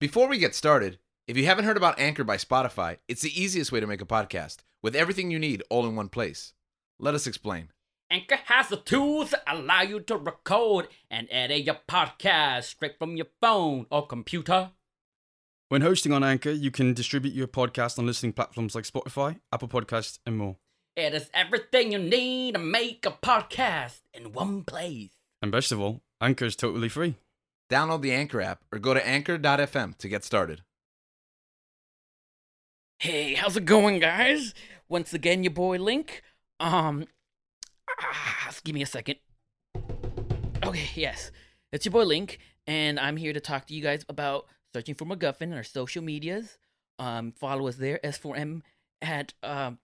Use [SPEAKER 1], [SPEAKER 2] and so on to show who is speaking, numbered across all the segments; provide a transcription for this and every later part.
[SPEAKER 1] Before we get started, if you haven't heard about Anchor by Spotify, it's the easiest way to make a podcast with everything you need all in one place. Let us explain.
[SPEAKER 2] Anchor has the tools that allow you to record and edit your podcast straight from your phone or computer.
[SPEAKER 3] When hosting on Anchor, you can distribute your podcast on listening platforms like Spotify, Apple Podcasts, and more.
[SPEAKER 2] It is everything you need to make a podcast in one place.
[SPEAKER 3] And best of all, Anchor is totally free.
[SPEAKER 1] Download the Anchor app or go to anchor.fm to get started.
[SPEAKER 2] Hey, how's it going, guys? Once again, your boy Link. Um, ah, just give me a second. Okay, yes, it's your boy Link, and I'm here to talk to you guys about searching for MacGuffin on our social medias. Um, follow us there, S4M at um,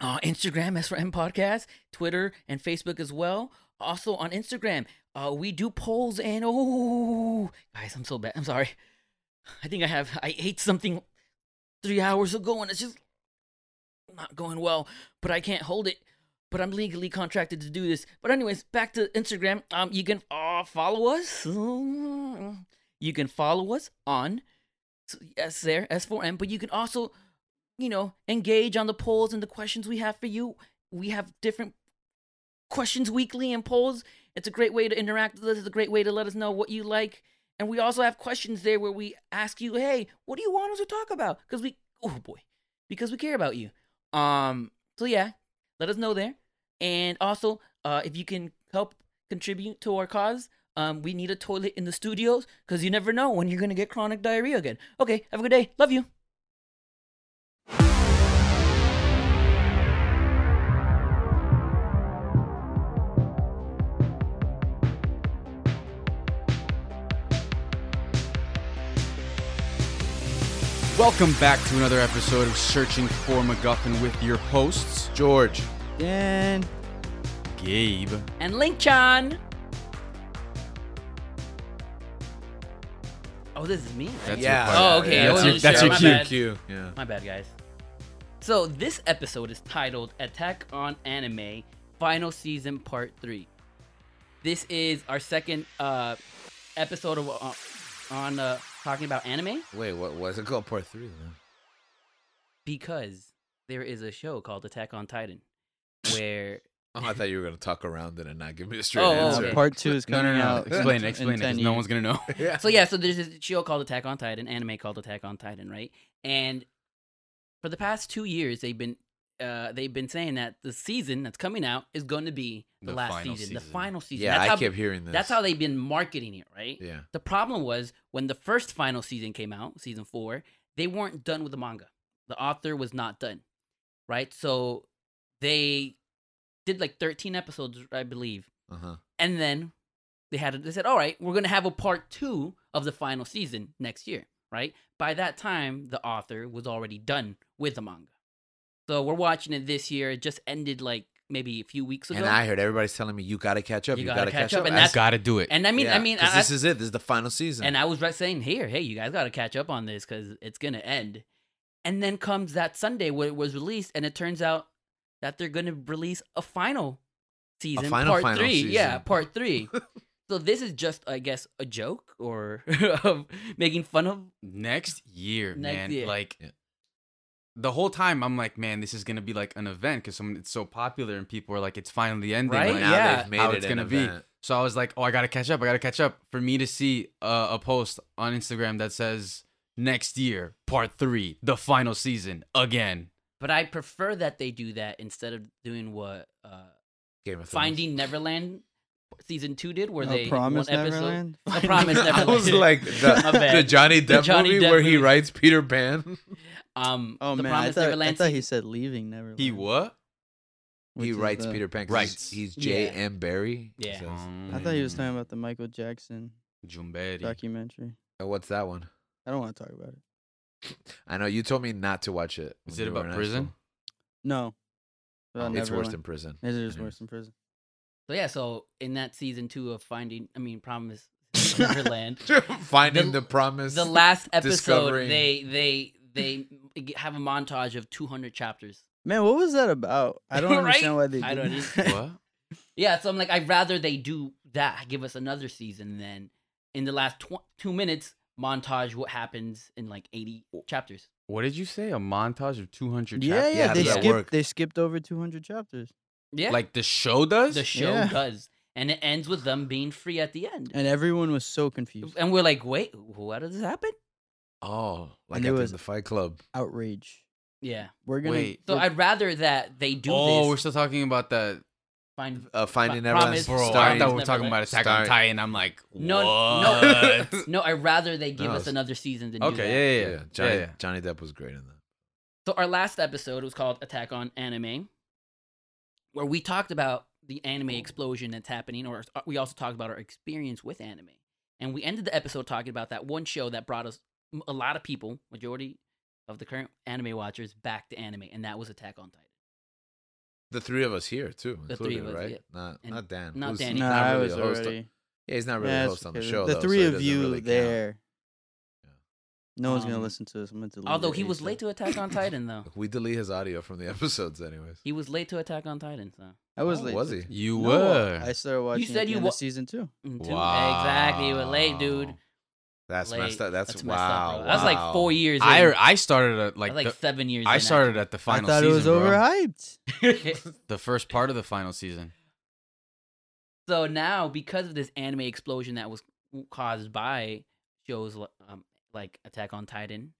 [SPEAKER 2] uh, Instagram, S4M Podcast, Twitter, and Facebook as well. Also on Instagram, uh, we do polls and oh, guys, I'm so bad. I'm sorry. I think I have I ate something three hours ago and it's just not going well but i can't hold it but i'm legally contracted to do this but anyways back to instagram um you can uh, follow us you can follow us on s- yes there s4m but you can also you know engage on the polls and the questions we have for you we have different questions weekly and polls it's a great way to interact with us it's a great way to let us know what you like and we also have questions there where we ask you, hey, what do you want us to talk about? Because we, oh boy, because we care about you. Um, so yeah, let us know there. And also, uh, if you can help contribute to our cause, um, we need a toilet in the studios because you never know when you're gonna get chronic diarrhea again. Okay, have a good day. Love you.
[SPEAKER 3] Welcome back to another episode of Searching for MacGuffin with your hosts,
[SPEAKER 1] George,
[SPEAKER 3] Dan, Gabe.
[SPEAKER 2] And Link Chan. Oh, this is me.
[SPEAKER 3] That's
[SPEAKER 1] Yeah.
[SPEAKER 3] your part.
[SPEAKER 2] Oh, okay. I
[SPEAKER 3] Yeah, that's your,
[SPEAKER 2] wasn't
[SPEAKER 3] that's
[SPEAKER 2] sure.
[SPEAKER 3] your
[SPEAKER 2] My
[SPEAKER 3] cue.
[SPEAKER 2] bad.
[SPEAKER 1] Q. Yeah.
[SPEAKER 2] My bad, guys. So this episode is titled "Attack on Anime: Final Season Part 3." This is our second uh, episode of, uh, on uh, talking about anime
[SPEAKER 1] Wait, what was it called? Part three. Then?
[SPEAKER 2] because there is a show called Attack on Titan where
[SPEAKER 1] Oh, I thought you were gonna talk around it and not give me a straight
[SPEAKER 2] Oh,
[SPEAKER 1] answer.
[SPEAKER 2] okay.
[SPEAKER 4] Part two is
[SPEAKER 3] No, no,
[SPEAKER 4] coming
[SPEAKER 3] no.
[SPEAKER 4] out.
[SPEAKER 3] Explain
[SPEAKER 4] in-
[SPEAKER 3] it. Explain
[SPEAKER 4] in
[SPEAKER 3] it. 'cause
[SPEAKER 4] 10
[SPEAKER 3] No
[SPEAKER 4] years.
[SPEAKER 3] one's gonna know.
[SPEAKER 1] Yeah.
[SPEAKER 2] So yeah, so there's this show called Attack on Titan, anime called Attack on Titan, right? And for the past two years, they've been uh, they've been saying that the season that's coming out is going to be the,
[SPEAKER 3] The
[SPEAKER 2] last
[SPEAKER 3] final
[SPEAKER 2] season, the
[SPEAKER 3] season.
[SPEAKER 2] final season.
[SPEAKER 1] yeah,
[SPEAKER 2] that's
[SPEAKER 1] I
[SPEAKER 2] how,
[SPEAKER 1] kept hearing this.
[SPEAKER 2] That's how they've been marketing it, right?
[SPEAKER 1] Yeah.
[SPEAKER 2] The problem was when the first final season came out, season four, they weren't done with the manga. The author was not done, right? So they did like 13 episodes, I believe,
[SPEAKER 1] Uh huh.
[SPEAKER 2] and then they had they said, "All right, we're gonna have a part two of the final season next year." Right? By that time, the author was already done with the manga, so we're watching it this year. It just ended like maybe a few weeks ago.
[SPEAKER 1] And I heard everybody's telling me you gotta catch up. You, gotta, catch up.
[SPEAKER 2] and
[SPEAKER 1] I
[SPEAKER 2] that's-
[SPEAKER 1] said,
[SPEAKER 3] gotta do it.
[SPEAKER 2] And I mean, I
[SPEAKER 1] yeah,
[SPEAKER 2] mean,
[SPEAKER 1] 'cause
[SPEAKER 2] I,
[SPEAKER 1] this is it. This is the final season.
[SPEAKER 2] and I was right saying here, hey, you guys got to catch up on this because it's gonna end. And then comes that Sunday where it was released, and it turns out that they're gonna release a final season,
[SPEAKER 1] final,
[SPEAKER 2] part
[SPEAKER 1] final
[SPEAKER 2] three. Yeah,
[SPEAKER 1] season.
[SPEAKER 2] part three. so this is just, I guess, a joke or of making fun of.
[SPEAKER 3] next year,
[SPEAKER 2] Next
[SPEAKER 3] man.
[SPEAKER 2] year.
[SPEAKER 3] Like
[SPEAKER 1] Yeah.
[SPEAKER 3] the whole time, I'm like, man, this is gonna be like an event because it's so popular and people are like, it's finally ending.
[SPEAKER 2] Right?
[SPEAKER 3] Like,
[SPEAKER 1] now
[SPEAKER 2] yeah,
[SPEAKER 1] they've made
[SPEAKER 3] how
[SPEAKER 1] it
[SPEAKER 3] it's
[SPEAKER 1] an
[SPEAKER 3] gonna be.
[SPEAKER 1] event.
[SPEAKER 3] So I was like, oh, I gotta catch up. I gotta catch up. For me to see uh, a post on Instagram that says next year, part three, the final season again.
[SPEAKER 2] But I prefer that they do that instead of doing what uh,
[SPEAKER 1] Game of Thrones.
[SPEAKER 2] Finding Neverland season two did, where
[SPEAKER 4] No,
[SPEAKER 2] they
[SPEAKER 4] Promise
[SPEAKER 2] one episode.
[SPEAKER 4] Neverland.
[SPEAKER 2] A promise
[SPEAKER 1] I
[SPEAKER 2] Neverland.
[SPEAKER 1] was like
[SPEAKER 2] My
[SPEAKER 1] the,
[SPEAKER 2] bad.
[SPEAKER 1] the Johnny Depp
[SPEAKER 2] Johnny
[SPEAKER 1] movie
[SPEAKER 2] Depp
[SPEAKER 1] where he
[SPEAKER 2] movie.
[SPEAKER 1] writes Peter Pan.
[SPEAKER 2] um,
[SPEAKER 4] Oh
[SPEAKER 2] the
[SPEAKER 4] man, I
[SPEAKER 2] Promise
[SPEAKER 4] thought, I
[SPEAKER 2] Neverland.
[SPEAKER 4] thought
[SPEAKER 2] season-
[SPEAKER 4] he said leaving Neverland.
[SPEAKER 3] He what?
[SPEAKER 4] which
[SPEAKER 1] he
[SPEAKER 4] is
[SPEAKER 1] writes
[SPEAKER 4] the-
[SPEAKER 1] Peter Pan. 'cause
[SPEAKER 3] Writes.
[SPEAKER 1] He's, he's J.
[SPEAKER 4] Yeah.
[SPEAKER 1] M. Barry.
[SPEAKER 2] Yeah.
[SPEAKER 1] He says.
[SPEAKER 4] I thought he was talking about the Michael Jackson
[SPEAKER 3] Mm, Jumberi.
[SPEAKER 4] documentary.
[SPEAKER 1] Oh, what's that one?
[SPEAKER 4] I don't want to talk about it.
[SPEAKER 1] I know you told me not to watch it.
[SPEAKER 3] Is
[SPEAKER 1] when you
[SPEAKER 3] it
[SPEAKER 1] were
[SPEAKER 3] about
[SPEAKER 1] in high
[SPEAKER 3] prison?
[SPEAKER 1] school.
[SPEAKER 4] No.
[SPEAKER 1] Oh,
[SPEAKER 4] About
[SPEAKER 1] it's worse
[SPEAKER 4] Neverland.
[SPEAKER 1] than prison.
[SPEAKER 4] It is
[SPEAKER 1] It
[SPEAKER 4] worse
[SPEAKER 1] is.
[SPEAKER 4] than prison.
[SPEAKER 2] So yeah, so in that season two of Finding, I mean Promise Neverland,
[SPEAKER 1] Finding
[SPEAKER 2] The-
[SPEAKER 1] the, promise.
[SPEAKER 2] the last episode
[SPEAKER 1] Discovering.
[SPEAKER 2] they they they have a montage of 200 chapters.
[SPEAKER 4] Man, what was that about? I don't
[SPEAKER 2] Right?
[SPEAKER 4] understand why they did
[SPEAKER 2] I don't
[SPEAKER 4] that.
[SPEAKER 3] what?
[SPEAKER 2] Yeah, so I'm like, I'd rather they do that, give us another season than in the last tw- two minutes montage what happens in like 80 chapters.
[SPEAKER 3] What did you say? A montage of 200
[SPEAKER 4] Yeah,
[SPEAKER 3] chapters?
[SPEAKER 1] Yeah,
[SPEAKER 4] yeah.
[SPEAKER 1] how
[SPEAKER 4] They
[SPEAKER 1] does that work?
[SPEAKER 4] skipped. They skipped over 200 chapters,
[SPEAKER 2] Yeah.
[SPEAKER 3] Like the show does?
[SPEAKER 2] the show
[SPEAKER 4] Yeah.
[SPEAKER 2] does. And it ends with them being free at the end.
[SPEAKER 4] and everyone was so confused.
[SPEAKER 2] And we're like, wait, what does this happen?
[SPEAKER 1] Oh, like
[SPEAKER 4] And
[SPEAKER 1] I
[SPEAKER 4] there
[SPEAKER 1] did
[SPEAKER 4] was-
[SPEAKER 1] the Fight Club.
[SPEAKER 4] Outrage.
[SPEAKER 2] Yeah.
[SPEAKER 4] We're gonna.
[SPEAKER 3] Wait.
[SPEAKER 2] So
[SPEAKER 4] we're-
[SPEAKER 2] I'd rather that they do
[SPEAKER 3] oh, we're
[SPEAKER 2] this.
[SPEAKER 3] still talking about that.
[SPEAKER 2] Find
[SPEAKER 1] Uh, Finding
[SPEAKER 2] Pro-
[SPEAKER 1] Neverland.
[SPEAKER 2] Promise.
[SPEAKER 3] Bro, I
[SPEAKER 1] starring-
[SPEAKER 3] thought we were
[SPEAKER 2] Neverland.
[SPEAKER 3] talking about Attack on
[SPEAKER 1] Starring-
[SPEAKER 3] Titan. I'm like,
[SPEAKER 2] No, no.
[SPEAKER 3] what?
[SPEAKER 2] no, I'd rather they give
[SPEAKER 1] No,
[SPEAKER 2] us
[SPEAKER 1] it's-
[SPEAKER 2] another season than do that.
[SPEAKER 3] okay, yeah, yeah,
[SPEAKER 1] yeah,
[SPEAKER 3] yeah.
[SPEAKER 1] Johnny,
[SPEAKER 3] yeah, yeah.
[SPEAKER 1] Johnny Depp was great in that.
[SPEAKER 2] So our last episode was called Attack on Anime, where we talked about the anime explosion that's happening, or uh, we also talked about our experience with anime, and we ended the episode talking about that one show that brought us m- a lot of people, majority of the current anime watchers, back to anime, and that was Attack on Titan.
[SPEAKER 1] The three of us here too,
[SPEAKER 2] The
[SPEAKER 1] included,
[SPEAKER 2] three of us,
[SPEAKER 1] right?
[SPEAKER 2] yeah.
[SPEAKER 1] Not
[SPEAKER 2] And-
[SPEAKER 1] not Dan.
[SPEAKER 2] not
[SPEAKER 1] who's
[SPEAKER 2] Dan, he's
[SPEAKER 4] Nah,
[SPEAKER 2] not
[SPEAKER 4] I
[SPEAKER 1] really
[SPEAKER 4] was
[SPEAKER 1] a host uh, on-
[SPEAKER 4] already.
[SPEAKER 1] yeah, he's not really
[SPEAKER 4] Yeah,
[SPEAKER 1] a
[SPEAKER 4] it's
[SPEAKER 1] host on the
[SPEAKER 4] okay.
[SPEAKER 1] show.
[SPEAKER 4] The
[SPEAKER 1] though, so
[SPEAKER 4] three
[SPEAKER 1] it
[SPEAKER 4] of
[SPEAKER 1] doesn't
[SPEAKER 4] you
[SPEAKER 1] really count.
[SPEAKER 4] there. No one's gonna
[SPEAKER 2] Um,
[SPEAKER 4] listen to this. I'm gonna delete
[SPEAKER 2] Although
[SPEAKER 4] it
[SPEAKER 2] he was
[SPEAKER 4] ASAP.
[SPEAKER 2] late to Attack on Titan, though
[SPEAKER 1] We delete his audio from the episodes, anyways.
[SPEAKER 2] he was late to Attack on Titan. So
[SPEAKER 4] I was
[SPEAKER 1] Oh,
[SPEAKER 4] late.
[SPEAKER 1] was
[SPEAKER 4] to-
[SPEAKER 1] he?
[SPEAKER 3] You
[SPEAKER 4] No,
[SPEAKER 3] were.
[SPEAKER 4] I started watching.
[SPEAKER 2] said
[SPEAKER 4] at the
[SPEAKER 2] you
[SPEAKER 4] end
[SPEAKER 2] wa-
[SPEAKER 4] of season two.
[SPEAKER 2] Mm, two- exactly, you were late, dude.
[SPEAKER 3] Wow.
[SPEAKER 1] That's
[SPEAKER 2] Late.
[SPEAKER 1] messed up. That's,
[SPEAKER 2] messed
[SPEAKER 1] wow.
[SPEAKER 2] up, bro. I was like four years.
[SPEAKER 3] I,
[SPEAKER 2] in.
[SPEAKER 3] I started at
[SPEAKER 2] I
[SPEAKER 3] like,
[SPEAKER 2] was, like
[SPEAKER 3] the,
[SPEAKER 2] seven years.
[SPEAKER 3] I
[SPEAKER 2] in,
[SPEAKER 3] started at the
[SPEAKER 4] I
[SPEAKER 3] final
[SPEAKER 4] thought
[SPEAKER 3] season.
[SPEAKER 4] it was
[SPEAKER 3] bro.
[SPEAKER 4] overhyped.
[SPEAKER 2] actually.
[SPEAKER 3] The first part of the final season.
[SPEAKER 2] So now, because of this anime explosion that was caused by shows li- um, like Attack on Titan,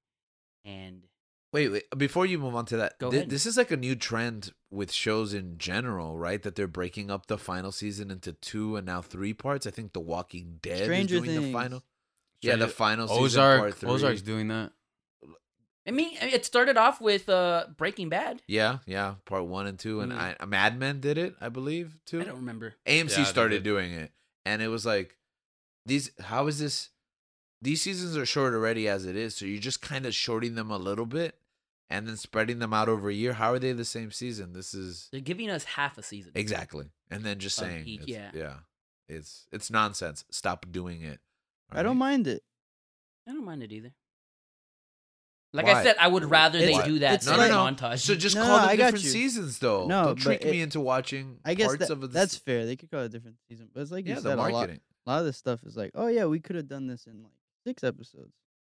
[SPEAKER 2] and
[SPEAKER 1] Wait, wait, before you move on to that,
[SPEAKER 2] Go
[SPEAKER 1] thi-
[SPEAKER 2] ahead.
[SPEAKER 1] this is like a new trend with shows in general, right? That they're breaking up the final season into two and now three parts. I think The Walking Dead
[SPEAKER 4] Stranger
[SPEAKER 1] is doing the
[SPEAKER 4] Things.
[SPEAKER 1] final. Yeah, the final season part
[SPEAKER 3] Ozark.
[SPEAKER 1] three.
[SPEAKER 3] Ozark's doing that.
[SPEAKER 2] I mean, it started off with uh, Breaking Bad.
[SPEAKER 1] yeah, yeah, part one and two, and
[SPEAKER 2] Mm.
[SPEAKER 1] I, Mad Men did it, I believe, too.
[SPEAKER 2] I don't remember.
[SPEAKER 1] AMC
[SPEAKER 3] Yeah, they
[SPEAKER 1] started
[SPEAKER 3] did.
[SPEAKER 1] doing it, and it was like, these. How is this? These seasons are short already as it is, so you're just kind of shorting them a little bit, and then spreading them out over a year. How are they the same season? This is
[SPEAKER 2] They're giving us half a season.
[SPEAKER 1] exactly, and then just
[SPEAKER 2] Of
[SPEAKER 1] saying,
[SPEAKER 2] each,
[SPEAKER 1] it's,
[SPEAKER 2] yeah.
[SPEAKER 1] it's it's nonsense. Stop doing it.
[SPEAKER 4] I don't
[SPEAKER 1] alright?
[SPEAKER 4] mind it.
[SPEAKER 2] I don't mind it either. Like I
[SPEAKER 1] Why?
[SPEAKER 2] said, I would rather they
[SPEAKER 1] Why?
[SPEAKER 2] do that
[SPEAKER 4] It's
[SPEAKER 2] than
[SPEAKER 1] no,
[SPEAKER 2] a
[SPEAKER 1] no, no.
[SPEAKER 2] montage.
[SPEAKER 1] So just
[SPEAKER 4] No,
[SPEAKER 1] call
[SPEAKER 4] no,
[SPEAKER 1] them
[SPEAKER 4] I got
[SPEAKER 1] different
[SPEAKER 4] you.
[SPEAKER 1] seasons, though.
[SPEAKER 4] No,
[SPEAKER 1] don't
[SPEAKER 4] but
[SPEAKER 1] trick
[SPEAKER 4] it-
[SPEAKER 1] me into watching.
[SPEAKER 4] I guess
[SPEAKER 1] parts
[SPEAKER 4] that-
[SPEAKER 1] of the
[SPEAKER 4] that's
[SPEAKER 1] se-
[SPEAKER 4] fair. They could call it a different season, but it's like you
[SPEAKER 1] yeah,
[SPEAKER 4] said,
[SPEAKER 1] the
[SPEAKER 4] a lot,
[SPEAKER 1] marketing.
[SPEAKER 4] a lot of this stuff is like, oh yeah, we could have done this in like six episodes.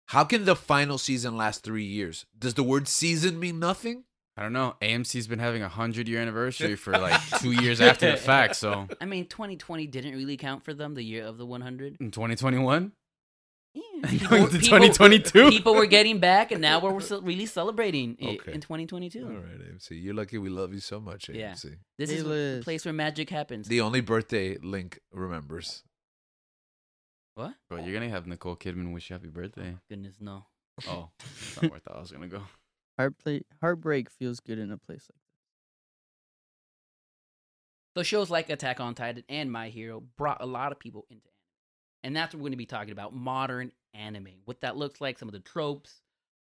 [SPEAKER 1] How can the final season last three years? Does the word season mean nothing?
[SPEAKER 3] I don't know. AMC's been having a hundred year anniversary for like two years after the fact. So
[SPEAKER 2] I mean, 2020 didn't really count for them. The year of the 100.
[SPEAKER 3] in 2021,
[SPEAKER 2] Yeah.
[SPEAKER 3] going to 2022.
[SPEAKER 2] people were getting back, and now we're ce- really celebrating it
[SPEAKER 1] Okay.
[SPEAKER 2] in 2022.
[SPEAKER 1] All right, AMC. You're lucky we love you so much, AMC.
[SPEAKER 2] Yeah. This
[SPEAKER 4] Hey,
[SPEAKER 2] is the
[SPEAKER 4] Liz.
[SPEAKER 2] place where magic happens.
[SPEAKER 1] The only birthday Link remembers.
[SPEAKER 2] what?
[SPEAKER 1] Oh,
[SPEAKER 3] bro, you're gonna have Nicole Kidman wish you happy birthday.
[SPEAKER 2] Goodness, no.
[SPEAKER 3] Oh, that's not where I thought I was gonna go.
[SPEAKER 4] Heart play, heartbreak feels good in a place like.
[SPEAKER 2] So shows like Attack on Titan and My Hero brought a lot of people into anime. And that's what we're going to be talking about, modern anime. What that looks like, some of the tropes,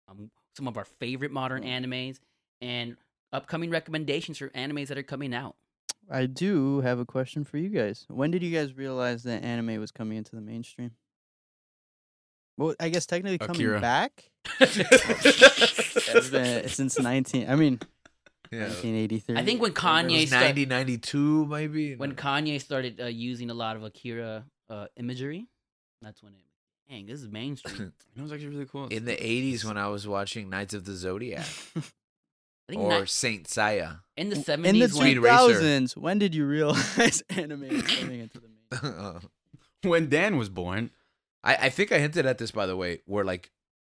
[SPEAKER 2] um, some of our favorite modern
[SPEAKER 1] Hmm.
[SPEAKER 2] animes, and upcoming recommendations for animes that are coming out.
[SPEAKER 4] I do have a question for you guys. When did you guys realize that anime was coming into the mainstream? Well, I guess technically coming
[SPEAKER 3] Akira.
[SPEAKER 4] back. It's been since 19. I mean,
[SPEAKER 1] Yeah.
[SPEAKER 4] 1983.
[SPEAKER 2] I think when
[SPEAKER 1] It
[SPEAKER 2] Kanye
[SPEAKER 1] was
[SPEAKER 2] started
[SPEAKER 1] 90, 92, maybe.
[SPEAKER 2] when Kanye started uh, using a lot of Akira uh, imagery, that's when it. Dang, this is mainstream.
[SPEAKER 3] You know, it's actually really cool.
[SPEAKER 1] in the 80s, when I was watching Knights of the Zodiac
[SPEAKER 2] I think
[SPEAKER 1] or
[SPEAKER 2] ni-
[SPEAKER 1] Saint Saya.
[SPEAKER 2] in the
[SPEAKER 4] in the
[SPEAKER 2] seventies,
[SPEAKER 1] Sweet
[SPEAKER 2] when,
[SPEAKER 1] Racer.
[SPEAKER 4] 2000s, when did you realize anime was coming into the mainstream?
[SPEAKER 1] I,
[SPEAKER 3] when Dan was born,
[SPEAKER 1] I think I hinted at this, by the way, where like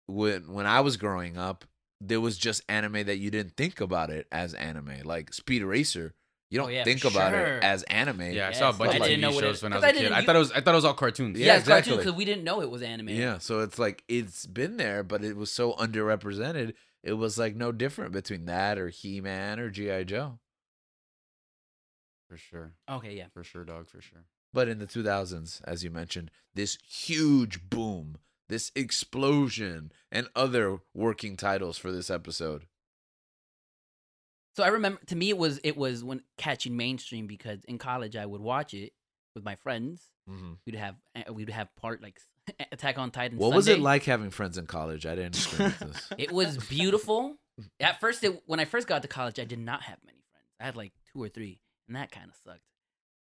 [SPEAKER 1] when when I was growing up, there was just anime that you didn't think about it as anime, like Speed Racer. You
[SPEAKER 2] Oh,
[SPEAKER 1] don't
[SPEAKER 2] yeah,
[SPEAKER 1] think
[SPEAKER 2] for
[SPEAKER 1] about
[SPEAKER 2] sure.
[SPEAKER 1] it as anime.
[SPEAKER 3] yeah, I
[SPEAKER 2] Yes,
[SPEAKER 3] saw a
[SPEAKER 1] but
[SPEAKER 3] bunch of
[SPEAKER 1] I didn't
[SPEAKER 2] know
[SPEAKER 3] TV
[SPEAKER 2] what it-
[SPEAKER 3] shows when I was
[SPEAKER 2] because I
[SPEAKER 3] a kid.
[SPEAKER 2] didn't-
[SPEAKER 3] I
[SPEAKER 2] you-
[SPEAKER 3] thought it was I thought it was all cartoons.
[SPEAKER 1] Yeah,
[SPEAKER 2] yeah, it's cartoon
[SPEAKER 1] exactly.
[SPEAKER 2] because we didn't know it was anime.
[SPEAKER 1] Yeah, so it's like it's been there, but it was so underrepresented. It was like no different between that or He Man or GI Joe.
[SPEAKER 3] for sure,
[SPEAKER 2] Okay, yeah.
[SPEAKER 3] for sure, dog, for sure.
[SPEAKER 1] But in the 2000s, as you mentioned, this huge boom, this explosion, and other working titles for this episode.
[SPEAKER 2] So I remember to me it was it was when catching mainstream because in college I would watch it with my friends.
[SPEAKER 1] Mm-hmm.
[SPEAKER 2] We'd have eh, we'd have part like Attack on Titan.
[SPEAKER 1] What was it
[SPEAKER 2] Sunday.
[SPEAKER 1] like having friends in college? I didn't experience this.
[SPEAKER 2] It was beautiful. At first, it, when I first got to college, I did not have many friends. I had like two or three, and that kind of sucked.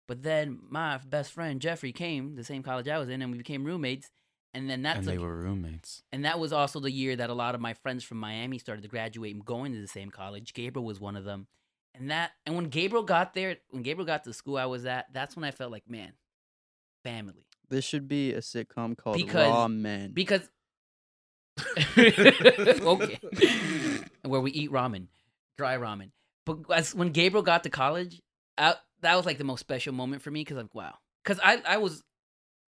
[SPEAKER 2] But then my best friend Jeffrey came the same college I was in, and we became roommates. and then that's
[SPEAKER 3] and
[SPEAKER 2] like,
[SPEAKER 3] they were roommates.
[SPEAKER 2] and that was also the year that a lot of my friends from Miami started to graduate and going to the same college. Gabriel was one of them. And that and when Gabriel got there, when Gabriel got to the school I was at, that's when I felt like, man, family.
[SPEAKER 4] This should be a sitcom called
[SPEAKER 2] Because-
[SPEAKER 4] Raw Men.
[SPEAKER 2] Because okay. Where we eat ramen, dry ramen. But as, when Gabriel got to college, I, that was like the most special moment for me because I'm wow. Because I, I was,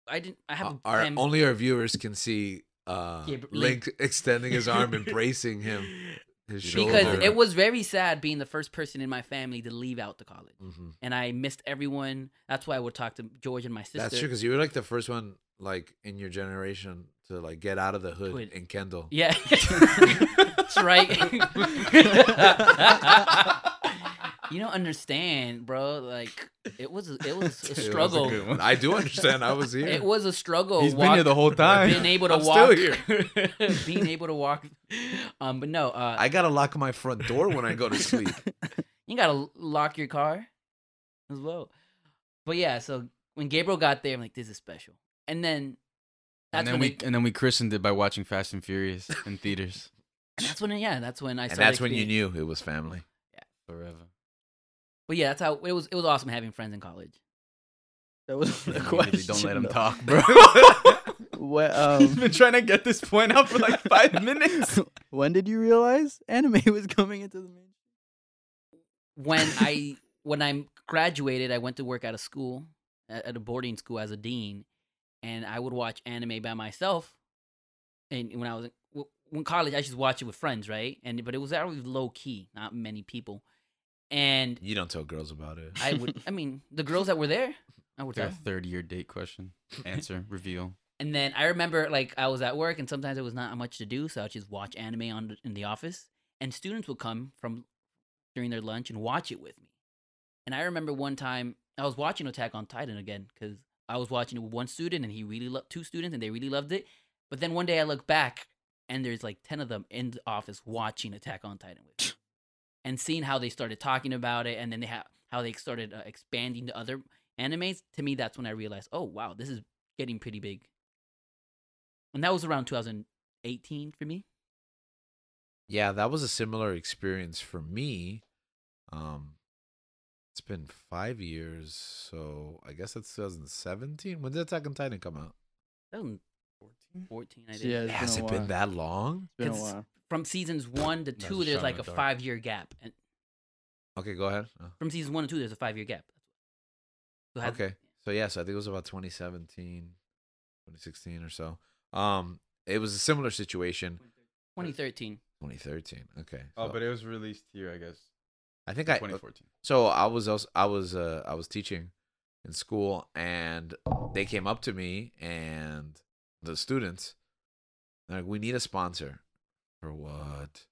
[SPEAKER 2] I didn't, I have
[SPEAKER 1] Uh,
[SPEAKER 2] a
[SPEAKER 1] our,
[SPEAKER 2] fam-
[SPEAKER 1] only our viewers can see uh,
[SPEAKER 2] Yeah, but
[SPEAKER 1] Link extending his arm, embracing him, his shoulder.
[SPEAKER 2] because it was very sad being the first person in my family to leave out to college.
[SPEAKER 1] Mhm.
[SPEAKER 2] and I missed everyone. That's why I would talk to George and my sister.
[SPEAKER 1] That's true because you were like the first one, like in your generation, to like get out of the hood
[SPEAKER 2] Hood.
[SPEAKER 1] in Kendall.
[SPEAKER 2] Yeah, that's right. you don't understand, bro. Like it was, a- it was a
[SPEAKER 1] It was a
[SPEAKER 2] struggle.
[SPEAKER 1] good one. I do understand. I was here.
[SPEAKER 2] it was a struggle.
[SPEAKER 3] He's been here the whole time.
[SPEAKER 2] Being able to
[SPEAKER 1] I'm still
[SPEAKER 2] walk, being able to walk. Um, but no, uh,
[SPEAKER 1] I gotta lock my front door when I go to sleep.
[SPEAKER 2] you gotta lock your car as well. But yeah, so when Gabriel got there, I'm like, this is special. And then
[SPEAKER 3] And
[SPEAKER 2] that's
[SPEAKER 3] then
[SPEAKER 2] when
[SPEAKER 3] we
[SPEAKER 2] it-
[SPEAKER 3] and then we christened it by watching Fast and Furious in theaters
[SPEAKER 2] and that's when yeah, that's when I
[SPEAKER 1] and
[SPEAKER 2] started
[SPEAKER 1] that's when you
[SPEAKER 2] experiencing-
[SPEAKER 1] knew it was family.
[SPEAKER 3] forever.
[SPEAKER 2] But yeah, that's how it was. It was awesome having friends in college.
[SPEAKER 4] that was
[SPEAKER 3] Yeah,
[SPEAKER 4] the
[SPEAKER 3] you really
[SPEAKER 4] question.
[SPEAKER 3] Don't let him
[SPEAKER 4] though.
[SPEAKER 3] talk, bro.
[SPEAKER 4] What,
[SPEAKER 3] He's
[SPEAKER 4] um,
[SPEAKER 3] been trying to get this point out for like five minutes.
[SPEAKER 4] when did you realize anime was coming into the mainstream?
[SPEAKER 2] When I when I graduated, I went to work at a school at, at a boarding school as a dean, and I would watch anime by myself. And when I was in- w- when college, I just watched it with friends, right? And but it was always low key, not many people. And
[SPEAKER 1] You don't tell girls about it.
[SPEAKER 2] I would, I mean, the girls that were there, I would
[SPEAKER 3] Their
[SPEAKER 2] tell.
[SPEAKER 3] third year date question. Answer, reveal.
[SPEAKER 2] And then I remember like I was at work and sometimes there was not much to do, so I'd just watch anime on the- in the office. And students would come from during their lunch and watch it with me. And I remember one time I was watching Attack on Titan again because I was watching it with one student and he really loved two students and they really loved it. But then one day I look back and there's like ten of them in the office watching Attack on Titan with me, and seeing how they started talking about it and then they ha- how they started uh, expanding to other animes. To me, that's when I realized, oh wow, this is getting pretty big and that was around 2018 for me.
[SPEAKER 1] yeah, that was a similar experience for me. Um, it's been five years, so I guess that's 2017. When did Attack on Titan come out?
[SPEAKER 2] 2014, I
[SPEAKER 4] So
[SPEAKER 2] did.
[SPEAKER 4] yeah, it's
[SPEAKER 1] Has
[SPEAKER 4] been
[SPEAKER 1] it
[SPEAKER 4] a
[SPEAKER 1] been
[SPEAKER 4] while.
[SPEAKER 1] that long?
[SPEAKER 4] It's been a
[SPEAKER 2] 'Cause-
[SPEAKER 4] while.
[SPEAKER 2] From seasons one to
[SPEAKER 3] That's
[SPEAKER 2] two,
[SPEAKER 3] a
[SPEAKER 2] there's
[SPEAKER 3] shot
[SPEAKER 2] like
[SPEAKER 3] in
[SPEAKER 2] a
[SPEAKER 3] the dark.
[SPEAKER 2] five year gap, and
[SPEAKER 1] Okay, go ahead. Uh,
[SPEAKER 2] from season one to two, there's a five year gap. So had-
[SPEAKER 1] Okay. So yeah, so I think it was about 2017, 2016 or so. Um, it was a similar situation.
[SPEAKER 2] 2013.
[SPEAKER 1] 2013. Okay. so
[SPEAKER 3] Oh, it was released here, I guess.
[SPEAKER 1] I think I so I was also I was uh I was teaching in school and they came up to me and the students they're like we need a sponsor for what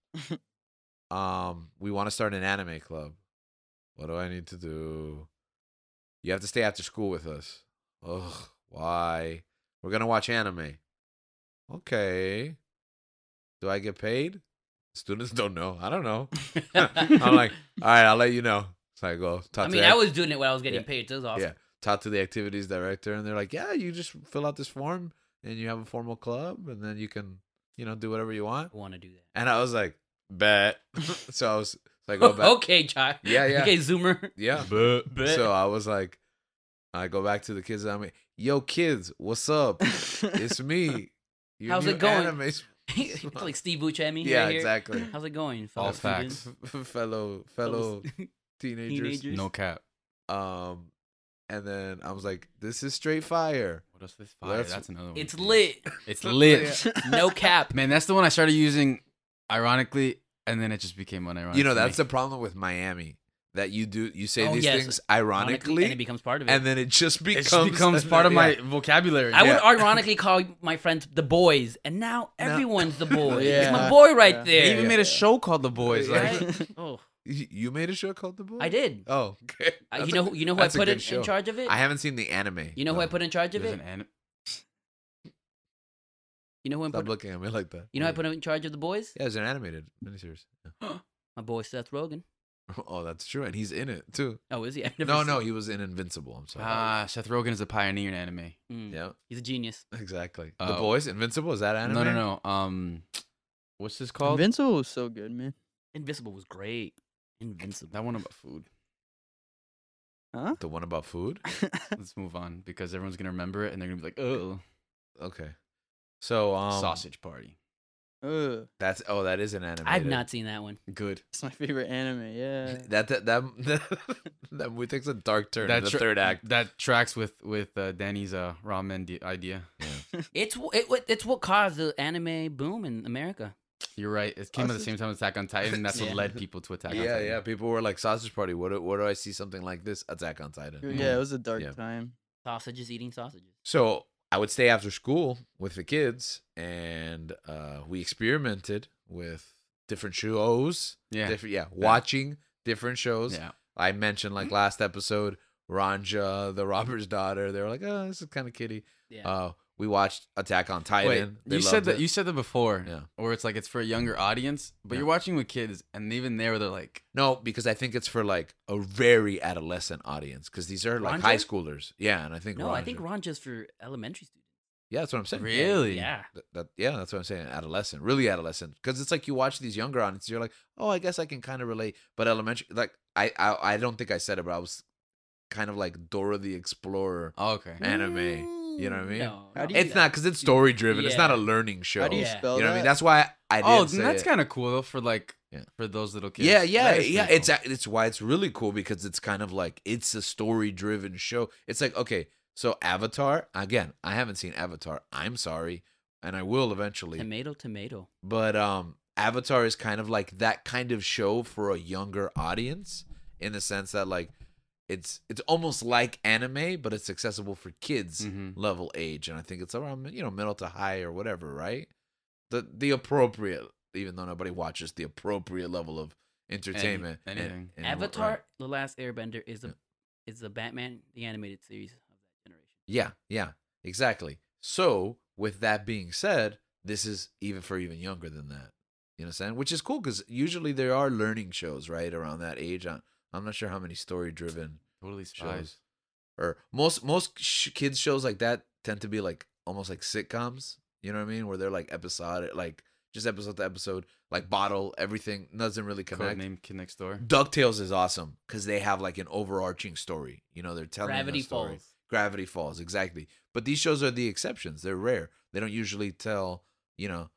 [SPEAKER 1] um we want to start an anime club what do I need to do you have to stay after school with us ugh why we're gonna watch anime okay do I get paid students don't know I don't know I'm like all right I'll let you know so I go talk
[SPEAKER 2] I mean,
[SPEAKER 1] to
[SPEAKER 2] I
[SPEAKER 1] Ed.
[SPEAKER 2] was doing it when I was getting
[SPEAKER 1] Yeah.
[SPEAKER 2] paid. That was awesome.
[SPEAKER 1] Yeah. Talk to the activities director, and they're like, "Yeah, you just fill out this form, and you have a formal club, and then you can, you know, do whatever you want."
[SPEAKER 2] I want to do that.
[SPEAKER 1] And I was like, "Bet." so I was, so I go back.
[SPEAKER 2] okay, child.
[SPEAKER 1] Yeah, yeah.
[SPEAKER 2] Okay, Zoomer.
[SPEAKER 1] Yeah. So I was like, I go back to the kids, and I'm like, "Yo, kids, what's up? It's me." your
[SPEAKER 2] How's
[SPEAKER 1] new
[SPEAKER 2] it going?
[SPEAKER 1] anime sp-
[SPEAKER 2] It's like Steve Buscemi.
[SPEAKER 1] yeah,
[SPEAKER 2] right here.
[SPEAKER 1] exactly.
[SPEAKER 2] How's it going? fellow
[SPEAKER 3] All
[SPEAKER 2] student?
[SPEAKER 3] facts.
[SPEAKER 1] fellow fellow
[SPEAKER 2] Fellow s-
[SPEAKER 1] teenagers.
[SPEAKER 2] teenagers.
[SPEAKER 3] No cap.
[SPEAKER 1] Um, and then I was like, "This is straight fire."
[SPEAKER 3] What else this
[SPEAKER 1] Well,
[SPEAKER 3] fire?
[SPEAKER 1] that's-
[SPEAKER 3] That's another one.
[SPEAKER 2] It's
[SPEAKER 3] dude.
[SPEAKER 2] lit.
[SPEAKER 3] It's lit.
[SPEAKER 2] No cap.
[SPEAKER 3] Man, that's the one I started using ironically, and then it just became unironic.
[SPEAKER 1] You know,
[SPEAKER 3] for
[SPEAKER 1] that's
[SPEAKER 3] me.
[SPEAKER 1] the problem with Miami. That you do you say
[SPEAKER 2] Oh,
[SPEAKER 1] these
[SPEAKER 2] yes.
[SPEAKER 1] things
[SPEAKER 2] Ironically,
[SPEAKER 1] ironically,
[SPEAKER 2] and it becomes part of it.
[SPEAKER 1] and then it just
[SPEAKER 3] it
[SPEAKER 1] becomes
[SPEAKER 3] just becomes part of my
[SPEAKER 1] Yeah.
[SPEAKER 3] vocabulary.
[SPEAKER 2] I
[SPEAKER 3] Yeah.
[SPEAKER 2] would ironically call my friends the boys, and now
[SPEAKER 1] No.
[SPEAKER 2] everyone's the boy. It's my
[SPEAKER 4] Yeah.
[SPEAKER 2] boy right
[SPEAKER 4] Yeah.
[SPEAKER 3] They
[SPEAKER 2] there.
[SPEAKER 3] even
[SPEAKER 1] Yeah.
[SPEAKER 3] made a show called The Boys.
[SPEAKER 1] Yeah.
[SPEAKER 3] Like,
[SPEAKER 2] Right? Oh,
[SPEAKER 1] You you made a show called The Boy.
[SPEAKER 2] I did.
[SPEAKER 1] Oh, okay.
[SPEAKER 2] I-
[SPEAKER 1] That's
[SPEAKER 2] you
[SPEAKER 1] a
[SPEAKER 2] know,
[SPEAKER 1] good-
[SPEAKER 2] who- you know who I
[SPEAKER 1] that's a
[SPEAKER 2] put
[SPEAKER 1] good
[SPEAKER 2] in, in
[SPEAKER 1] show.
[SPEAKER 2] charge of it.
[SPEAKER 1] I haven't seen the anime.
[SPEAKER 2] you know who I
[SPEAKER 1] though.
[SPEAKER 2] put in charge of
[SPEAKER 3] there's
[SPEAKER 2] it.
[SPEAKER 3] an anim-
[SPEAKER 2] You know who I
[SPEAKER 1] Stop
[SPEAKER 2] put.
[SPEAKER 1] looking at me like that.
[SPEAKER 2] You know who I put in charge of the boys.
[SPEAKER 1] Yeah, it was an animated miniseries. Yeah.
[SPEAKER 2] My boy Seth Rogen.
[SPEAKER 1] Oh, that's true, and he's in it too.
[SPEAKER 2] Oh, is he? I've never
[SPEAKER 1] No,
[SPEAKER 2] seen-
[SPEAKER 1] no, he was in Invincible. I'm sorry.
[SPEAKER 3] Ah, Seth Rogen is a pioneer in anime.
[SPEAKER 2] Mm,
[SPEAKER 1] yeah,
[SPEAKER 2] He's a genius.
[SPEAKER 1] exactly. the
[SPEAKER 3] Uh,
[SPEAKER 1] Boys, Invincible, is that anime?
[SPEAKER 3] No, no, no. Um, what's this called?
[SPEAKER 4] Invincible was so good, man.
[SPEAKER 2] Invincible was great. Invincible.
[SPEAKER 3] that one about food.
[SPEAKER 4] Huh?
[SPEAKER 1] The one about food.
[SPEAKER 3] Let's move on because everyone's gonna remember it and they're gonna be like, "Oh,
[SPEAKER 1] Okay, so um,
[SPEAKER 3] sausage party."
[SPEAKER 4] Ugh,
[SPEAKER 1] That's oh, that is an anime.
[SPEAKER 2] I've not seen that one.
[SPEAKER 3] Good.
[SPEAKER 4] it's my favorite anime. Yeah.
[SPEAKER 1] That that that that, that movie takes a dark turn in the
[SPEAKER 3] tra-
[SPEAKER 1] third act.
[SPEAKER 3] That tracks with with uh, Danny's uh, ramen di- idea.
[SPEAKER 2] It's wh- it, what it's what caused the anime boom in America.
[SPEAKER 3] You're right. It came at the
[SPEAKER 4] Sausage-
[SPEAKER 3] same time as Attack on Titan, and that's
[SPEAKER 2] Yeah.
[SPEAKER 3] what led people to Attack on
[SPEAKER 1] yeah,
[SPEAKER 3] Titan.
[SPEAKER 1] yeah. People were like, "Sausage Party." What? do- Where do I see something like this? Attack on
[SPEAKER 4] Yo,
[SPEAKER 1] Titan.
[SPEAKER 4] Yeah, it
[SPEAKER 3] Mm-hmm.
[SPEAKER 4] was a dark
[SPEAKER 1] Yeah.
[SPEAKER 4] time.
[SPEAKER 2] Sausages eating sausages.
[SPEAKER 1] So I would stay after school with the kids, and uh, we experimented with different shows.
[SPEAKER 3] yeah,
[SPEAKER 1] Different, yeah, watching different shows.
[SPEAKER 3] yeah.
[SPEAKER 1] I mentioned like last episode, Ranja, the robber's daughter. They were like, "Oh, this is kind of kiddie."
[SPEAKER 2] Yeah.
[SPEAKER 1] Uh, we watched Attack on Titan.
[SPEAKER 3] Wait,
[SPEAKER 1] They
[SPEAKER 3] you
[SPEAKER 1] loved
[SPEAKER 3] said that
[SPEAKER 1] it.
[SPEAKER 3] you said that before,
[SPEAKER 1] Yeah.
[SPEAKER 3] or it's like it's for a younger audience, but
[SPEAKER 1] Yeah.
[SPEAKER 3] you're watching with kids, and even there they're like,
[SPEAKER 1] No, because I think it's for like a very adolescent audience because these are like high
[SPEAKER 2] Ranja?
[SPEAKER 1] schoolers. Yeah, and I think
[SPEAKER 2] no, I think
[SPEAKER 1] Ranja-
[SPEAKER 2] Ranja's for elementary students.
[SPEAKER 1] yeah, that's what I'm saying.
[SPEAKER 3] "Really?
[SPEAKER 2] Yeah.
[SPEAKER 1] Th- that, yeah, that's what I'm saying. Adolescent, really adolescent, because it's like you watch these younger audiences, you're like, oh, I guess I can kind of relate. But elementary, like I, I, I don't think I said it, but I was kind of like Dora the Explorer.
[SPEAKER 3] Oh, okay."
[SPEAKER 1] Anime, you know what I mean?
[SPEAKER 2] No,
[SPEAKER 4] How
[SPEAKER 2] no.
[SPEAKER 4] do you-
[SPEAKER 1] It's not because it's story driven. It's not a
[SPEAKER 2] Yeah.
[SPEAKER 1] learning show.
[SPEAKER 4] How do you
[SPEAKER 2] Yeah.
[SPEAKER 4] spell
[SPEAKER 1] You know what
[SPEAKER 4] that?
[SPEAKER 1] I mean? That's why I didn't
[SPEAKER 3] Oh,
[SPEAKER 1] say
[SPEAKER 3] then that's
[SPEAKER 1] it.
[SPEAKER 3] kind of cool though for like
[SPEAKER 1] Yeah.
[SPEAKER 3] for those little kids.
[SPEAKER 1] Yeah, yeah,
[SPEAKER 3] That is
[SPEAKER 1] yeah.
[SPEAKER 3] pretty
[SPEAKER 1] It's
[SPEAKER 3] cool.
[SPEAKER 1] a- it's why it's really cool because it's kind of like it's a story driven show. It's like okay, so Avatar again. I haven't seen Avatar. I'm sorry, and I will eventually.
[SPEAKER 2] Tomato, tomato.
[SPEAKER 1] But um, Avatar is kind of like that kind of show for a younger audience in the sense that like it's it's almost like anime, but it's accessible for kids
[SPEAKER 3] Mhm.
[SPEAKER 1] level age, and I think it's around you know middle to high or whatever, right? The the appropriate, even though nobody watches the appropriate level of entertainment. and-
[SPEAKER 3] anything.
[SPEAKER 1] and what-
[SPEAKER 2] Avatar:
[SPEAKER 1] right.
[SPEAKER 2] The Last Airbender is the
[SPEAKER 1] Yeah.
[SPEAKER 2] is the Batman the animated series of that generation.
[SPEAKER 1] Yeah, yeah, exactly. So with that being said, this is even for even younger than that. You know what I'm saying? Which is cool because usually there are learning shows right around that age. I'm, I'm not sure how many story driven
[SPEAKER 3] totally
[SPEAKER 1] shows
[SPEAKER 3] spies.
[SPEAKER 1] or most most sh- kids shows like that tend to be like almost like sitcoms you know what i mean where they're like episodic like just episode to episode like bottle everything doesn't really
[SPEAKER 3] Code
[SPEAKER 1] connect Mm-hmm.
[SPEAKER 3] name Kid Next Door.
[SPEAKER 1] ducktales is awesome because they have like an overarching story you know they're telling
[SPEAKER 2] Gravity
[SPEAKER 1] a story.
[SPEAKER 2] Falls.
[SPEAKER 1] gravity falls exactly but these shows are the exceptions they're rare they don't usually tell you know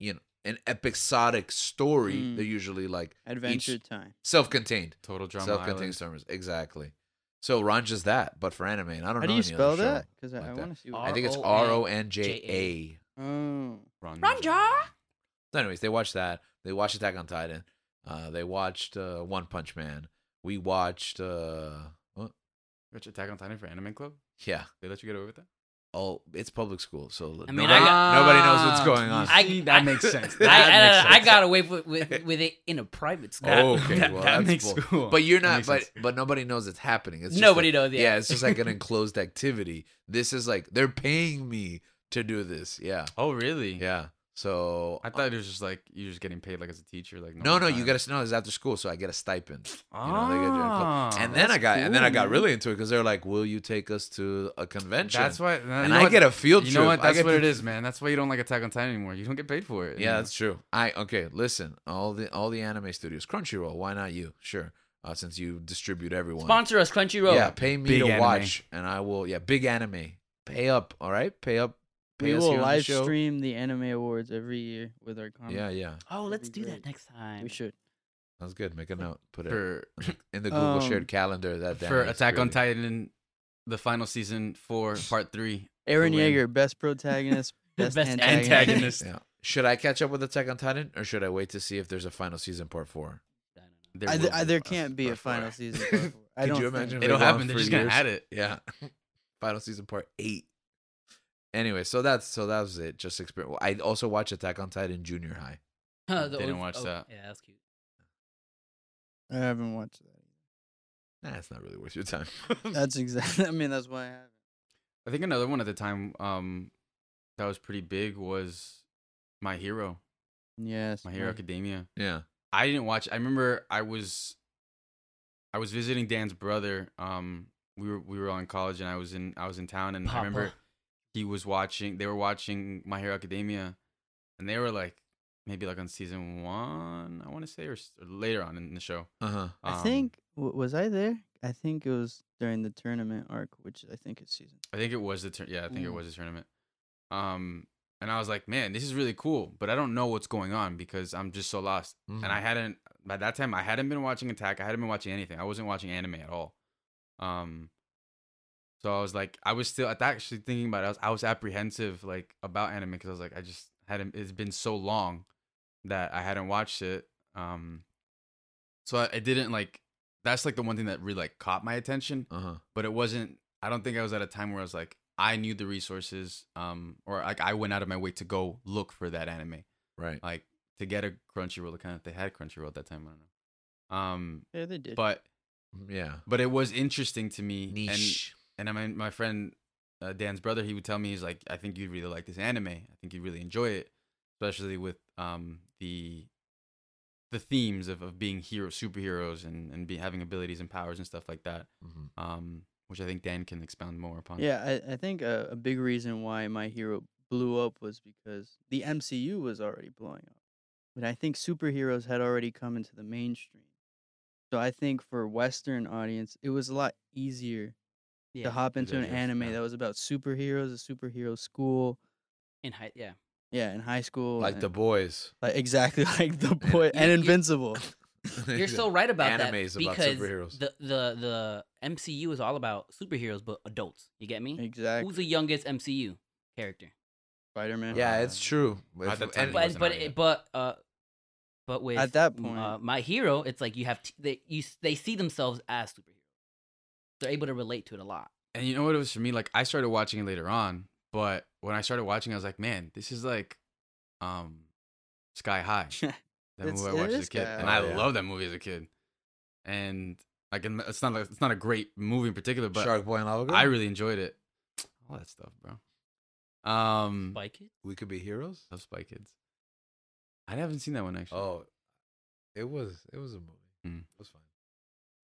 [SPEAKER 1] you know an episodic story
[SPEAKER 4] Mm.
[SPEAKER 1] they're usually like
[SPEAKER 4] Adventure Time.
[SPEAKER 1] self-contained
[SPEAKER 3] Total drama.
[SPEAKER 1] self-contained
[SPEAKER 3] Island.
[SPEAKER 1] stormers exactly so ranja's that but for anime and i don't know
[SPEAKER 4] How do you
[SPEAKER 1] any other
[SPEAKER 4] spell
[SPEAKER 1] show
[SPEAKER 4] that? Because
[SPEAKER 1] like
[SPEAKER 4] I, I
[SPEAKER 1] that.
[SPEAKER 4] want to see.
[SPEAKER 1] i
[SPEAKER 4] What
[SPEAKER 1] think it's
[SPEAKER 2] R-O-N-J-A.
[SPEAKER 1] r-o-n-j-a
[SPEAKER 4] oh,
[SPEAKER 3] Ranja.
[SPEAKER 1] so anyways they watched that they watched attack on titan uh, they watched uh, one punch man we watched uh, what?
[SPEAKER 3] Which Attack on Titan for Anime Club?
[SPEAKER 1] yeah
[SPEAKER 3] They let you get away with that?
[SPEAKER 1] oh it's public school so
[SPEAKER 2] mean,
[SPEAKER 1] nobody,
[SPEAKER 3] I-
[SPEAKER 1] nobody knows what's
[SPEAKER 3] Ah,
[SPEAKER 1] going on
[SPEAKER 2] I-
[SPEAKER 3] See,
[SPEAKER 2] I-
[SPEAKER 3] that makes sense.
[SPEAKER 1] I-
[SPEAKER 2] I, I,
[SPEAKER 3] That makes
[SPEAKER 2] I
[SPEAKER 3] sense.
[SPEAKER 2] got away with, with with it in a private school.
[SPEAKER 1] Oh, okay,
[SPEAKER 3] That,
[SPEAKER 1] well,
[SPEAKER 3] that
[SPEAKER 1] that's
[SPEAKER 3] makes
[SPEAKER 1] cool.
[SPEAKER 3] cool.
[SPEAKER 1] but you're
[SPEAKER 3] That
[SPEAKER 1] not
[SPEAKER 3] makes
[SPEAKER 1] but
[SPEAKER 3] sense.
[SPEAKER 1] but nobody knows it's happening it's just
[SPEAKER 2] Nobody
[SPEAKER 1] like-
[SPEAKER 2] knows.
[SPEAKER 1] yeah.
[SPEAKER 2] Yeah,
[SPEAKER 1] it's just like an enclosed activity this is like they're paying me to do this yeah
[SPEAKER 3] oh really?
[SPEAKER 1] yeah so
[SPEAKER 3] I thought it was just like you're just getting paid like as a teacher, like
[SPEAKER 1] No, no,
[SPEAKER 3] normal
[SPEAKER 1] you
[SPEAKER 3] time.
[SPEAKER 1] got to know it's after school, so I get a stipend. know,
[SPEAKER 3] Ah,
[SPEAKER 1] they get you in a
[SPEAKER 3] Oh,
[SPEAKER 1] club. and then I
[SPEAKER 4] that's
[SPEAKER 1] got, and then I
[SPEAKER 4] cool,
[SPEAKER 1] got
[SPEAKER 4] man.
[SPEAKER 1] really into it because they're like, "Will you take us to a convention?"
[SPEAKER 3] that's why. And
[SPEAKER 1] and I get a field
[SPEAKER 3] You
[SPEAKER 1] trip.
[SPEAKER 3] know what?
[SPEAKER 1] I
[SPEAKER 3] That's
[SPEAKER 1] get
[SPEAKER 3] what
[SPEAKER 1] to-
[SPEAKER 3] it is, man. That's why you don't like Attack on Titan anymore. You don't get paid for it.
[SPEAKER 1] Yeah, that's true. I okay. Listen, all the all the anime studios, Crunchyroll. Why not you? Sure, uh, since you distribute everyone.
[SPEAKER 2] Sponsor us, Crunchyroll.
[SPEAKER 1] Yeah, pay me
[SPEAKER 3] Big
[SPEAKER 1] to
[SPEAKER 3] anime.
[SPEAKER 1] watch, and I will. Yeah, big anime. Pay up, all right. Pay up. Pay
[SPEAKER 4] we
[SPEAKER 1] us
[SPEAKER 4] will
[SPEAKER 1] here on the
[SPEAKER 4] live
[SPEAKER 1] show.
[SPEAKER 4] stream the anime awards every year with our comments.
[SPEAKER 1] Yeah, yeah,
[SPEAKER 2] Oh, let's
[SPEAKER 4] That'd be
[SPEAKER 2] do that
[SPEAKER 4] great.
[SPEAKER 2] next time.
[SPEAKER 4] we should.
[SPEAKER 1] that's good. Make a note. Put it
[SPEAKER 3] for
[SPEAKER 1] in the Google
[SPEAKER 4] Um,
[SPEAKER 1] shared calendar. That
[SPEAKER 3] for
[SPEAKER 1] Danny's
[SPEAKER 3] Attack on
[SPEAKER 1] created.
[SPEAKER 3] Titan, the final season for part three.
[SPEAKER 4] Aaron
[SPEAKER 3] win.
[SPEAKER 4] Yeager, best protagonist, best,
[SPEAKER 2] Best
[SPEAKER 4] antagonist.
[SPEAKER 3] Antagonist.
[SPEAKER 1] Yeah. Should I catch up with Attack on Titan, or should I wait to see if there's a final season part four?
[SPEAKER 2] I don't know.
[SPEAKER 3] There
[SPEAKER 4] I,
[SPEAKER 3] will
[SPEAKER 4] th- I-
[SPEAKER 3] be
[SPEAKER 4] there
[SPEAKER 3] part-
[SPEAKER 4] can't be a
[SPEAKER 3] part
[SPEAKER 4] final
[SPEAKER 3] four.
[SPEAKER 4] season. part four. I
[SPEAKER 1] Could
[SPEAKER 4] don't
[SPEAKER 1] you
[SPEAKER 4] think-
[SPEAKER 1] imagine if
[SPEAKER 3] It'll
[SPEAKER 1] They've gone
[SPEAKER 3] happen. They're
[SPEAKER 1] for
[SPEAKER 3] just gonna
[SPEAKER 1] years.
[SPEAKER 3] add it.
[SPEAKER 1] Yeah, final season part eight. Anyway, so that's so that was it. Just experience. I also watched Attack on Titan junior high.
[SPEAKER 2] Oh, The
[SPEAKER 3] Didn't
[SPEAKER 2] old-
[SPEAKER 3] watch that.
[SPEAKER 2] Yeah, that's cute.
[SPEAKER 4] I haven't watched that.
[SPEAKER 1] Nah, it's not really worth your time.
[SPEAKER 4] That's exactly. I mean, that's why I haven't.
[SPEAKER 3] I think another one at the time um, that was pretty big was My Hero,
[SPEAKER 4] Yes.
[SPEAKER 3] My Hero
[SPEAKER 4] man.
[SPEAKER 3] Academia.
[SPEAKER 1] yeah,
[SPEAKER 3] I didn't watch. I remember I was I was visiting Dan's brother. Um, we were we were all in college, and I was in I was in town, and I remember
[SPEAKER 2] Papa.
[SPEAKER 3] he was watching. They were watching My Hero Academia, and they were like maybe like on season one, I want to say, or, s- or later on in the show.
[SPEAKER 1] Uh huh.
[SPEAKER 4] I
[SPEAKER 3] Um,
[SPEAKER 4] think w- was I there? I think it was during the tournament arc, which I think is season.
[SPEAKER 3] I think it was the tur- yeah, I think it
[SPEAKER 4] Mm.
[SPEAKER 3] was the tournament. Um, and I was like, man, this is really cool, but I don't know what's going on because I'm just so lost. And I hadn't by that time I hadn't been watching Attack. I hadn't been watching anything. I wasn't watching anime at all. Um, so I was like, I was still at that- actually thinking about it. I was I was apprehensive like about anime because I was like, I just hadn't. It's been so long that I hadn't watched it. Um, so I, I didn't like. That's like the one thing that really like caught my attention
[SPEAKER 1] Uh huh.
[SPEAKER 3] but it wasn't i don't think i was at a time where i was like i knew the resources um or like i went out of my way to go look for that anime
[SPEAKER 1] Right.
[SPEAKER 3] like to get a crunchyroll account if they had crunchyroll at that time i don't know um
[SPEAKER 4] Yeah, they did.
[SPEAKER 3] but
[SPEAKER 1] Mm-hmm. Yeah.
[SPEAKER 3] but it was interesting to me
[SPEAKER 1] Niche.
[SPEAKER 3] and and i mean my friend uh, dan's brother he would tell me he's like i think you'd really like this anime i think you'd really enjoy it especially with um the the themes of, of being hero superheroes and and be having abilities and powers and stuff like that
[SPEAKER 1] Mhm.
[SPEAKER 3] um, which I think Dan can expound more upon.
[SPEAKER 4] yeah, I, I think a, a big reason why My Hero blew up was because the MCU was already blowing up, but I think superheroes had already come into the mainstream. So I think for Western audience, it was a lot easier
[SPEAKER 2] Yeah.
[SPEAKER 4] to hop into an
[SPEAKER 3] Visuals,
[SPEAKER 4] anime
[SPEAKER 3] yeah.
[SPEAKER 4] that was about superheroes, a superhero school,
[SPEAKER 2] In high, yeah.
[SPEAKER 4] yeah, in high school,
[SPEAKER 1] Like
[SPEAKER 4] and-
[SPEAKER 1] the boys.
[SPEAKER 4] like, exactly like the boy and
[SPEAKER 2] you-
[SPEAKER 4] Invincible.
[SPEAKER 2] You're so right about that
[SPEAKER 1] Animes about
[SPEAKER 2] because
[SPEAKER 1] superheroes.
[SPEAKER 2] the the the MCU is all about superheroes, but adults. You get me?
[SPEAKER 4] exactly, Uh,
[SPEAKER 2] Who's the youngest MCU character?
[SPEAKER 4] Spider Man.
[SPEAKER 1] yeah, it's true. If-
[SPEAKER 3] the
[SPEAKER 1] and-
[SPEAKER 3] time,
[SPEAKER 2] But
[SPEAKER 3] it was- wasn't
[SPEAKER 2] but
[SPEAKER 3] out
[SPEAKER 2] it,
[SPEAKER 3] yet.
[SPEAKER 2] but uh, but with
[SPEAKER 4] At that
[SPEAKER 2] m-
[SPEAKER 4] point-
[SPEAKER 2] uh, my hero, it's like you have t- they you s- they see themselves as superheroes. They're able to relate to it a lot.
[SPEAKER 3] And you know what it was for me? Like I started watching it later on, but when I started watching, I was like, man, this is like, um, Sky High. That
[SPEAKER 4] It's-
[SPEAKER 3] movie I
[SPEAKER 4] it
[SPEAKER 3] watched as
[SPEAKER 4] is
[SPEAKER 3] a kid,
[SPEAKER 4] Sky
[SPEAKER 3] and
[SPEAKER 1] High.
[SPEAKER 3] I
[SPEAKER 1] Oh, yeah.
[SPEAKER 3] love that movie as a kid. And like, I'm- it's not like, it's not a great movie in particular, but
[SPEAKER 1] Shark Boy and Lava Girl.
[SPEAKER 3] I really enjoyed it. All that stuff, bro.
[SPEAKER 1] Mm.
[SPEAKER 3] Um,
[SPEAKER 2] Spy Kids?
[SPEAKER 1] we could be heroes.
[SPEAKER 3] love Spy Kids. I haven't seen that one actually.
[SPEAKER 1] Oh, it was it was a movie.
[SPEAKER 3] Mm.
[SPEAKER 1] It was fine.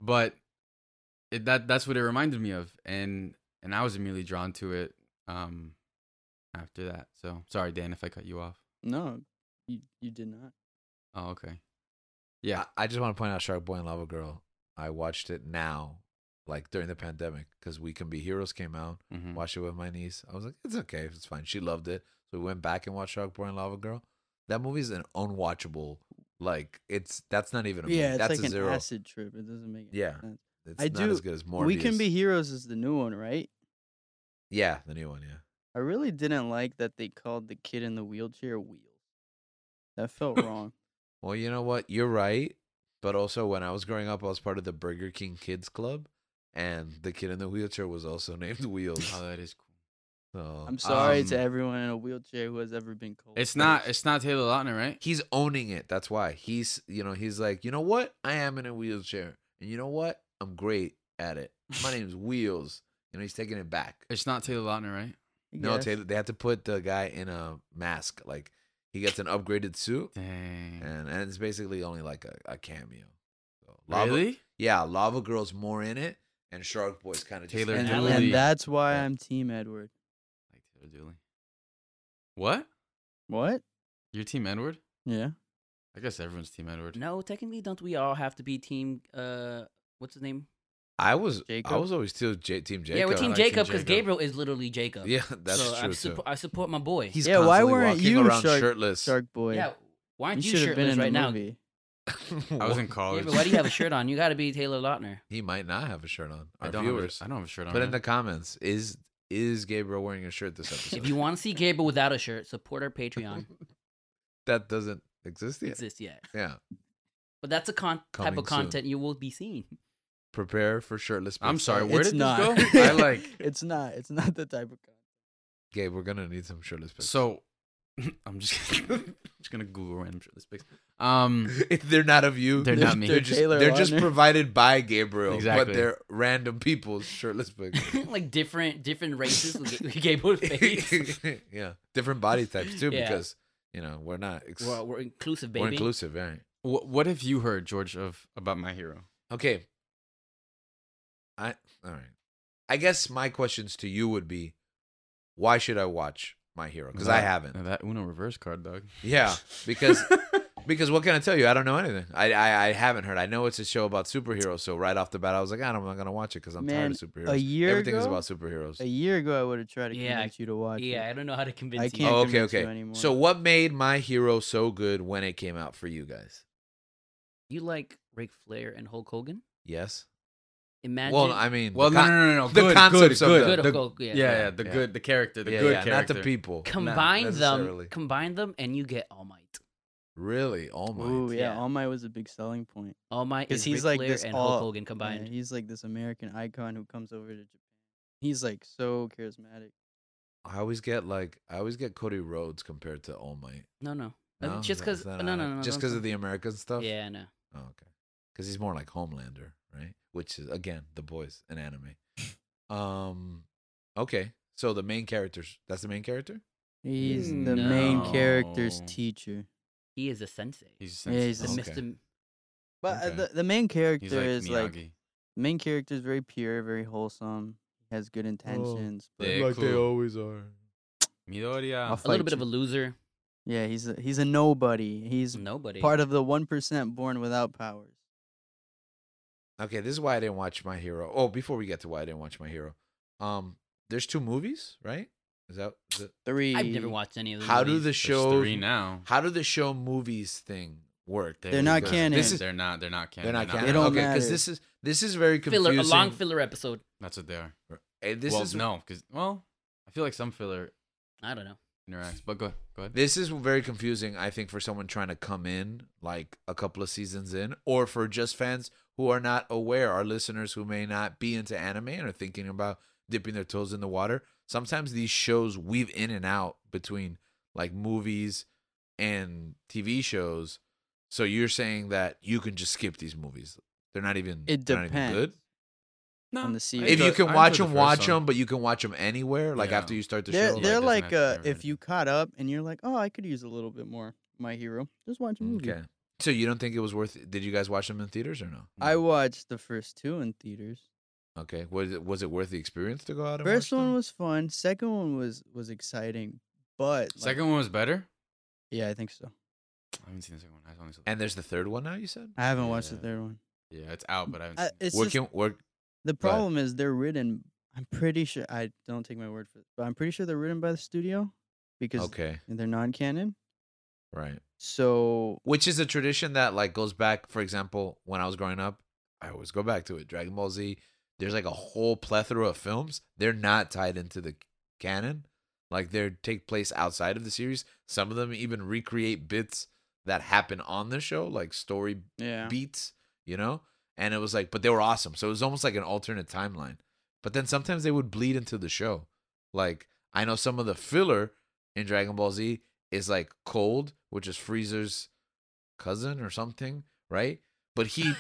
[SPEAKER 3] but it, that that's what it reminded me of, and and I was immediately drawn to it. Um, after that, so sorry, Dan, if I cut you off.
[SPEAKER 4] No, you you did not.
[SPEAKER 3] Oh, okay. Yeah,
[SPEAKER 1] I, I just want to point out Shark Boy and Lava Girl. I watched it now, like during the pandemic, because We Can Be Heroes came out.
[SPEAKER 4] Mm.
[SPEAKER 3] mhm.
[SPEAKER 1] Watched it with my niece. I was like, it's okay, it's fine. She loved it, so we went back and watched Shark Boy and Lava Girl. That movie's an unwatchable. Like it's that's not even a movie.
[SPEAKER 4] Yeah, it's
[SPEAKER 1] that's
[SPEAKER 4] like
[SPEAKER 1] a
[SPEAKER 4] an
[SPEAKER 1] zero.
[SPEAKER 4] acid trip. It doesn't make any
[SPEAKER 1] Yeah.
[SPEAKER 4] sense.
[SPEAKER 1] It's
[SPEAKER 4] I
[SPEAKER 1] not
[SPEAKER 4] do-
[SPEAKER 1] as good as Morbius.
[SPEAKER 4] We Can Be Heroes is the new one, right?
[SPEAKER 1] Yeah, the new one. Yeah.
[SPEAKER 4] I really didn't like that they called the kid in the wheelchair Wheels. That felt wrong.
[SPEAKER 1] Well, you know what? You're right. But also, when I was growing up, I was part of the Burger King Kids Club, and the kid in the wheelchair was also named Wheels.
[SPEAKER 3] Oh, that is cool.
[SPEAKER 1] So,
[SPEAKER 4] I'm sorry to
[SPEAKER 3] Um,
[SPEAKER 4] everyone in a wheelchair who has ever been called.
[SPEAKER 3] It's
[SPEAKER 4] that.
[SPEAKER 3] not. It's not Taylor Lautner, right?
[SPEAKER 1] he's owning it. That's why he's, you know, he's like, you know what? I am in a wheelchair, and you know what? I'm great at it. My name's Wheels. You know, he's taking it back.
[SPEAKER 3] It's not Taylor Lautner, right?
[SPEAKER 4] I
[SPEAKER 1] No,
[SPEAKER 4] guess.
[SPEAKER 1] Taylor, they had to put the guy in a mask. Like he gets an upgraded suit,
[SPEAKER 3] Dang.
[SPEAKER 1] and and it's basically only like a, a cameo. So, Lava-
[SPEAKER 3] Really?
[SPEAKER 1] Yeah, Lava Girl's more in it, and Shark Boy's kind of
[SPEAKER 3] Taylor
[SPEAKER 4] And,
[SPEAKER 3] Taylor
[SPEAKER 4] and
[SPEAKER 3] Dooley.
[SPEAKER 4] that's why
[SPEAKER 1] Yeah.
[SPEAKER 4] I'm Team Edward.
[SPEAKER 3] Like Taylor Dooley. What?
[SPEAKER 4] What?
[SPEAKER 3] Your team Edward?
[SPEAKER 4] Yeah.
[SPEAKER 3] I guess everyone's team Edward.
[SPEAKER 2] No, technically, don't we all have to be team? Uh, what's his name?
[SPEAKER 1] I was I
[SPEAKER 4] Jacob?
[SPEAKER 1] was always still J- Team Jacob.
[SPEAKER 2] Yeah, we're team
[SPEAKER 3] like Team
[SPEAKER 2] Jacob because
[SPEAKER 3] Jacob.
[SPEAKER 2] Gabriel is literally Jacob.
[SPEAKER 1] Yeah, that's
[SPEAKER 2] so
[SPEAKER 1] true
[SPEAKER 2] I,
[SPEAKER 1] too.
[SPEAKER 2] suppo- I support my boy.
[SPEAKER 1] He's
[SPEAKER 4] Yeah, why
[SPEAKER 1] constantly
[SPEAKER 4] weren't
[SPEAKER 1] walking
[SPEAKER 4] you
[SPEAKER 1] around
[SPEAKER 4] Shark-
[SPEAKER 1] shirtless?
[SPEAKER 4] Shark Boy.
[SPEAKER 2] yeah. Why aren't you,
[SPEAKER 4] should have been
[SPEAKER 2] shirtless
[SPEAKER 4] in
[SPEAKER 2] right
[SPEAKER 4] the
[SPEAKER 2] now?
[SPEAKER 4] movie.
[SPEAKER 3] I was in
[SPEAKER 1] Oh,
[SPEAKER 3] college.
[SPEAKER 2] Gabriel, why do you have a shirt on? You got to be Taylor Lautner.
[SPEAKER 1] He might not have a shirt on.
[SPEAKER 3] I
[SPEAKER 1] Our
[SPEAKER 3] don't.
[SPEAKER 1] viewers,
[SPEAKER 3] Have a, I don't have a shirt on.
[SPEAKER 1] put in
[SPEAKER 3] right?
[SPEAKER 1] the comments: is is Gabriel wearing a shirt this episode?
[SPEAKER 2] If you want to see Gabriel without a shirt, support our Patreon.
[SPEAKER 1] that doesn't exist yet.
[SPEAKER 2] Exists yet,
[SPEAKER 1] Yeah,
[SPEAKER 2] but that's a con- type
[SPEAKER 1] Coming
[SPEAKER 2] of
[SPEAKER 1] soon.
[SPEAKER 2] content you will be seeing.
[SPEAKER 1] prepare for shirtless.
[SPEAKER 3] I'm
[SPEAKER 1] pics.
[SPEAKER 3] sorry.
[SPEAKER 1] Sorry,
[SPEAKER 3] Where
[SPEAKER 4] it's
[SPEAKER 3] did
[SPEAKER 4] not.
[SPEAKER 3] this go? I like.
[SPEAKER 4] It's not. It's not the type of. Con-
[SPEAKER 1] Gabe, we're gonna need some shirtless pics.
[SPEAKER 3] So I'm just gonna, just gonna Google random shirtless pics. Um,
[SPEAKER 1] if they're not of you,
[SPEAKER 3] They're not me.
[SPEAKER 1] They're just,
[SPEAKER 4] Taylor
[SPEAKER 1] they're just
[SPEAKER 4] Lautner.
[SPEAKER 1] provided by Gabriel,
[SPEAKER 3] Exactly.
[SPEAKER 1] but they're random people's shirtless pics.
[SPEAKER 2] like different different races with Ga- with Gabriel's face.
[SPEAKER 1] yeah, different body types too,
[SPEAKER 2] Yeah.
[SPEAKER 1] because you know we're not ex-
[SPEAKER 2] we're, we're inclusive,
[SPEAKER 1] we're
[SPEAKER 2] baby.
[SPEAKER 1] inclusive, right?
[SPEAKER 3] what what have you heard, George, of about my hero?
[SPEAKER 1] Okay, I all right. I guess my questions to you would be, why should I watch My Hero? Because I
[SPEAKER 3] That-
[SPEAKER 4] Uh,
[SPEAKER 1] haven't.
[SPEAKER 3] That Uno reverse card, dog.
[SPEAKER 1] Yeah, because because what can I tell you? I don't know anything. I I, I haven't heard. I know it's a show about superheroes, so right off the bat, I was like, "Ah, I'm not gonna watch it because I'm tired
[SPEAKER 4] Man,
[SPEAKER 1] of superheroes.
[SPEAKER 4] A year
[SPEAKER 1] Everything's
[SPEAKER 4] ago,
[SPEAKER 1] about superheroes.
[SPEAKER 4] a year ago, I would have tried to
[SPEAKER 2] Yeah, I-
[SPEAKER 4] convince you to watch
[SPEAKER 2] Yeah, I
[SPEAKER 4] it.
[SPEAKER 2] don't know how to convince you.
[SPEAKER 4] can't
[SPEAKER 1] oh, okay,
[SPEAKER 4] convince you
[SPEAKER 1] okay.
[SPEAKER 4] anymore.
[SPEAKER 1] So what made My Hero so good when it came out for you guys?
[SPEAKER 2] You like Ric Flair and Hulk Hogan?
[SPEAKER 1] Yes.
[SPEAKER 2] Imagine.
[SPEAKER 1] Well, I mean,
[SPEAKER 3] Well,
[SPEAKER 1] the
[SPEAKER 3] no,
[SPEAKER 1] con-
[SPEAKER 3] no, no, no.
[SPEAKER 1] the
[SPEAKER 3] Good, good,
[SPEAKER 1] concepts of
[SPEAKER 3] good.
[SPEAKER 1] the-
[SPEAKER 2] good
[SPEAKER 3] the,
[SPEAKER 2] Hulk Hogan.
[SPEAKER 3] yeah,
[SPEAKER 2] Yeah.
[SPEAKER 3] yeah, the good, the character, the
[SPEAKER 1] yeah,
[SPEAKER 3] good
[SPEAKER 1] yeah, not
[SPEAKER 3] character.
[SPEAKER 1] the people.
[SPEAKER 2] combine them.
[SPEAKER 1] necessarily.
[SPEAKER 2] Combine them, and you get All Might.
[SPEAKER 1] Really, Oh All Might.
[SPEAKER 4] Ooh, yeah,
[SPEAKER 2] yeah.
[SPEAKER 4] All Might was a big selling point.
[SPEAKER 2] All Might
[SPEAKER 4] 'Cause
[SPEAKER 2] is
[SPEAKER 4] he's
[SPEAKER 2] Ric
[SPEAKER 4] like
[SPEAKER 2] Flair
[SPEAKER 4] this
[SPEAKER 2] and
[SPEAKER 4] all-
[SPEAKER 2] Hulk Hogan
[SPEAKER 4] Yeah,
[SPEAKER 2] combined.
[SPEAKER 4] he's like this American icon who comes over to Japan. He's like so charismatic.
[SPEAKER 1] I always get like I always get Cody Rhodes compared to All Might.
[SPEAKER 2] No, no. Uh,
[SPEAKER 1] No?
[SPEAKER 2] just
[SPEAKER 1] Is that-
[SPEAKER 2] because.
[SPEAKER 1] is
[SPEAKER 2] No,
[SPEAKER 1] that
[SPEAKER 2] no,
[SPEAKER 1] not-
[SPEAKER 2] no, no.
[SPEAKER 1] Just
[SPEAKER 2] don't
[SPEAKER 1] because of
[SPEAKER 2] say-
[SPEAKER 1] the American stuff.
[SPEAKER 2] Yeah, no.
[SPEAKER 1] Oh, okay. Because he's more like Homelander, right? Which is again the boys an anime. um, okay. So the main characters. That's the main character.
[SPEAKER 4] He's the main character's
[SPEAKER 3] Hmm, No.
[SPEAKER 4] teacher.
[SPEAKER 2] He is a sensei.
[SPEAKER 3] He's
[SPEAKER 4] Yeah, he's
[SPEAKER 2] The
[SPEAKER 1] Okay.
[SPEAKER 3] sensitive.
[SPEAKER 2] Mr.
[SPEAKER 4] But
[SPEAKER 1] Okay.
[SPEAKER 4] uh, the, the main character
[SPEAKER 3] He's like
[SPEAKER 4] is like
[SPEAKER 3] Miyagi.
[SPEAKER 4] main character is very pure, very wholesome, has
[SPEAKER 2] Oh.
[SPEAKER 4] good intentions. but
[SPEAKER 3] Dick. Like they Cool.
[SPEAKER 1] always are.
[SPEAKER 4] I'll
[SPEAKER 3] Midoriya.
[SPEAKER 2] A little
[SPEAKER 4] fight
[SPEAKER 2] bit of a
[SPEAKER 4] you.
[SPEAKER 2] loser.
[SPEAKER 4] yeah, he's a, he's a nobody. He's
[SPEAKER 2] Nobody.
[SPEAKER 4] part of the one percent born without powers.
[SPEAKER 1] Okay, this is why I didn't watch My Hero. Oh, before we get to why I didn't watch My Hero, um, there's two movies, right? Is that is it-
[SPEAKER 4] Three.
[SPEAKER 2] I've never watched any of those.
[SPEAKER 1] how do
[SPEAKER 2] movies.
[SPEAKER 1] the
[SPEAKER 3] There's
[SPEAKER 1] show
[SPEAKER 3] three now.
[SPEAKER 1] how do the show movies thing work?
[SPEAKER 4] They're not
[SPEAKER 1] Because
[SPEAKER 4] canon.
[SPEAKER 1] This is
[SPEAKER 3] they're not. They're not canon.
[SPEAKER 1] they're not canon.
[SPEAKER 4] They don't
[SPEAKER 1] okay, because
[SPEAKER 4] matter.
[SPEAKER 1] this is this is very
[SPEAKER 2] filler
[SPEAKER 1] confusing.
[SPEAKER 2] a long filler episode?
[SPEAKER 3] That's what they are.
[SPEAKER 1] Eh, this
[SPEAKER 3] well,
[SPEAKER 1] is
[SPEAKER 3] no, because well, I feel like some filler
[SPEAKER 2] I don't know.
[SPEAKER 3] interacts, but go go ahead.
[SPEAKER 1] This is very confusing, I think, for someone trying to come in like a couple of seasons in, or for just fans who are not aware, our listeners who may not be into anime and are thinking about dipping their toes in the water. Sometimes these shows weave in and out between like movies and TV shows. So you're saying that you can just skip these movies? They're not even.
[SPEAKER 4] It
[SPEAKER 1] they're not even
[SPEAKER 4] depends.
[SPEAKER 1] good.
[SPEAKER 3] No,
[SPEAKER 4] on the
[SPEAKER 3] I
[SPEAKER 4] series.
[SPEAKER 1] If you
[SPEAKER 3] enjoyed- I
[SPEAKER 1] can watch
[SPEAKER 3] enjoyed
[SPEAKER 1] them,
[SPEAKER 3] the
[SPEAKER 1] watch
[SPEAKER 3] first one.
[SPEAKER 1] them, but you can watch them anywhere. Like
[SPEAKER 3] Yeah.
[SPEAKER 1] after you start the
[SPEAKER 4] They're,
[SPEAKER 1] show.
[SPEAKER 3] like,
[SPEAKER 1] like-
[SPEAKER 4] they're
[SPEAKER 3] doesn't
[SPEAKER 4] like
[SPEAKER 3] have to
[SPEAKER 4] uh,
[SPEAKER 3] cover
[SPEAKER 4] if you caught up and you're like, oh, I could use a little bit more. My hero, just watch
[SPEAKER 3] Mm-hmm.
[SPEAKER 4] a movie.
[SPEAKER 1] okay. So you don't think it was worth? Did you guys watch them in theaters or no?
[SPEAKER 4] I watched the first two in theaters.
[SPEAKER 1] Okay. Was it was it worth the experience to go out? And
[SPEAKER 4] First
[SPEAKER 1] watch
[SPEAKER 4] one
[SPEAKER 1] them?
[SPEAKER 4] was fun. Second one was was exciting, but like-
[SPEAKER 3] Second one was better.
[SPEAKER 4] yeah, I think so.
[SPEAKER 3] I haven't seen the second one. I only saw the
[SPEAKER 1] And there's the third one now. You said.
[SPEAKER 4] I haven't watched the
[SPEAKER 3] Yeah.
[SPEAKER 4] third one.
[SPEAKER 3] yeah, it's out, but I haven't.
[SPEAKER 4] Uh,
[SPEAKER 3] seen it.
[SPEAKER 4] it's just-
[SPEAKER 1] Working work.
[SPEAKER 4] the
[SPEAKER 1] go ahead.
[SPEAKER 4] problem is they're written. I'm pretty sure. I don't take my word for it, but I'm pretty sure they're written by the studio because
[SPEAKER 1] Okay.
[SPEAKER 4] they're non-canon.
[SPEAKER 1] Right.
[SPEAKER 4] So
[SPEAKER 1] Which is a tradition that like goes back. For example, when I was growing up, I always go back to it. Dragon Ball Z. There's like a whole plethora of films. They're not tied into the canon. Like they take place outside of the series. Some of them even recreate bits that happen on the show, like story
[SPEAKER 4] yeah,
[SPEAKER 1] beats, you know? And it was like, but they were awesome. So it was almost like an alternate timeline. But then sometimes they would bleed into the show. Like, I know some of the filler in Dragon Ball Z is like Cold, which is Freezer's cousin or something, right? But he,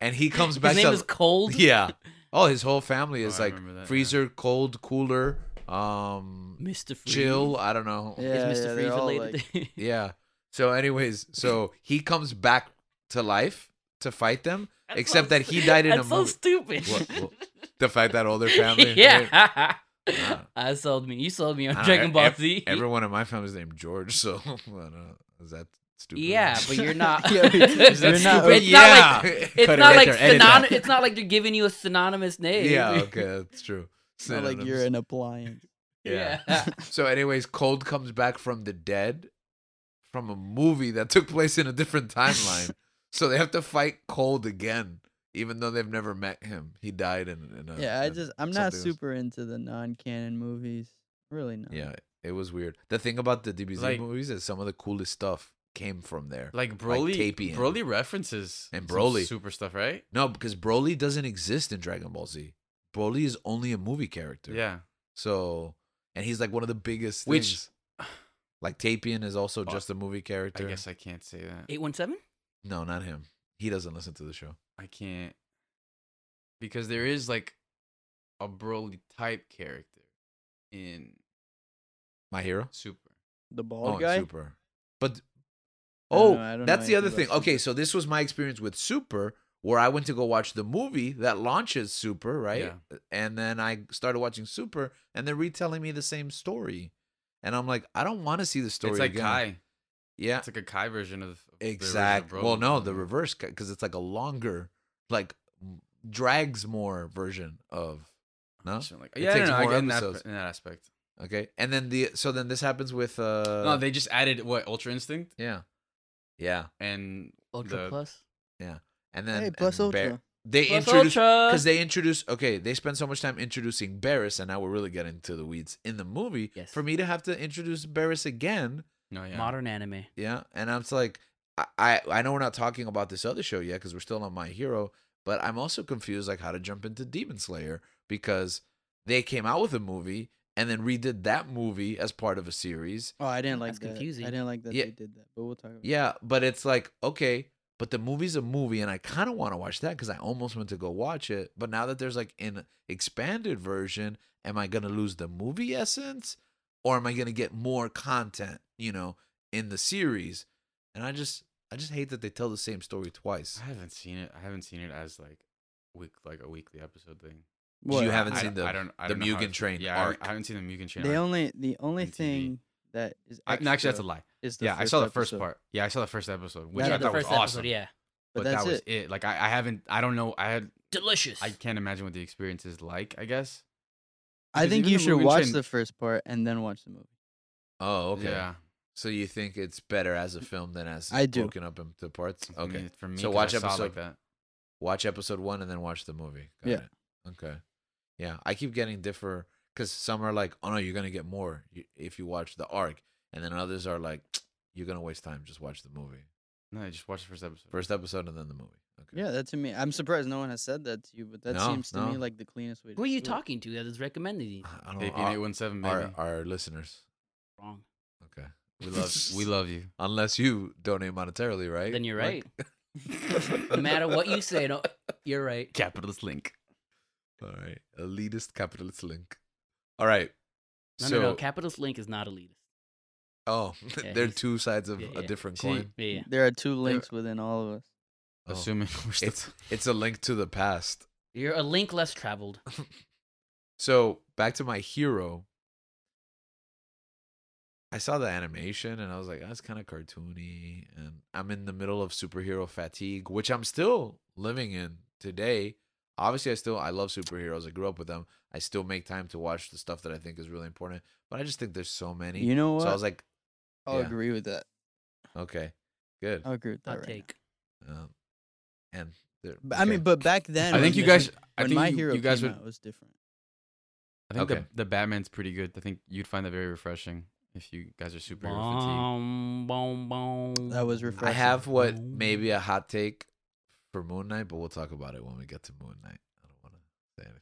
[SPEAKER 1] and he comes back
[SPEAKER 2] His name
[SPEAKER 1] to,
[SPEAKER 2] is Cold.
[SPEAKER 1] yeah. Oh, his whole family is
[SPEAKER 3] Oh, I
[SPEAKER 1] like
[SPEAKER 3] remember that, yeah.
[SPEAKER 1] Freezer, Cold, Cooler, um,
[SPEAKER 2] Mr. Freeze.
[SPEAKER 1] Chill. I don't know.
[SPEAKER 4] Yeah, yeah,
[SPEAKER 2] is Mr.
[SPEAKER 4] they're
[SPEAKER 2] Freeze
[SPEAKER 4] all,
[SPEAKER 2] related?
[SPEAKER 1] Yeah. So, anyways, so he comes back to life to fight them.
[SPEAKER 2] That's
[SPEAKER 1] Except that he
[SPEAKER 2] stu-
[SPEAKER 1] died in a
[SPEAKER 2] that's so
[SPEAKER 1] movie.
[SPEAKER 2] stupid.
[SPEAKER 1] What- The fact that all their family, right?
[SPEAKER 2] yeah.
[SPEAKER 1] Uh,
[SPEAKER 2] I sold me. You sold me on
[SPEAKER 1] I don't know,
[SPEAKER 2] Dragon Ball
[SPEAKER 1] ev-
[SPEAKER 2] Z.
[SPEAKER 1] Everyone in my family's named George, so I don't know. is that stupid?
[SPEAKER 2] yeah, but you're not.
[SPEAKER 4] Yeah, but
[SPEAKER 2] it's
[SPEAKER 4] you're not-
[SPEAKER 2] not
[SPEAKER 1] yeah.
[SPEAKER 2] like it's
[SPEAKER 1] Cut it
[SPEAKER 2] not
[SPEAKER 1] right
[SPEAKER 2] like
[SPEAKER 1] there, edit that.
[SPEAKER 2] synony- It's not like they're giving you a synonymous name.
[SPEAKER 1] yeah, okay, that's true.
[SPEAKER 4] it's not like you're
[SPEAKER 1] Synonyms.
[SPEAKER 4] an appliance.
[SPEAKER 1] yeah.
[SPEAKER 2] Yeah.
[SPEAKER 1] So, anyways, Cold comes back from the dead from a movie that took place in a different timeline. so they have to fight Cold again, even though they've never met him. He died in. in a,
[SPEAKER 4] yeah, I
[SPEAKER 1] in
[SPEAKER 4] just I'm not
[SPEAKER 1] something else.
[SPEAKER 4] super into the non-canon movies. Really not.
[SPEAKER 1] Yeah, it was weird. The thing about the DBZ
[SPEAKER 3] Like-
[SPEAKER 1] movies is some of the coolest stuff came from there.
[SPEAKER 3] like Broly,
[SPEAKER 1] Tapion.
[SPEAKER 3] Broly references
[SPEAKER 1] And
[SPEAKER 3] some
[SPEAKER 1] Broly.
[SPEAKER 3] super stuff, right?
[SPEAKER 1] No, because Broly doesn't exist in Dragon Ball Z. Broly is only a movie character.
[SPEAKER 3] Yeah,
[SPEAKER 1] So, and he's like one of the biggest
[SPEAKER 3] Which-
[SPEAKER 1] things. Like Tapion is also
[SPEAKER 3] Fuck.
[SPEAKER 1] just a movie
[SPEAKER 3] I
[SPEAKER 1] character.
[SPEAKER 3] guess I can't say that.
[SPEAKER 2] Eight one seven.
[SPEAKER 1] no, not him. He doesn't listen to the show.
[SPEAKER 3] I can't because there is like a Broly type character in
[SPEAKER 1] My hero.
[SPEAKER 3] Super.
[SPEAKER 4] The
[SPEAKER 1] oh,
[SPEAKER 4] bald
[SPEAKER 1] and
[SPEAKER 4] guy.
[SPEAKER 1] Super. But
[SPEAKER 4] I don't
[SPEAKER 1] oh,
[SPEAKER 4] know, I don't know
[SPEAKER 1] that's the
[SPEAKER 4] anything
[SPEAKER 1] other
[SPEAKER 4] about
[SPEAKER 1] thing. Okay,
[SPEAKER 4] Super.
[SPEAKER 1] so this was my experience with Super where I went to go watch the movie that launches Super, right?
[SPEAKER 3] Yeah.
[SPEAKER 1] And then I started watching Super, and they're retelling me the same story, and I'm like, I don't want to see the story.
[SPEAKER 3] it's like
[SPEAKER 1] again.
[SPEAKER 3] Kai.
[SPEAKER 1] Yeah,
[SPEAKER 3] It's like a Kai version of the original
[SPEAKER 1] exactly. Well,
[SPEAKER 3] Broly Mm-hmm.
[SPEAKER 1] no,
[SPEAKER 3] Broly.
[SPEAKER 1] the reverse because it's like a longer, like drags more version of no.
[SPEAKER 3] Something Like,
[SPEAKER 1] It
[SPEAKER 3] yeah,
[SPEAKER 1] takes
[SPEAKER 3] no, no,
[SPEAKER 1] more
[SPEAKER 3] I get in that,
[SPEAKER 1] episodes.
[SPEAKER 3] in that aspect.
[SPEAKER 1] Okay, and then the so then this happens with uh
[SPEAKER 3] no, they just added what Ultra Instinct
[SPEAKER 1] yeah, yeah,
[SPEAKER 3] and
[SPEAKER 2] Ultra
[SPEAKER 3] the-
[SPEAKER 2] Plus.
[SPEAKER 1] and then
[SPEAKER 4] hey, plus
[SPEAKER 1] and
[SPEAKER 4] ultra.
[SPEAKER 1] Bar- they
[SPEAKER 2] Plus
[SPEAKER 1] introduce
[SPEAKER 2] Ultra.
[SPEAKER 1] because they introduce okay they spend so much time introducing Barris and now we're really getting to the weeds in the movie
[SPEAKER 2] Yes.
[SPEAKER 1] for me to have to introduce Barris again
[SPEAKER 3] no, yeah.
[SPEAKER 2] Modern anime.
[SPEAKER 1] yeah and I'm just like I, I I know we're not talking about this other show yet because we're still on My Hero but I'm also confused like how to jump into Demon Slayer because they came out with a movie and then redid that movie as part of a series
[SPEAKER 4] Oh, I didn't like
[SPEAKER 2] That's
[SPEAKER 4] that.
[SPEAKER 2] confusing.
[SPEAKER 4] I didn't like that
[SPEAKER 1] Yeah.
[SPEAKER 4] they did that, but we'll talk about it.
[SPEAKER 1] Yeah, but it's like, okay, but the movie's a movie and I kind of want to watch that because I almost went to go watch it. But now that there's like an expanded version, am I going to lose the movie essence or am I going to get more content, you know, in the series? And I just, I just hate that they tell the same story twice.
[SPEAKER 3] I haven't seen it. I haven't seen it as like week like a weekly episode thing.
[SPEAKER 1] You
[SPEAKER 4] What?
[SPEAKER 1] haven't
[SPEAKER 3] I
[SPEAKER 1] seen the-
[SPEAKER 3] don't- I don't, I
[SPEAKER 1] the
[SPEAKER 3] don't know how
[SPEAKER 1] Mugen
[SPEAKER 3] it's-
[SPEAKER 1] Train
[SPEAKER 3] Yeah, I haven't-
[SPEAKER 1] arc.
[SPEAKER 3] I haven't seen the Mugen Train.
[SPEAKER 4] The
[SPEAKER 3] arc.
[SPEAKER 4] only the only
[SPEAKER 3] on TV.
[SPEAKER 4] thing that is
[SPEAKER 3] I- no, actually, that's a
[SPEAKER 4] extra
[SPEAKER 3] lie.
[SPEAKER 4] is the
[SPEAKER 3] Yeah, I
[SPEAKER 4] first
[SPEAKER 3] saw the first
[SPEAKER 4] episode.
[SPEAKER 3] part. Yeah, I saw the first episode, which
[SPEAKER 4] Yeah,
[SPEAKER 3] I
[SPEAKER 2] the
[SPEAKER 3] thought was
[SPEAKER 2] first
[SPEAKER 3] awesome.
[SPEAKER 2] episode, yeah.
[SPEAKER 4] But,
[SPEAKER 3] but,
[SPEAKER 4] that's
[SPEAKER 3] that was
[SPEAKER 4] it.
[SPEAKER 3] it. Like I, I haven't. I don't know. I had.
[SPEAKER 2] Delicious.
[SPEAKER 3] I can't imagine what the experience is like. I guess.
[SPEAKER 4] I
[SPEAKER 3] Because
[SPEAKER 4] think
[SPEAKER 3] even
[SPEAKER 4] you
[SPEAKER 3] the
[SPEAKER 4] should
[SPEAKER 3] Mugen
[SPEAKER 4] watch
[SPEAKER 3] Train-
[SPEAKER 4] the first part and then watch the movie.
[SPEAKER 1] Oh, okay.
[SPEAKER 3] Yeah.
[SPEAKER 1] So you think it's better as a film than as
[SPEAKER 4] I do.
[SPEAKER 1] broken up into parts?
[SPEAKER 3] For
[SPEAKER 1] Okay.
[SPEAKER 3] me- For me,
[SPEAKER 1] So
[SPEAKER 3] 'cause
[SPEAKER 1] watch
[SPEAKER 3] I saw it
[SPEAKER 1] episode-
[SPEAKER 3] like that.
[SPEAKER 1] watch episode one and then watch the movie. Got
[SPEAKER 4] Yeah.
[SPEAKER 1] It. Okay. Yeah, I keep getting differ because some are like, "Oh no, you're gonna get more y- if you watch the arc," and then others are like, "You're gonna waste time. Just watch the movie.
[SPEAKER 3] No, I just watched the first episode.
[SPEAKER 1] First episode and then the movie." Okay.
[SPEAKER 4] Yeah, that to me, I'm surprised no one has said that to you, but that
[SPEAKER 1] No,
[SPEAKER 4] seems to me
[SPEAKER 1] no.
[SPEAKER 4] like the cleanest way. to
[SPEAKER 2] Who are you
[SPEAKER 4] do it.
[SPEAKER 2] talking to that is recommending these?
[SPEAKER 1] I don't
[SPEAKER 3] AP eight
[SPEAKER 1] know.
[SPEAKER 3] one seven
[SPEAKER 1] Our,
[SPEAKER 3] baby.
[SPEAKER 1] our, our listeners.
[SPEAKER 2] Wrong.
[SPEAKER 1] Okay. We love
[SPEAKER 3] we love you.
[SPEAKER 1] unless you donate monetarily, right?
[SPEAKER 2] Then you're right.
[SPEAKER 1] Like-
[SPEAKER 2] no matter what you say, no, you're right.
[SPEAKER 3] Capitalist link.
[SPEAKER 1] All right. Elitist capitalist link. All right.
[SPEAKER 2] No,
[SPEAKER 1] so,
[SPEAKER 2] no, no. Capitalist Link is not elitist.
[SPEAKER 1] oh,
[SPEAKER 2] Yeah,
[SPEAKER 1] they're
[SPEAKER 2] he's-
[SPEAKER 1] two sides of
[SPEAKER 2] yeah,
[SPEAKER 1] a
[SPEAKER 2] yeah.
[SPEAKER 1] different
[SPEAKER 3] See,
[SPEAKER 1] coin.
[SPEAKER 2] Yeah, yeah.
[SPEAKER 4] There are two links within all of us.
[SPEAKER 1] Oh,
[SPEAKER 3] Assuming we're still.
[SPEAKER 1] it's it's a link to the past.
[SPEAKER 2] You're a link less traveled.
[SPEAKER 1] So back to my hero. I saw the animation and I was like, that's kind of cartoony. And I'm in the middle of superhero fatigue, which I'm still living in today. Obviously, I still I love superheroes. I grew up with them. I still make time to watch the stuff that I think is really important. But I just think there's so many.
[SPEAKER 4] You know what?
[SPEAKER 1] So I was like,
[SPEAKER 4] I'll
[SPEAKER 1] yeah.
[SPEAKER 4] agree with that.
[SPEAKER 1] okay, good.
[SPEAKER 4] I'll agree with that.
[SPEAKER 2] Hot
[SPEAKER 4] right
[SPEAKER 2] take.
[SPEAKER 4] now.
[SPEAKER 1] Um, and there-
[SPEAKER 4] But, I mean,
[SPEAKER 1] okay.
[SPEAKER 4] but back then,
[SPEAKER 3] I
[SPEAKER 4] when
[SPEAKER 3] think you
[SPEAKER 4] the-
[SPEAKER 3] guys. I
[SPEAKER 4] when
[SPEAKER 3] think
[SPEAKER 4] my
[SPEAKER 3] you,
[SPEAKER 4] hero
[SPEAKER 3] you guys
[SPEAKER 4] came
[SPEAKER 3] would.
[SPEAKER 4] out, it was different.
[SPEAKER 3] I think
[SPEAKER 1] Okay.
[SPEAKER 3] the, the Batman's pretty good. I think you'd find that very refreshing if you guys are superhero fatigued.
[SPEAKER 2] Boom, boom, boom.
[SPEAKER 4] That was
[SPEAKER 1] I
[SPEAKER 4] refreshing.
[SPEAKER 1] have what
[SPEAKER 2] Moon
[SPEAKER 1] maybe a hot take for Moon Knight, but we'll talk about it when we get to Moon Knight. I don't want to say anything.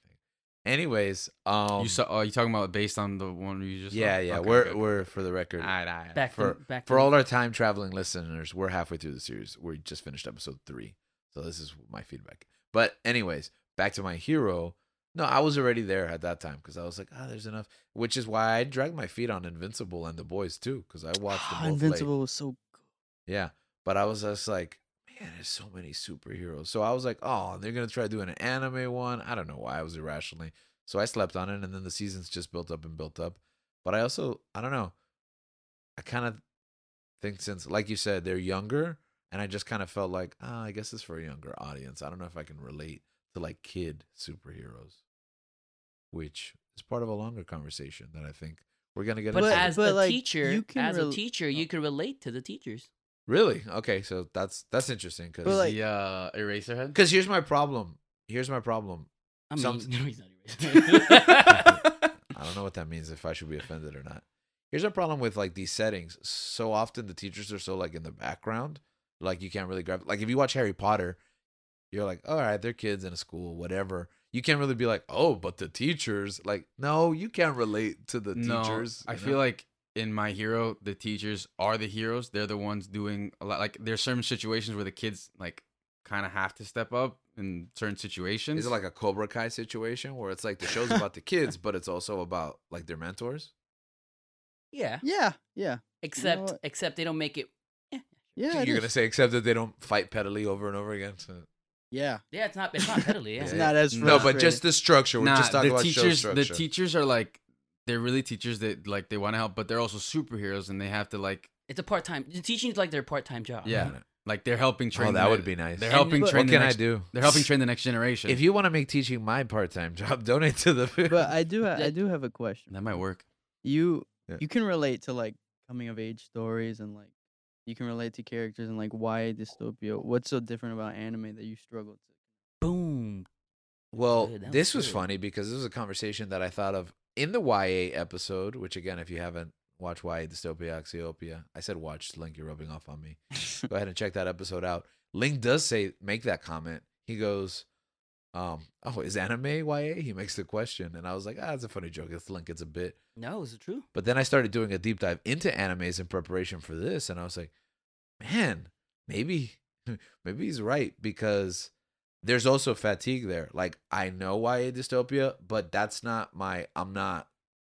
[SPEAKER 1] Anyways, um,
[SPEAKER 3] you saw? Are you talking about based on the one you just? saw?
[SPEAKER 1] yeah, yeah,
[SPEAKER 3] Okay,
[SPEAKER 1] we're
[SPEAKER 3] good.
[SPEAKER 1] we're for the record
[SPEAKER 3] Alright, alright.
[SPEAKER 2] Back
[SPEAKER 1] for-
[SPEAKER 2] to, back
[SPEAKER 1] for
[SPEAKER 2] to-
[SPEAKER 1] all our time traveling listeners, we're halfway through the series. We just finished episode three, so this is my feedback. But anyways, back to my hero. No, I was already there at that time because I was like, ah, there's enough, which is why I dragged my feet on Invincible and The Boys too because I watched them both late.
[SPEAKER 4] Ah, Invincible was so.
[SPEAKER 1] Yeah. But I was just like, man, there's so many superheroes. So I was like, oh, they're going to try doing an anime one. I don't know why I was irrationally. So I slept on it. And then the seasons just built up and built up. But I also, I don't know. I kind of think since, like you said, they're younger. And I just kind of felt like, ah, I guess it's for a younger audience. I don't know if I can relate to like kid superheroes, which is part of a longer conversation that I think we're going to get
[SPEAKER 2] But,
[SPEAKER 1] into.
[SPEAKER 2] as
[SPEAKER 4] but,
[SPEAKER 2] a
[SPEAKER 4] like,
[SPEAKER 2] teacher,
[SPEAKER 4] you can
[SPEAKER 2] as a
[SPEAKER 4] rel-
[SPEAKER 2] teacher, you can relate to the teachers.
[SPEAKER 1] really? Okay. So that's, that's interesting. Cause
[SPEAKER 4] But, like-
[SPEAKER 3] the uh, Eraserhead.
[SPEAKER 1] Because here's my problem. Here's my problem.
[SPEAKER 2] I mean,
[SPEAKER 1] Some-
[SPEAKER 2] no, he's not erased.
[SPEAKER 1] I don't know what that means if I should be offended or not. Here's my problem with like these settings. So often the teachers are so like in the background, like you can't really grab. Like if you watch Harry Potter, you're like, all right, they're kids in a school, whatever. You can't really be like, oh, but the teachers. Like, no, you can't relate to the
[SPEAKER 3] no,
[SPEAKER 1] teachers.
[SPEAKER 3] I feel like in My Hero, the teachers are the heroes. They're the ones doing a lot. Like there's certain situations where the kids like kind of have to step up in certain situations.
[SPEAKER 1] is it like a Cobra Kai situation where it's like the show's about the kids, but it's also about like their mentors?
[SPEAKER 2] yeah,
[SPEAKER 4] Yeah, yeah,
[SPEAKER 2] except
[SPEAKER 4] what?
[SPEAKER 2] except they don't make it.
[SPEAKER 4] yeah. it
[SPEAKER 1] You're
[SPEAKER 4] is.
[SPEAKER 1] gonna say except that they don't fight pettily over and over again. So,
[SPEAKER 4] Yeah.
[SPEAKER 2] Yeah, it's not. It's not peddly. Yeah.
[SPEAKER 4] It's
[SPEAKER 1] Yeah.
[SPEAKER 4] not as
[SPEAKER 1] No, but
[SPEAKER 4] frustrating.
[SPEAKER 1] just the structure. We're
[SPEAKER 3] Nah,
[SPEAKER 1] just talking
[SPEAKER 3] the
[SPEAKER 1] about
[SPEAKER 3] teachers.
[SPEAKER 1] show
[SPEAKER 3] the
[SPEAKER 1] structure.
[SPEAKER 3] teachers are like, they're really teachers that like they want to help, but they're also superheroes and they have to like,
[SPEAKER 2] It's a part time. Teaching is like their part time job.
[SPEAKER 3] yeah,
[SPEAKER 1] Got it.
[SPEAKER 3] like they're helping train.
[SPEAKER 1] Oh,
[SPEAKER 3] the
[SPEAKER 1] that would
[SPEAKER 3] ne-
[SPEAKER 1] be nice.
[SPEAKER 3] They're
[SPEAKER 2] And-
[SPEAKER 3] helping
[SPEAKER 4] But-
[SPEAKER 3] train.
[SPEAKER 1] what
[SPEAKER 3] the
[SPEAKER 1] can
[SPEAKER 3] next-
[SPEAKER 1] I do?
[SPEAKER 3] They're helping train the next generation.
[SPEAKER 1] If you want to make teaching my part-time job, donate to the.
[SPEAKER 4] But I do ha- I
[SPEAKER 2] That-
[SPEAKER 4] do have a question.
[SPEAKER 3] that might work.
[SPEAKER 4] You
[SPEAKER 1] Yeah.
[SPEAKER 4] you can relate to like coming of age stories and like you can relate to characters and like why dystopia. What's so different about anime that you struggle to?
[SPEAKER 2] Boom.
[SPEAKER 1] Well,
[SPEAKER 2] Good, that
[SPEAKER 1] this was
[SPEAKER 2] was good.
[SPEAKER 1] funny because this was a conversation that I thought of in the YA episode, which again, if you haven't watched YA Dystopia Axiopia, I said watch Link, you're rubbing off on me. Go ahead and check that episode out. Link does say make that comment. He goes, um, oh, is anime YA? He makes the question. And I was like, ah, it's a funny joke. It's Link, it's a bit.
[SPEAKER 2] No, is it true?
[SPEAKER 1] But then I started doing a deep dive into animes in preparation for this, and I was like, man, maybe maybe he's right because there's also fatigue there. Like I know YA dystopia, but that's not my I'm not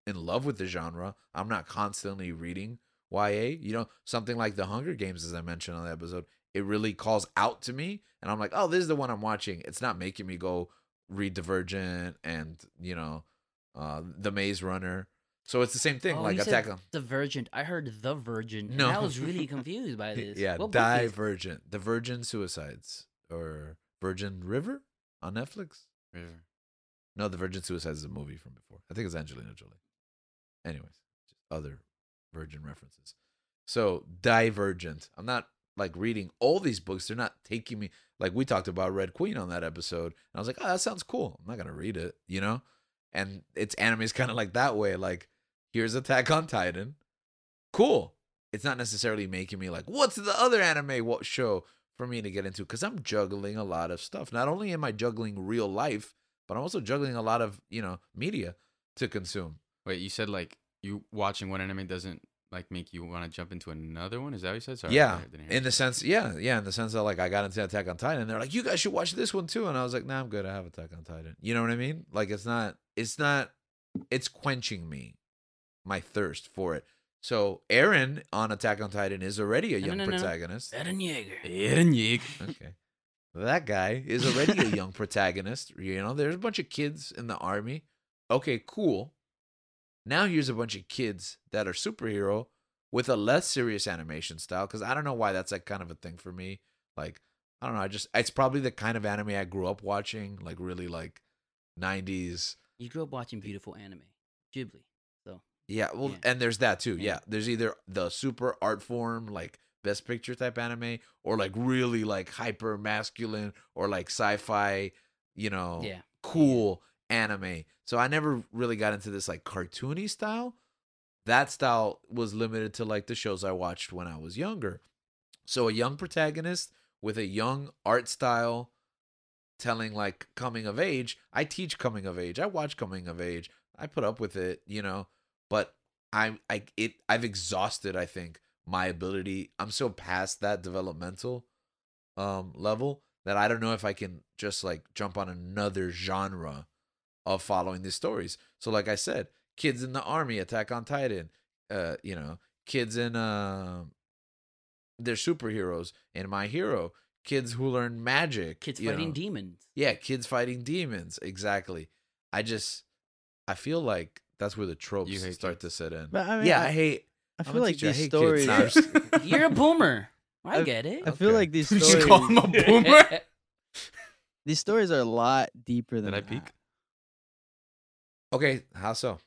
[SPEAKER 1] in love with the genre. I'm not constantly reading YA. You know, something like The Hunger Games as I mentioned on the episode, it really calls out to me and I'm like, "Oh, this is the one I'm watching." It's not making me go read Divergent and, you know, uh The Maze Runner. So it's the same thing,
[SPEAKER 2] Oh,
[SPEAKER 1] like
[SPEAKER 2] you
[SPEAKER 1] Attack
[SPEAKER 2] said
[SPEAKER 1] on
[SPEAKER 2] Divergent. I heard the Virgin. No,
[SPEAKER 1] No.
[SPEAKER 2] and I was really confused by this.
[SPEAKER 1] yeah,
[SPEAKER 2] What book is-
[SPEAKER 1] Divergent. The Virgin Suicides or Virgin River on Netflix? No, The Virgin Suicides is a movie from before. I think it's Angelina Jolie. Anyways, just other Virgin references. So Divergent. I'm not like reading all these books. They're not taking me like we talked about Red Queen on that episode. And I was like, oh, that sounds cool. I'm not gonna read it, you know? And it's anime's kind of like that way. Like, here's Attack on Titan. Cool. It's not necessarily making me like, what's the other anime what show for me to get into? Because I'm juggling a lot of stuff. Not only am I juggling real life, but I'm also juggling a lot of, you know, media to consume.
[SPEAKER 3] Wait, you said like you watching one anime doesn't like make you want to jump into another one? Is that what you said? Sorry.
[SPEAKER 1] yeah.
[SPEAKER 3] I didn't hear
[SPEAKER 1] In the sense, yeah, yeah, in the sense that like I got into Attack on Titan, they're like, you guys should watch this one too, and I was like, nah, I'm good. I have Attack on Titan. You know what I mean? Like it's not, it's not, it's quenching me, my thirst for it. So Aaron on Attack on Titan is already a
[SPEAKER 2] No,
[SPEAKER 1] young
[SPEAKER 2] no, no, no.
[SPEAKER 1] protagonist.
[SPEAKER 2] Eren Yeager.
[SPEAKER 3] it. Eren Yeager.
[SPEAKER 1] Okay. That guy is already a young protagonist. You know, there's a bunch of kids in the army. Okay, cool. Now here's a bunch of kids that are superhero with a less serious animation style because I don't know why that's like kind of a thing for me. Like, I don't know. I just, it's probably the kind of anime I grew up watching, like really like 90s.
[SPEAKER 2] You grew up watching beautiful anime, Ghibli. So
[SPEAKER 1] Yeah. Well,
[SPEAKER 2] Yeah.
[SPEAKER 1] and there's that too.
[SPEAKER 2] Yeah.
[SPEAKER 1] yeah. There's either the super art form, like best picture type anime, or like really like hyper masculine or like sci fi, you know,
[SPEAKER 3] Oh,
[SPEAKER 2] yeah,
[SPEAKER 1] cool anime. So I never really got into this like cartoony style. That style was limited to like the shows I watched when I was younger. So a young protagonist with a young art style telling like coming of age. I teach coming of age. I watch coming of age. I put up with it, you know, but I'm I it I've exhausted I think my ability. I'm so past that developmental um level that I don't know if I can just like jump on another genre of following these stories. So like I said, kids in the army, Attack on Titan, uh, you know, kids in uh, they're superheroes in My Hero, kids who learn magic,
[SPEAKER 2] kids
[SPEAKER 1] you
[SPEAKER 2] fighting
[SPEAKER 1] know.
[SPEAKER 2] demons.
[SPEAKER 1] Yeah, kids fighting demons. Exactly. I just, I feel like that's where the tropes
[SPEAKER 3] You hate
[SPEAKER 1] start to set in.
[SPEAKER 4] But I mean,
[SPEAKER 1] yeah, I,
[SPEAKER 4] I-
[SPEAKER 1] hate.
[SPEAKER 4] I
[SPEAKER 1] I'm a
[SPEAKER 4] feel like
[SPEAKER 1] teacher, I
[SPEAKER 4] these
[SPEAKER 1] hate
[SPEAKER 4] stories.
[SPEAKER 1] kids. Nah, I'm
[SPEAKER 4] I
[SPEAKER 1] just-
[SPEAKER 2] You're a boomer. I get it.
[SPEAKER 4] feel
[SPEAKER 1] Okay.
[SPEAKER 4] like these
[SPEAKER 3] You just call him
[SPEAKER 4] stories.
[SPEAKER 3] a boomer?
[SPEAKER 4] These stories are a lot deeper than
[SPEAKER 3] Did I
[SPEAKER 4] that.
[SPEAKER 3] peek?
[SPEAKER 1] okay, how so?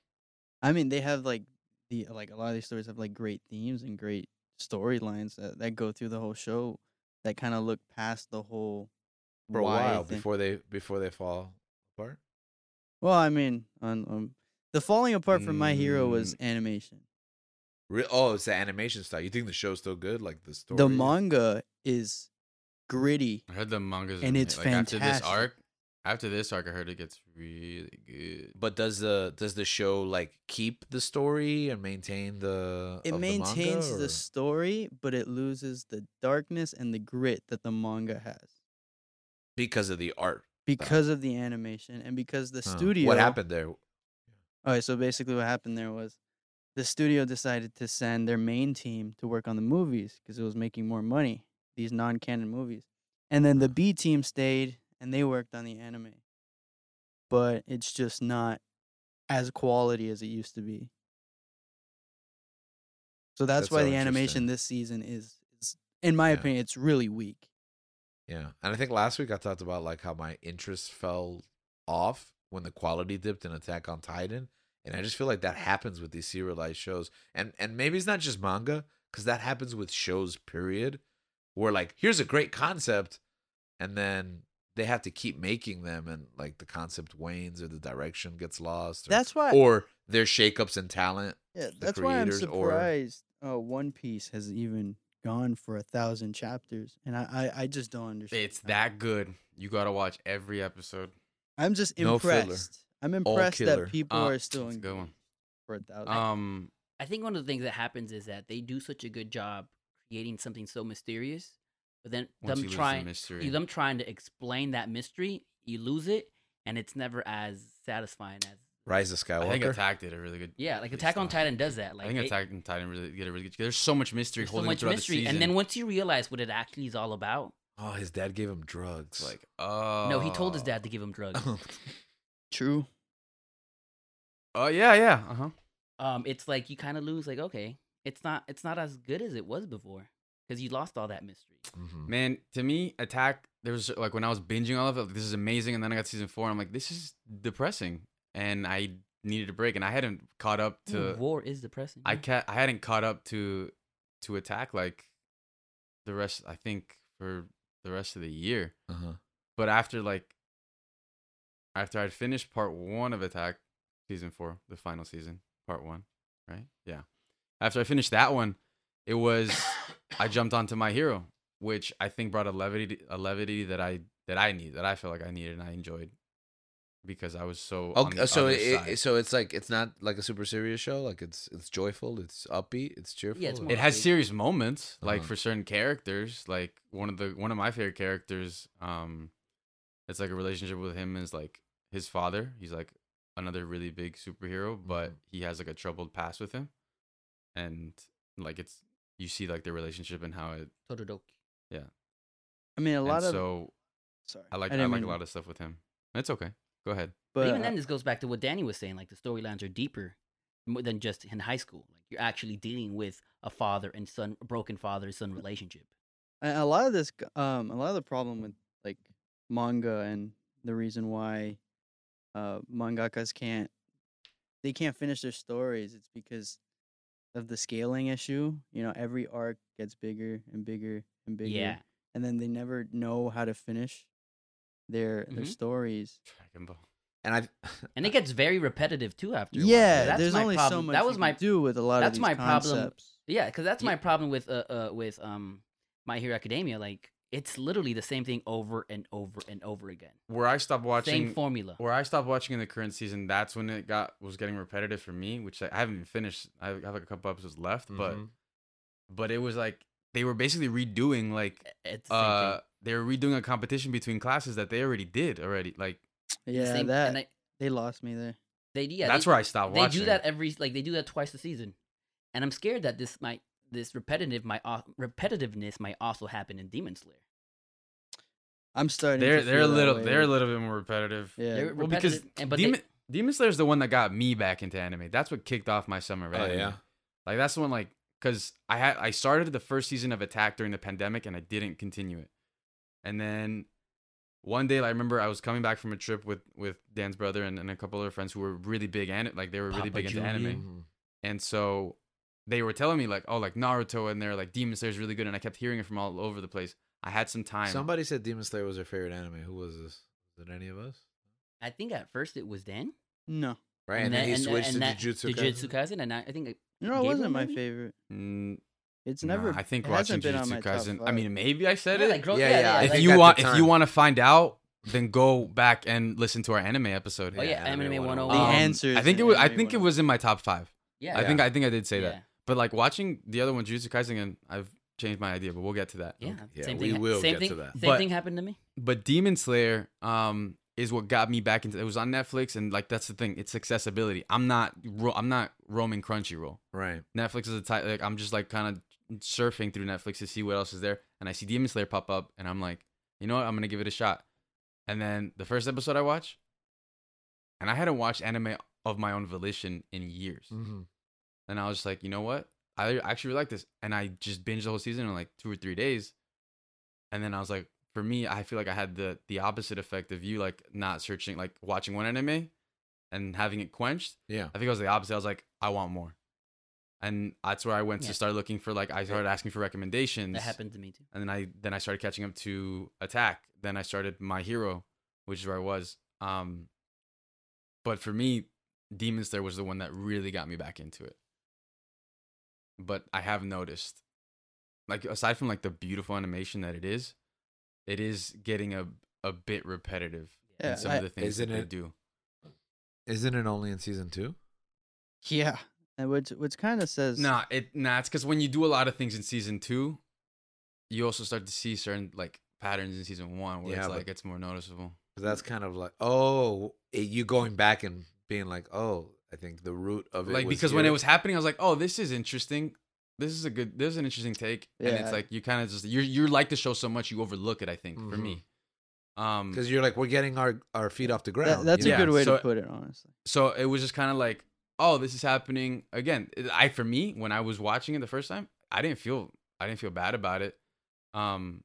[SPEAKER 4] I mean, they have like the like a lot of these stories have like great themes and great storylines that, that go through the whole show that kind of look past the whole
[SPEAKER 1] For a
[SPEAKER 4] why
[SPEAKER 1] while
[SPEAKER 4] thing.
[SPEAKER 1] before they before they fall apart.
[SPEAKER 4] Well, I mean, on um, the falling apart from My
[SPEAKER 1] Mm,
[SPEAKER 4] Hero was animation.
[SPEAKER 1] Re- oh, it's the animation style. You think the show's still good? Like the story.
[SPEAKER 4] The manga is gritty.
[SPEAKER 3] I heard the manga's
[SPEAKER 4] And
[SPEAKER 3] really-
[SPEAKER 4] it's
[SPEAKER 3] like, After this
[SPEAKER 4] fantastic.
[SPEAKER 3] arc, after this arc, I heard it gets really good.
[SPEAKER 1] But does the does the show like keep the story and maintain the?
[SPEAKER 4] It
[SPEAKER 1] of the manga,
[SPEAKER 4] maintains the,
[SPEAKER 1] or-
[SPEAKER 4] story, but it loses the darkness and the grit that the manga has
[SPEAKER 1] because of the art.
[SPEAKER 4] because of the animation and because the
[SPEAKER 1] Huh.
[SPEAKER 4] studio.
[SPEAKER 1] What happened there?
[SPEAKER 4] All right, so basically what happened there was the studio decided to send their main team to work on the movies because it was making more money, these non-canon movies. And then the
[SPEAKER 1] Uh-huh.
[SPEAKER 4] B team stayed and they worked on the anime. But it's just not as quality as it used to be. So that's,
[SPEAKER 1] That's
[SPEAKER 4] why
[SPEAKER 1] so
[SPEAKER 4] the
[SPEAKER 1] interesting.
[SPEAKER 4] animation this season is, is in my
[SPEAKER 1] Yeah.
[SPEAKER 4] opinion, it's really weak.
[SPEAKER 1] Yeah. And I think last week I talked about like how my interest fell off when the quality dipped in Attack on Titan. And I just feel like that happens with these serialized shows. And and maybe it's not just manga, because that happens with shows, period. Where like, here's a great concept, and then they have to keep making them and like the concept wanes or the direction gets lost. Or,
[SPEAKER 4] That's why
[SPEAKER 1] or their shakeups in talent.
[SPEAKER 4] Yeah,
[SPEAKER 1] the
[SPEAKER 4] that's why I'm
[SPEAKER 1] creators or-
[SPEAKER 4] surprised uh, One Piece has even gone for a thousand chapters, and I, I, I just don't understand.
[SPEAKER 3] It's
[SPEAKER 4] how.
[SPEAKER 3] that good. You gotta watch every episode.
[SPEAKER 4] I'm just
[SPEAKER 1] No filler.
[SPEAKER 4] impressed. I'm impressed
[SPEAKER 1] killer.
[SPEAKER 4] that people
[SPEAKER 3] Uh,
[SPEAKER 4] are still
[SPEAKER 3] that's a
[SPEAKER 4] in
[SPEAKER 3] good one.
[SPEAKER 4] for a thousand.
[SPEAKER 3] Um,
[SPEAKER 2] I think one of the things that happens is that they do such a good job creating something so mysterious, but then
[SPEAKER 3] once you
[SPEAKER 2] them
[SPEAKER 3] lose the
[SPEAKER 2] trying
[SPEAKER 3] mystery,
[SPEAKER 2] them trying to explain that mystery, you lose it, and it's never as satisfying as
[SPEAKER 1] Rise of Skywalker.
[SPEAKER 3] I think Attack did a really good.
[SPEAKER 2] yeah. Like
[SPEAKER 3] good
[SPEAKER 2] Attack on
[SPEAKER 3] stuff.
[SPEAKER 2] Titan does that. Like
[SPEAKER 3] I think
[SPEAKER 2] they-
[SPEAKER 3] Attack on Titan really did a really good. There's so much mystery
[SPEAKER 2] there's so
[SPEAKER 3] holding
[SPEAKER 2] much
[SPEAKER 3] throughout the
[SPEAKER 2] mystery,
[SPEAKER 3] season.
[SPEAKER 2] and then once you realize what it actually is all about,
[SPEAKER 1] oh, his dad gave him drugs. Mm-hmm,
[SPEAKER 3] it's like, oh
[SPEAKER 2] no, he told his dad to give him drugs.
[SPEAKER 4] True.
[SPEAKER 3] Oh yeah, yeah. Uh huh.
[SPEAKER 2] um, it's like you kind of lose. Like okay, it's not it's not as good as it was before because you lost all that mystery.
[SPEAKER 1] Mhm.
[SPEAKER 3] Man, to me, Attack. There was like when I was binging all of it, like, this is amazing, and then I got season four, and I'm like, this is depressing, and I needed a break, and I hadn't caught up to.
[SPEAKER 2] War is depressing.
[SPEAKER 3] I
[SPEAKER 2] yeah.
[SPEAKER 3] ca- I hadn't caught up to to Attack like the rest. I think for the rest of the year.
[SPEAKER 1] Uh-huh.
[SPEAKER 3] But after like after I'd finished part one of Attack season four, the final season, part one, right? Yeah. After I finished that one, it was I jumped onto My Hero, which I think brought a levity a levity that I that I need that I felt like I needed and I enjoyed because I was so on
[SPEAKER 1] Okay,
[SPEAKER 3] the
[SPEAKER 1] so
[SPEAKER 3] other
[SPEAKER 1] it, it-
[SPEAKER 3] side.
[SPEAKER 1] so it's like it's not like a super serious show. Like it's it's joyful, it's upbeat, it's cheerful.
[SPEAKER 2] it's more
[SPEAKER 3] it has serious moments like
[SPEAKER 1] Uh-huh.
[SPEAKER 3] for certain characters like one of the one of my favorite characters um it's like a relationship with him is like his father he's like another really big superhero but
[SPEAKER 1] Mhm.
[SPEAKER 3] he has like a troubled past with him and like it's you see like their relationship and how it
[SPEAKER 2] Todoroki.
[SPEAKER 4] I mean, a
[SPEAKER 3] and
[SPEAKER 4] lot of
[SPEAKER 3] so
[SPEAKER 4] sorry.
[SPEAKER 3] i like i,
[SPEAKER 4] didn't
[SPEAKER 3] like
[SPEAKER 4] mean-
[SPEAKER 3] a lot of stuff with him it's okay go ahead
[SPEAKER 2] But
[SPEAKER 4] But
[SPEAKER 2] even then,
[SPEAKER 4] uh,
[SPEAKER 2] this goes back to what Danny was saying. Like the storylines are deeper mo- than just in high school. Like you're actually dealing with a father and son, a broken father and son relationship.
[SPEAKER 4] a a lot of this, g- um, a lot of the problem with like manga and the reason why uh, mangakas can't they can't finish their stories. It's because of the scaling issue. You know, every arc gets bigger and bigger and bigger.
[SPEAKER 2] Yeah,
[SPEAKER 4] and then they never know how to finish their their
[SPEAKER 2] Mhm.
[SPEAKER 4] stories.
[SPEAKER 3] Dragon Ball.
[SPEAKER 1] and I
[SPEAKER 2] and it gets very repetitive too after. a while.
[SPEAKER 4] Yeah,
[SPEAKER 2] that's
[SPEAKER 4] there's
[SPEAKER 2] my
[SPEAKER 4] only
[SPEAKER 2] problem.
[SPEAKER 4] so much
[SPEAKER 2] That was
[SPEAKER 4] you
[SPEAKER 2] my
[SPEAKER 4] can do with a lot of
[SPEAKER 2] that's
[SPEAKER 4] these
[SPEAKER 2] my problem.
[SPEAKER 4] concepts.
[SPEAKER 2] yeah, because that's
[SPEAKER 3] Ye-
[SPEAKER 2] my problem with uh, uh with um My Hero Academia. Like it's literally the same thing over and over and over again.
[SPEAKER 3] where i stopped watching
[SPEAKER 2] Same formula.
[SPEAKER 3] where I stopped watching in the current season, that's when it got was getting repetitive for me, which I, I haven't even finished. I have like a couple episodes left, but
[SPEAKER 1] Mhm.
[SPEAKER 3] but it was like they were basically redoing like
[SPEAKER 2] E, It's the same
[SPEAKER 3] uh
[SPEAKER 2] thing.
[SPEAKER 3] they were redoing a competition between classes that they already did already. Like
[SPEAKER 2] The
[SPEAKER 4] Yeah,
[SPEAKER 2] same- and
[SPEAKER 4] that
[SPEAKER 2] I-
[SPEAKER 4] they lost me there.
[SPEAKER 2] they, yeah,
[SPEAKER 3] that's
[SPEAKER 2] they,
[SPEAKER 3] where I stopped
[SPEAKER 2] they
[SPEAKER 3] watching.
[SPEAKER 2] do that every like they do that twice a season and i'm scared that this might this repetitive might al- repetitiveness might also happen in demon slayer
[SPEAKER 4] I'm starting.
[SPEAKER 3] They're
[SPEAKER 4] to
[SPEAKER 3] they're a
[SPEAKER 4] feel that
[SPEAKER 3] little
[SPEAKER 4] way.
[SPEAKER 3] they're a little bit more repetitive.
[SPEAKER 4] Yeah.
[SPEAKER 2] They're
[SPEAKER 3] Well, because
[SPEAKER 2] repetitive, and- but they-
[SPEAKER 3] Demon Demon Slayer's the one that got me back into anime. That's what kicked off my summer. of
[SPEAKER 1] Oh,
[SPEAKER 3] anime.
[SPEAKER 1] yeah.
[SPEAKER 3] Like that's the one like because I had I started the first season of Attack during the pandemic and I didn't continue it. And then one day I remember I was coming back from a trip with with Dan's brother and, and a couple other friends who were really big and like they were really
[SPEAKER 2] Papa
[SPEAKER 3] big into
[SPEAKER 2] Julie.
[SPEAKER 3] anime.
[SPEAKER 1] Mhm.
[SPEAKER 3] And so they were telling me like oh like Naruto and they're like Demon Slayer's really good and I kept hearing it from all over the place. I had some time.
[SPEAKER 1] somebody said Demon Slayer was their favorite anime. Who was this? Was it any of us?
[SPEAKER 2] i think at first it was dan
[SPEAKER 4] no,
[SPEAKER 1] Right, and, then
[SPEAKER 2] that-
[SPEAKER 1] he switched
[SPEAKER 2] and that-
[SPEAKER 1] to Jujutsu. Kaisen?
[SPEAKER 2] Jujutsu Kaisen, and I, I think it-
[SPEAKER 4] no, it
[SPEAKER 2] Gabriel,
[SPEAKER 4] wasn't my
[SPEAKER 2] maybe?
[SPEAKER 4] favorite.
[SPEAKER 3] Mm,
[SPEAKER 4] It's
[SPEAKER 3] nah,
[SPEAKER 4] never.
[SPEAKER 3] I think
[SPEAKER 4] it
[SPEAKER 3] watching
[SPEAKER 4] hasn't been on
[SPEAKER 3] Jujutsu
[SPEAKER 4] my top
[SPEAKER 3] Kaisen. I
[SPEAKER 4] five.
[SPEAKER 3] mean maybe I said
[SPEAKER 2] yeah,
[SPEAKER 3] it.
[SPEAKER 2] like, gross-
[SPEAKER 1] Yeah,
[SPEAKER 2] yeah,
[SPEAKER 1] yeah, I
[SPEAKER 2] yeah,
[SPEAKER 3] if
[SPEAKER 1] think
[SPEAKER 2] like-
[SPEAKER 3] you
[SPEAKER 1] at the
[SPEAKER 3] want if you
[SPEAKER 1] time-
[SPEAKER 3] want to find out then go back and listen to our anime episode
[SPEAKER 2] Oh, yeah, Anime 101.
[SPEAKER 4] The
[SPEAKER 2] Um,
[SPEAKER 4] answers.
[SPEAKER 3] i think
[SPEAKER 4] in
[SPEAKER 3] it was i
[SPEAKER 4] anime
[SPEAKER 3] think it
[SPEAKER 4] were-
[SPEAKER 3] was in my top five
[SPEAKER 2] yeah,
[SPEAKER 3] i
[SPEAKER 2] yeah,
[SPEAKER 3] think i think i did say that
[SPEAKER 2] yeah.
[SPEAKER 3] but like watching the other one jujutsu kaisen and i've changed my idea but we'll get to that
[SPEAKER 2] Yeah,
[SPEAKER 1] Okay. Yeah,
[SPEAKER 2] same
[SPEAKER 1] we
[SPEAKER 2] thing. ha-
[SPEAKER 1] will
[SPEAKER 2] same
[SPEAKER 1] get
[SPEAKER 2] thing,
[SPEAKER 1] to that.
[SPEAKER 2] Same
[SPEAKER 3] But-
[SPEAKER 2] thing happened to me.
[SPEAKER 3] but demon slayer um is what got me back into it was on netflix and like that's the thing it's accessibility i'm not ro- i'm not roaming crunchyroll
[SPEAKER 1] Right.
[SPEAKER 3] netflix is a type like i'm just like kind of surfing through netflix to see what else is there and i see demon slayer pop up and i'm like you know what? I'm gonna give it a shot. And then the first episode I watched, and I hadn't watched anime of my own volition in years.
[SPEAKER 1] Mm-hmm.
[SPEAKER 3] And I was just like, you know what? I actually really like this. And I just binged the whole season in like two or three days. And then I was like, for me, I feel like I had the the opposite effect of you, like not searching, like watching one anime and having it quenched.
[SPEAKER 1] Yeah.
[SPEAKER 3] I think it was the opposite. I was like, I want more. And that's where I went
[SPEAKER 5] Yeah.
[SPEAKER 3] to start looking for like I started asking for recommendations.
[SPEAKER 5] That happened to me too.
[SPEAKER 3] And then I then I started catching up to Attack. Then I started My Hero, which is where I was. Um but for me, Demon Slayer was the one that really got me back into it. But I have noticed like aside from like the beautiful animation that it is, it is getting a a bit repetitive
[SPEAKER 4] Yeah,
[SPEAKER 3] in some
[SPEAKER 4] I-
[SPEAKER 3] of the things
[SPEAKER 1] Isn't
[SPEAKER 3] that they
[SPEAKER 1] it-
[SPEAKER 3] do.
[SPEAKER 1] Isn't it only in season two?
[SPEAKER 4] Yeah. And which which kind of says
[SPEAKER 3] Nah, it nah, it's because when you do a lot of things in season two, you also start to see certain like patterns in season one where
[SPEAKER 1] Yeah,
[SPEAKER 3] it's
[SPEAKER 1] but-
[SPEAKER 3] like it's more noticeable.
[SPEAKER 1] 'Cause That's kind of like, oh, it, you going back and being like, oh, I think the root of it.
[SPEAKER 3] Like
[SPEAKER 1] was
[SPEAKER 3] because when it
[SPEAKER 1] here.
[SPEAKER 3] was happening, I was like, oh, this is interesting. This is a good. This is an interesting take, and
[SPEAKER 4] Yeah.
[SPEAKER 3] it's like you kind of just you you like the show so much you overlook it. I think for
[SPEAKER 1] Mhm.
[SPEAKER 3] me, um,
[SPEAKER 1] because you're like we're getting our our feet off the
[SPEAKER 4] that-
[SPEAKER 1] ground.
[SPEAKER 4] that's
[SPEAKER 1] you
[SPEAKER 3] yeah,
[SPEAKER 4] a good way
[SPEAKER 3] so-
[SPEAKER 4] to put it, honestly.
[SPEAKER 3] so it was just kind of like, oh, this is happening again. It- I for me when I was watching it the first time, I didn't feel I didn't feel bad about it. Um,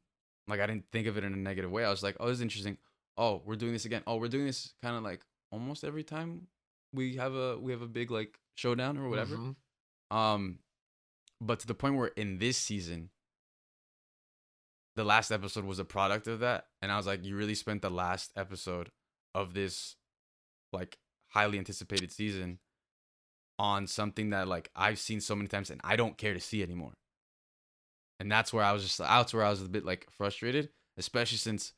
[SPEAKER 3] like I didn't think of it in a negative way. I was like, oh, this is interesting. Oh, we're doing this again. Oh, we're doing this kind of like almost every time we have a we have a big like showdown or whatever.
[SPEAKER 1] Mhm.
[SPEAKER 3] Um, but to the point where in this season, the last episode was a product of that, and I was like, you really spent the last episode of this like highly anticipated season on something that like I've seen so many times and I don't care to see anymore. And that's where I was just that's where I was a bit like frustrated, especially since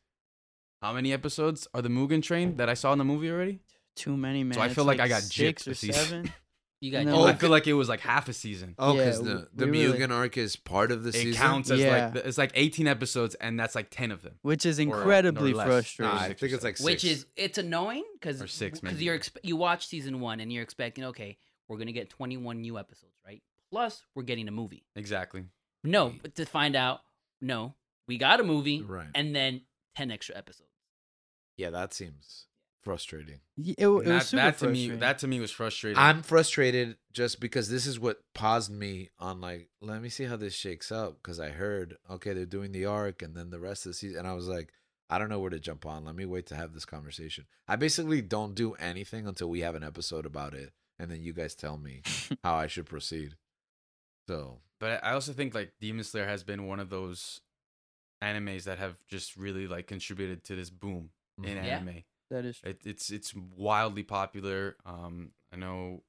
[SPEAKER 3] how many episodes are the Mugen Train that I saw in the movie already?
[SPEAKER 4] Too many man.
[SPEAKER 3] So I
[SPEAKER 4] It's
[SPEAKER 3] feel like I got
[SPEAKER 4] six
[SPEAKER 3] gypped
[SPEAKER 4] or
[SPEAKER 3] this season.
[SPEAKER 4] seven.
[SPEAKER 5] You guys,
[SPEAKER 4] And then
[SPEAKER 3] Oh,
[SPEAKER 1] Oh,
[SPEAKER 3] I feel like it was like half a season.
[SPEAKER 1] Oh, because
[SPEAKER 4] Yeah,
[SPEAKER 1] the
[SPEAKER 4] we-
[SPEAKER 1] the
[SPEAKER 4] we were like-
[SPEAKER 1] Mugen arc is part of the
[SPEAKER 3] it
[SPEAKER 1] season.
[SPEAKER 3] counts as
[SPEAKER 4] Yeah.
[SPEAKER 3] like it's like 18 episodes and that's like 10 of them
[SPEAKER 4] Which is
[SPEAKER 3] Or- or
[SPEAKER 4] incredibly
[SPEAKER 3] less.
[SPEAKER 1] Nah,
[SPEAKER 4] frustrating.
[SPEAKER 1] I
[SPEAKER 3] Six or
[SPEAKER 1] think it's like six.
[SPEAKER 5] which is it's annoying
[SPEAKER 3] Or
[SPEAKER 5] because
[SPEAKER 3] six,
[SPEAKER 5] because
[SPEAKER 3] maybe.
[SPEAKER 5] you're exp- you watch season one and you're expecting okay we're gonna get 21 new episodes right plus we're getting a movie.
[SPEAKER 3] exactly
[SPEAKER 5] No, but to find out no we got a movie
[SPEAKER 1] right.
[SPEAKER 5] and then 10 extra episodes.
[SPEAKER 1] yeah, that seems frustrating.
[SPEAKER 4] Y- it, w- it
[SPEAKER 3] And
[SPEAKER 4] was
[SPEAKER 3] that, that
[SPEAKER 4] super
[SPEAKER 3] to me
[SPEAKER 4] frustrating.
[SPEAKER 3] that to me was frustrating
[SPEAKER 1] I'm frustrated just because this is what paused me on like, let me see how this shakes up because I heard okay they're doing the arc and then the rest of the season and I was like, I don't know where to jump on. Let me wait to have this conversation. I basically don't do anything until we have an episode about it and then you guys tell me how I should proceed. So
[SPEAKER 3] but i also think like demon slayer has been one of those animes that have just really like contributed to this boom in
[SPEAKER 1] mhm.
[SPEAKER 5] Yeah.
[SPEAKER 3] anime
[SPEAKER 4] that is true.
[SPEAKER 3] it, it's it's wildly popular um i know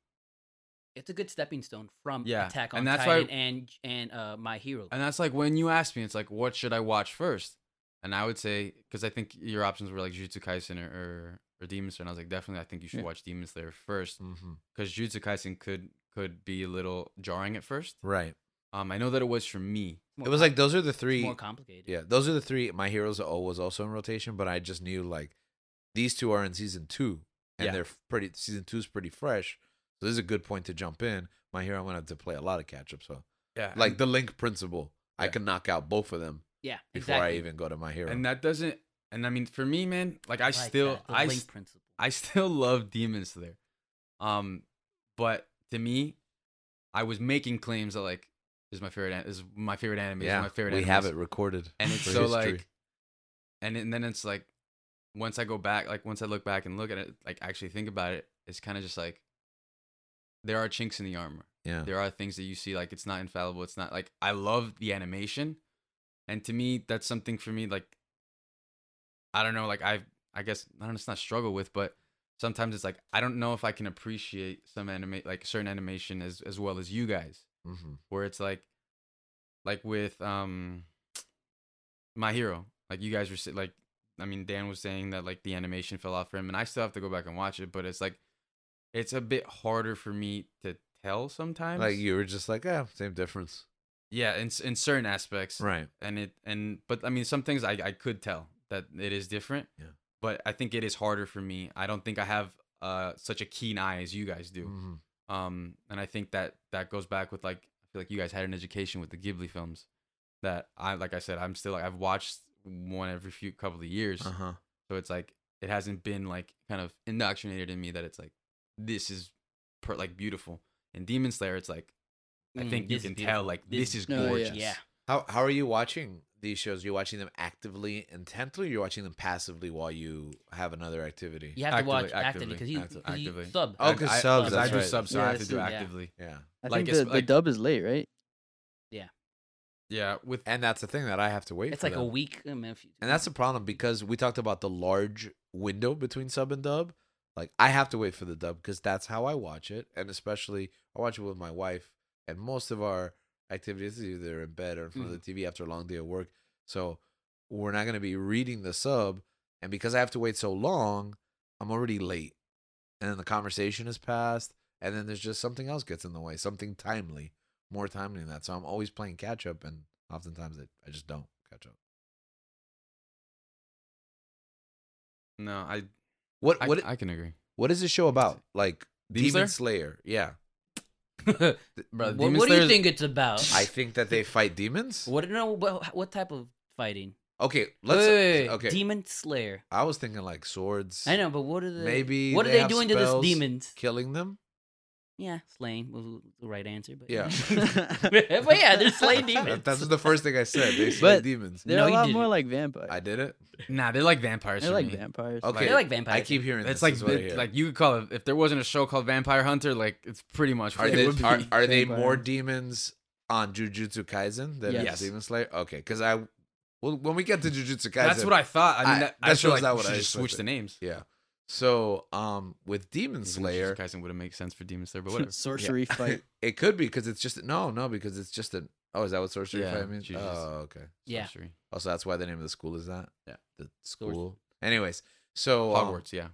[SPEAKER 5] It's a good stepping stone from
[SPEAKER 3] Yeah,
[SPEAKER 5] Attack on
[SPEAKER 3] and that's why-
[SPEAKER 5] Titan and and uh, My Hero.
[SPEAKER 3] and that's like when you asked me it's like what should i watch first and i would say because i think your options were like jujutsu kaisen or, or or demon slayer and i was like definitely i think you should
[SPEAKER 4] Yeah.
[SPEAKER 3] watch demon slayer first
[SPEAKER 1] Mhm.
[SPEAKER 3] because jujutsu kaisen could could be a little jarring at first
[SPEAKER 1] right,
[SPEAKER 3] Um, I know that it was for me.
[SPEAKER 5] More
[SPEAKER 1] it was like
[SPEAKER 5] com-
[SPEAKER 1] those are the
[SPEAKER 5] it's
[SPEAKER 1] three
[SPEAKER 5] more complicated.
[SPEAKER 1] Yeah, those are the three. My Heroes O was also in rotation, but I just knew like these two are in season two, and
[SPEAKER 3] Yeah.
[SPEAKER 1] they're f- pretty. Season two's pretty fresh, so this is a good point to jump in. My Hero, I'm gonna have to play a lot of catch up. So
[SPEAKER 3] Yeah,
[SPEAKER 1] like the Link principle, I
[SPEAKER 3] Yeah.
[SPEAKER 1] can knock out both of them
[SPEAKER 5] yeah,
[SPEAKER 1] before
[SPEAKER 5] exactly.
[SPEAKER 1] I even go to My Hero.
[SPEAKER 3] and that doesn't. And I mean, for me, man, like I,
[SPEAKER 5] like
[SPEAKER 3] still,
[SPEAKER 5] that, the
[SPEAKER 3] I,
[SPEAKER 5] link
[SPEAKER 3] s-
[SPEAKER 5] principle.
[SPEAKER 3] I still love Demon Slayer. Um, but to me, I was making claims that like this is my favorite, an- this is my favorite anime, this
[SPEAKER 1] yeah,
[SPEAKER 3] is my favorite.
[SPEAKER 1] we
[SPEAKER 3] anime.
[SPEAKER 1] have
[SPEAKER 3] This-
[SPEAKER 1] it recorded,
[SPEAKER 3] and it's
[SPEAKER 1] for
[SPEAKER 3] so
[SPEAKER 1] history.
[SPEAKER 3] like, and, and then it's like, once I go back, like once I look back and look at it, like actually think about it, it's kind of just like, there are chinks in the armor.
[SPEAKER 1] yeah,
[SPEAKER 3] there are things that you see like it's not infallible it's not like i love the animation and to me that's something for me like i don't know like i i guess i don't know it's not struggle with but sometimes it's like i don't know if i can appreciate some anime like certain animation as as well as you guys
[SPEAKER 1] Mhm.
[SPEAKER 3] where it's like like with um my hero like you guys were sa- like i mean dan was saying that like the animation fell off for him and i still have to go back and watch it but it's like it's a bit harder for me to tell sometimes
[SPEAKER 1] like you were just like ah, same difference,
[SPEAKER 3] yeah in, s- in certain aspects
[SPEAKER 1] right?
[SPEAKER 3] and it and but i mean some things i, I could tell that it is different
[SPEAKER 1] Yeah.
[SPEAKER 3] but i think it is harder for me i don't think i have uh such a keen eye as you guys do
[SPEAKER 1] Mhm.
[SPEAKER 2] Mm.
[SPEAKER 3] um and i think that that goes back with like i feel like you guys had an education with the ghibli films that i like i said i'm still like i've watched one every few couple of years.
[SPEAKER 1] Uh
[SPEAKER 2] Uh-huh.
[SPEAKER 1] huh.
[SPEAKER 3] So it's like it hasn't been like kind of indoctrinated in me that it's like this is per, like beautiful. In Demon Slayer, it's like I
[SPEAKER 2] Mm,
[SPEAKER 3] think you
[SPEAKER 2] this is
[SPEAKER 3] can
[SPEAKER 2] beautiful.
[SPEAKER 3] tell like
[SPEAKER 2] This-
[SPEAKER 3] this is
[SPEAKER 4] Oh, yeah.
[SPEAKER 3] gorgeous.
[SPEAKER 2] Yeah.
[SPEAKER 1] How how are you watching these shows? You watching them actively, intently, or you're watching them passively while you have another activity?
[SPEAKER 2] You have
[SPEAKER 3] Actively,
[SPEAKER 2] to watch actively
[SPEAKER 3] actively,
[SPEAKER 2] because you,
[SPEAKER 3] acti-
[SPEAKER 2] 'cause you
[SPEAKER 3] actively.
[SPEAKER 2] sub.
[SPEAKER 1] Oh,
[SPEAKER 3] I-
[SPEAKER 1] 'cause
[SPEAKER 3] I-
[SPEAKER 1] subs,
[SPEAKER 3] I
[SPEAKER 1] that's
[SPEAKER 3] do
[SPEAKER 1] right.
[SPEAKER 3] subs, so
[SPEAKER 4] Yeah,
[SPEAKER 3] I have to
[SPEAKER 4] it's
[SPEAKER 3] do
[SPEAKER 4] a-
[SPEAKER 2] yeah.
[SPEAKER 3] actively.
[SPEAKER 1] Yeah.
[SPEAKER 4] I
[SPEAKER 3] Like,
[SPEAKER 4] think
[SPEAKER 3] it's
[SPEAKER 4] the, the
[SPEAKER 3] like-
[SPEAKER 4] dub is late, right?
[SPEAKER 3] Yeah, with
[SPEAKER 1] And that's the thing that I have to wait.
[SPEAKER 2] It's
[SPEAKER 1] for
[SPEAKER 2] like a
[SPEAKER 1] them.
[SPEAKER 2] week. I mean, if you-
[SPEAKER 1] And that's the problem because we talked about the large window between sub and dub. Like I have to wait for the dub because that's how I watch it, and especially I watch it with my wife. And most of our activities is either in bed or in
[SPEAKER 3] Mm-hmm.
[SPEAKER 1] front of the TV after a long day of work. So we're not going to be reading the sub, and because I have to wait so long, I'm already late. And then the conversation is passed, and then there's just something else gets in the way, something timely, more timely than that. So I'm always playing catch up, and oftentimes I, I just don't catch up.
[SPEAKER 3] no, I
[SPEAKER 1] What
[SPEAKER 3] I,
[SPEAKER 1] what
[SPEAKER 3] I can agree.
[SPEAKER 1] What is this show about? Like
[SPEAKER 3] Demon
[SPEAKER 1] Demon,
[SPEAKER 3] Slayer?
[SPEAKER 1] Slayer? Yeah.
[SPEAKER 3] Bro,
[SPEAKER 2] Wha- what,
[SPEAKER 3] Demon
[SPEAKER 2] do you
[SPEAKER 3] Slayer's-
[SPEAKER 2] think it's about?
[SPEAKER 1] I think that they fight demons.
[SPEAKER 2] what no? What, what type of fighting?
[SPEAKER 1] Okay, let's.
[SPEAKER 3] Wait.
[SPEAKER 1] Okay,
[SPEAKER 2] Demon Slayer.
[SPEAKER 1] I was thinking like swords.
[SPEAKER 2] I know, but what are the
[SPEAKER 1] Maybe
[SPEAKER 2] what are
[SPEAKER 1] they
[SPEAKER 2] they
[SPEAKER 1] have
[SPEAKER 2] doing to
[SPEAKER 1] spells.
[SPEAKER 2] this demons?
[SPEAKER 1] Killing them.
[SPEAKER 2] Yeah, slaying was the right answer, but
[SPEAKER 1] Yeah.
[SPEAKER 2] but yeah, they're slaying
[SPEAKER 1] That-
[SPEAKER 2] demons.
[SPEAKER 1] That's the first thing I said. They slay
[SPEAKER 4] But-
[SPEAKER 1] demons.
[SPEAKER 4] They're
[SPEAKER 2] No,
[SPEAKER 4] a
[SPEAKER 2] you
[SPEAKER 4] lot more
[SPEAKER 2] didn't.
[SPEAKER 4] like vampires.
[SPEAKER 1] I did it.
[SPEAKER 3] Nah, they're like vampires.
[SPEAKER 4] They're
[SPEAKER 3] for
[SPEAKER 4] like
[SPEAKER 3] me.
[SPEAKER 4] vampires.
[SPEAKER 1] Okay.
[SPEAKER 2] they're like vampires.
[SPEAKER 1] I keep hearing
[SPEAKER 3] It's
[SPEAKER 1] this.
[SPEAKER 3] like
[SPEAKER 1] is what I
[SPEAKER 3] it-
[SPEAKER 1] hear.
[SPEAKER 3] like you could call it if there wasn't a show called Vampire Hunter, like it's pretty much
[SPEAKER 1] are
[SPEAKER 3] what
[SPEAKER 1] they
[SPEAKER 3] it would be.
[SPEAKER 1] are, are they
[SPEAKER 4] Vampire.
[SPEAKER 1] more demons on Jujutsu Kaisen than
[SPEAKER 4] Yes.
[SPEAKER 1] Demon Slayer? Okay, because I well when we get to Jujutsu Kaisen,
[SPEAKER 3] That's what I thought. I mean,
[SPEAKER 1] I-
[SPEAKER 3] that,
[SPEAKER 1] that
[SPEAKER 3] I feel
[SPEAKER 1] shows
[SPEAKER 3] like
[SPEAKER 1] that
[SPEAKER 3] we
[SPEAKER 1] what
[SPEAKER 3] should
[SPEAKER 1] I
[SPEAKER 3] just switch the
[SPEAKER 1] expected.
[SPEAKER 3] names.
[SPEAKER 1] yeah. So um with Demon Slayer,
[SPEAKER 3] Kaisen wouldn't make sense for Demon Slayer, but whatever.
[SPEAKER 4] Sorcery fight.
[SPEAKER 1] it could be because it's just no, no, because it's just an. Oh, is that what sorcery
[SPEAKER 3] Yeah,
[SPEAKER 1] fight means?
[SPEAKER 3] jujitsu.
[SPEAKER 1] Oh, okay.
[SPEAKER 2] Yeah.
[SPEAKER 3] Sorcery.
[SPEAKER 1] Also, that's why the name of the school is that.
[SPEAKER 3] Yeah.
[SPEAKER 1] the school. Anyways, so um,
[SPEAKER 3] Hogwarts. Yeah.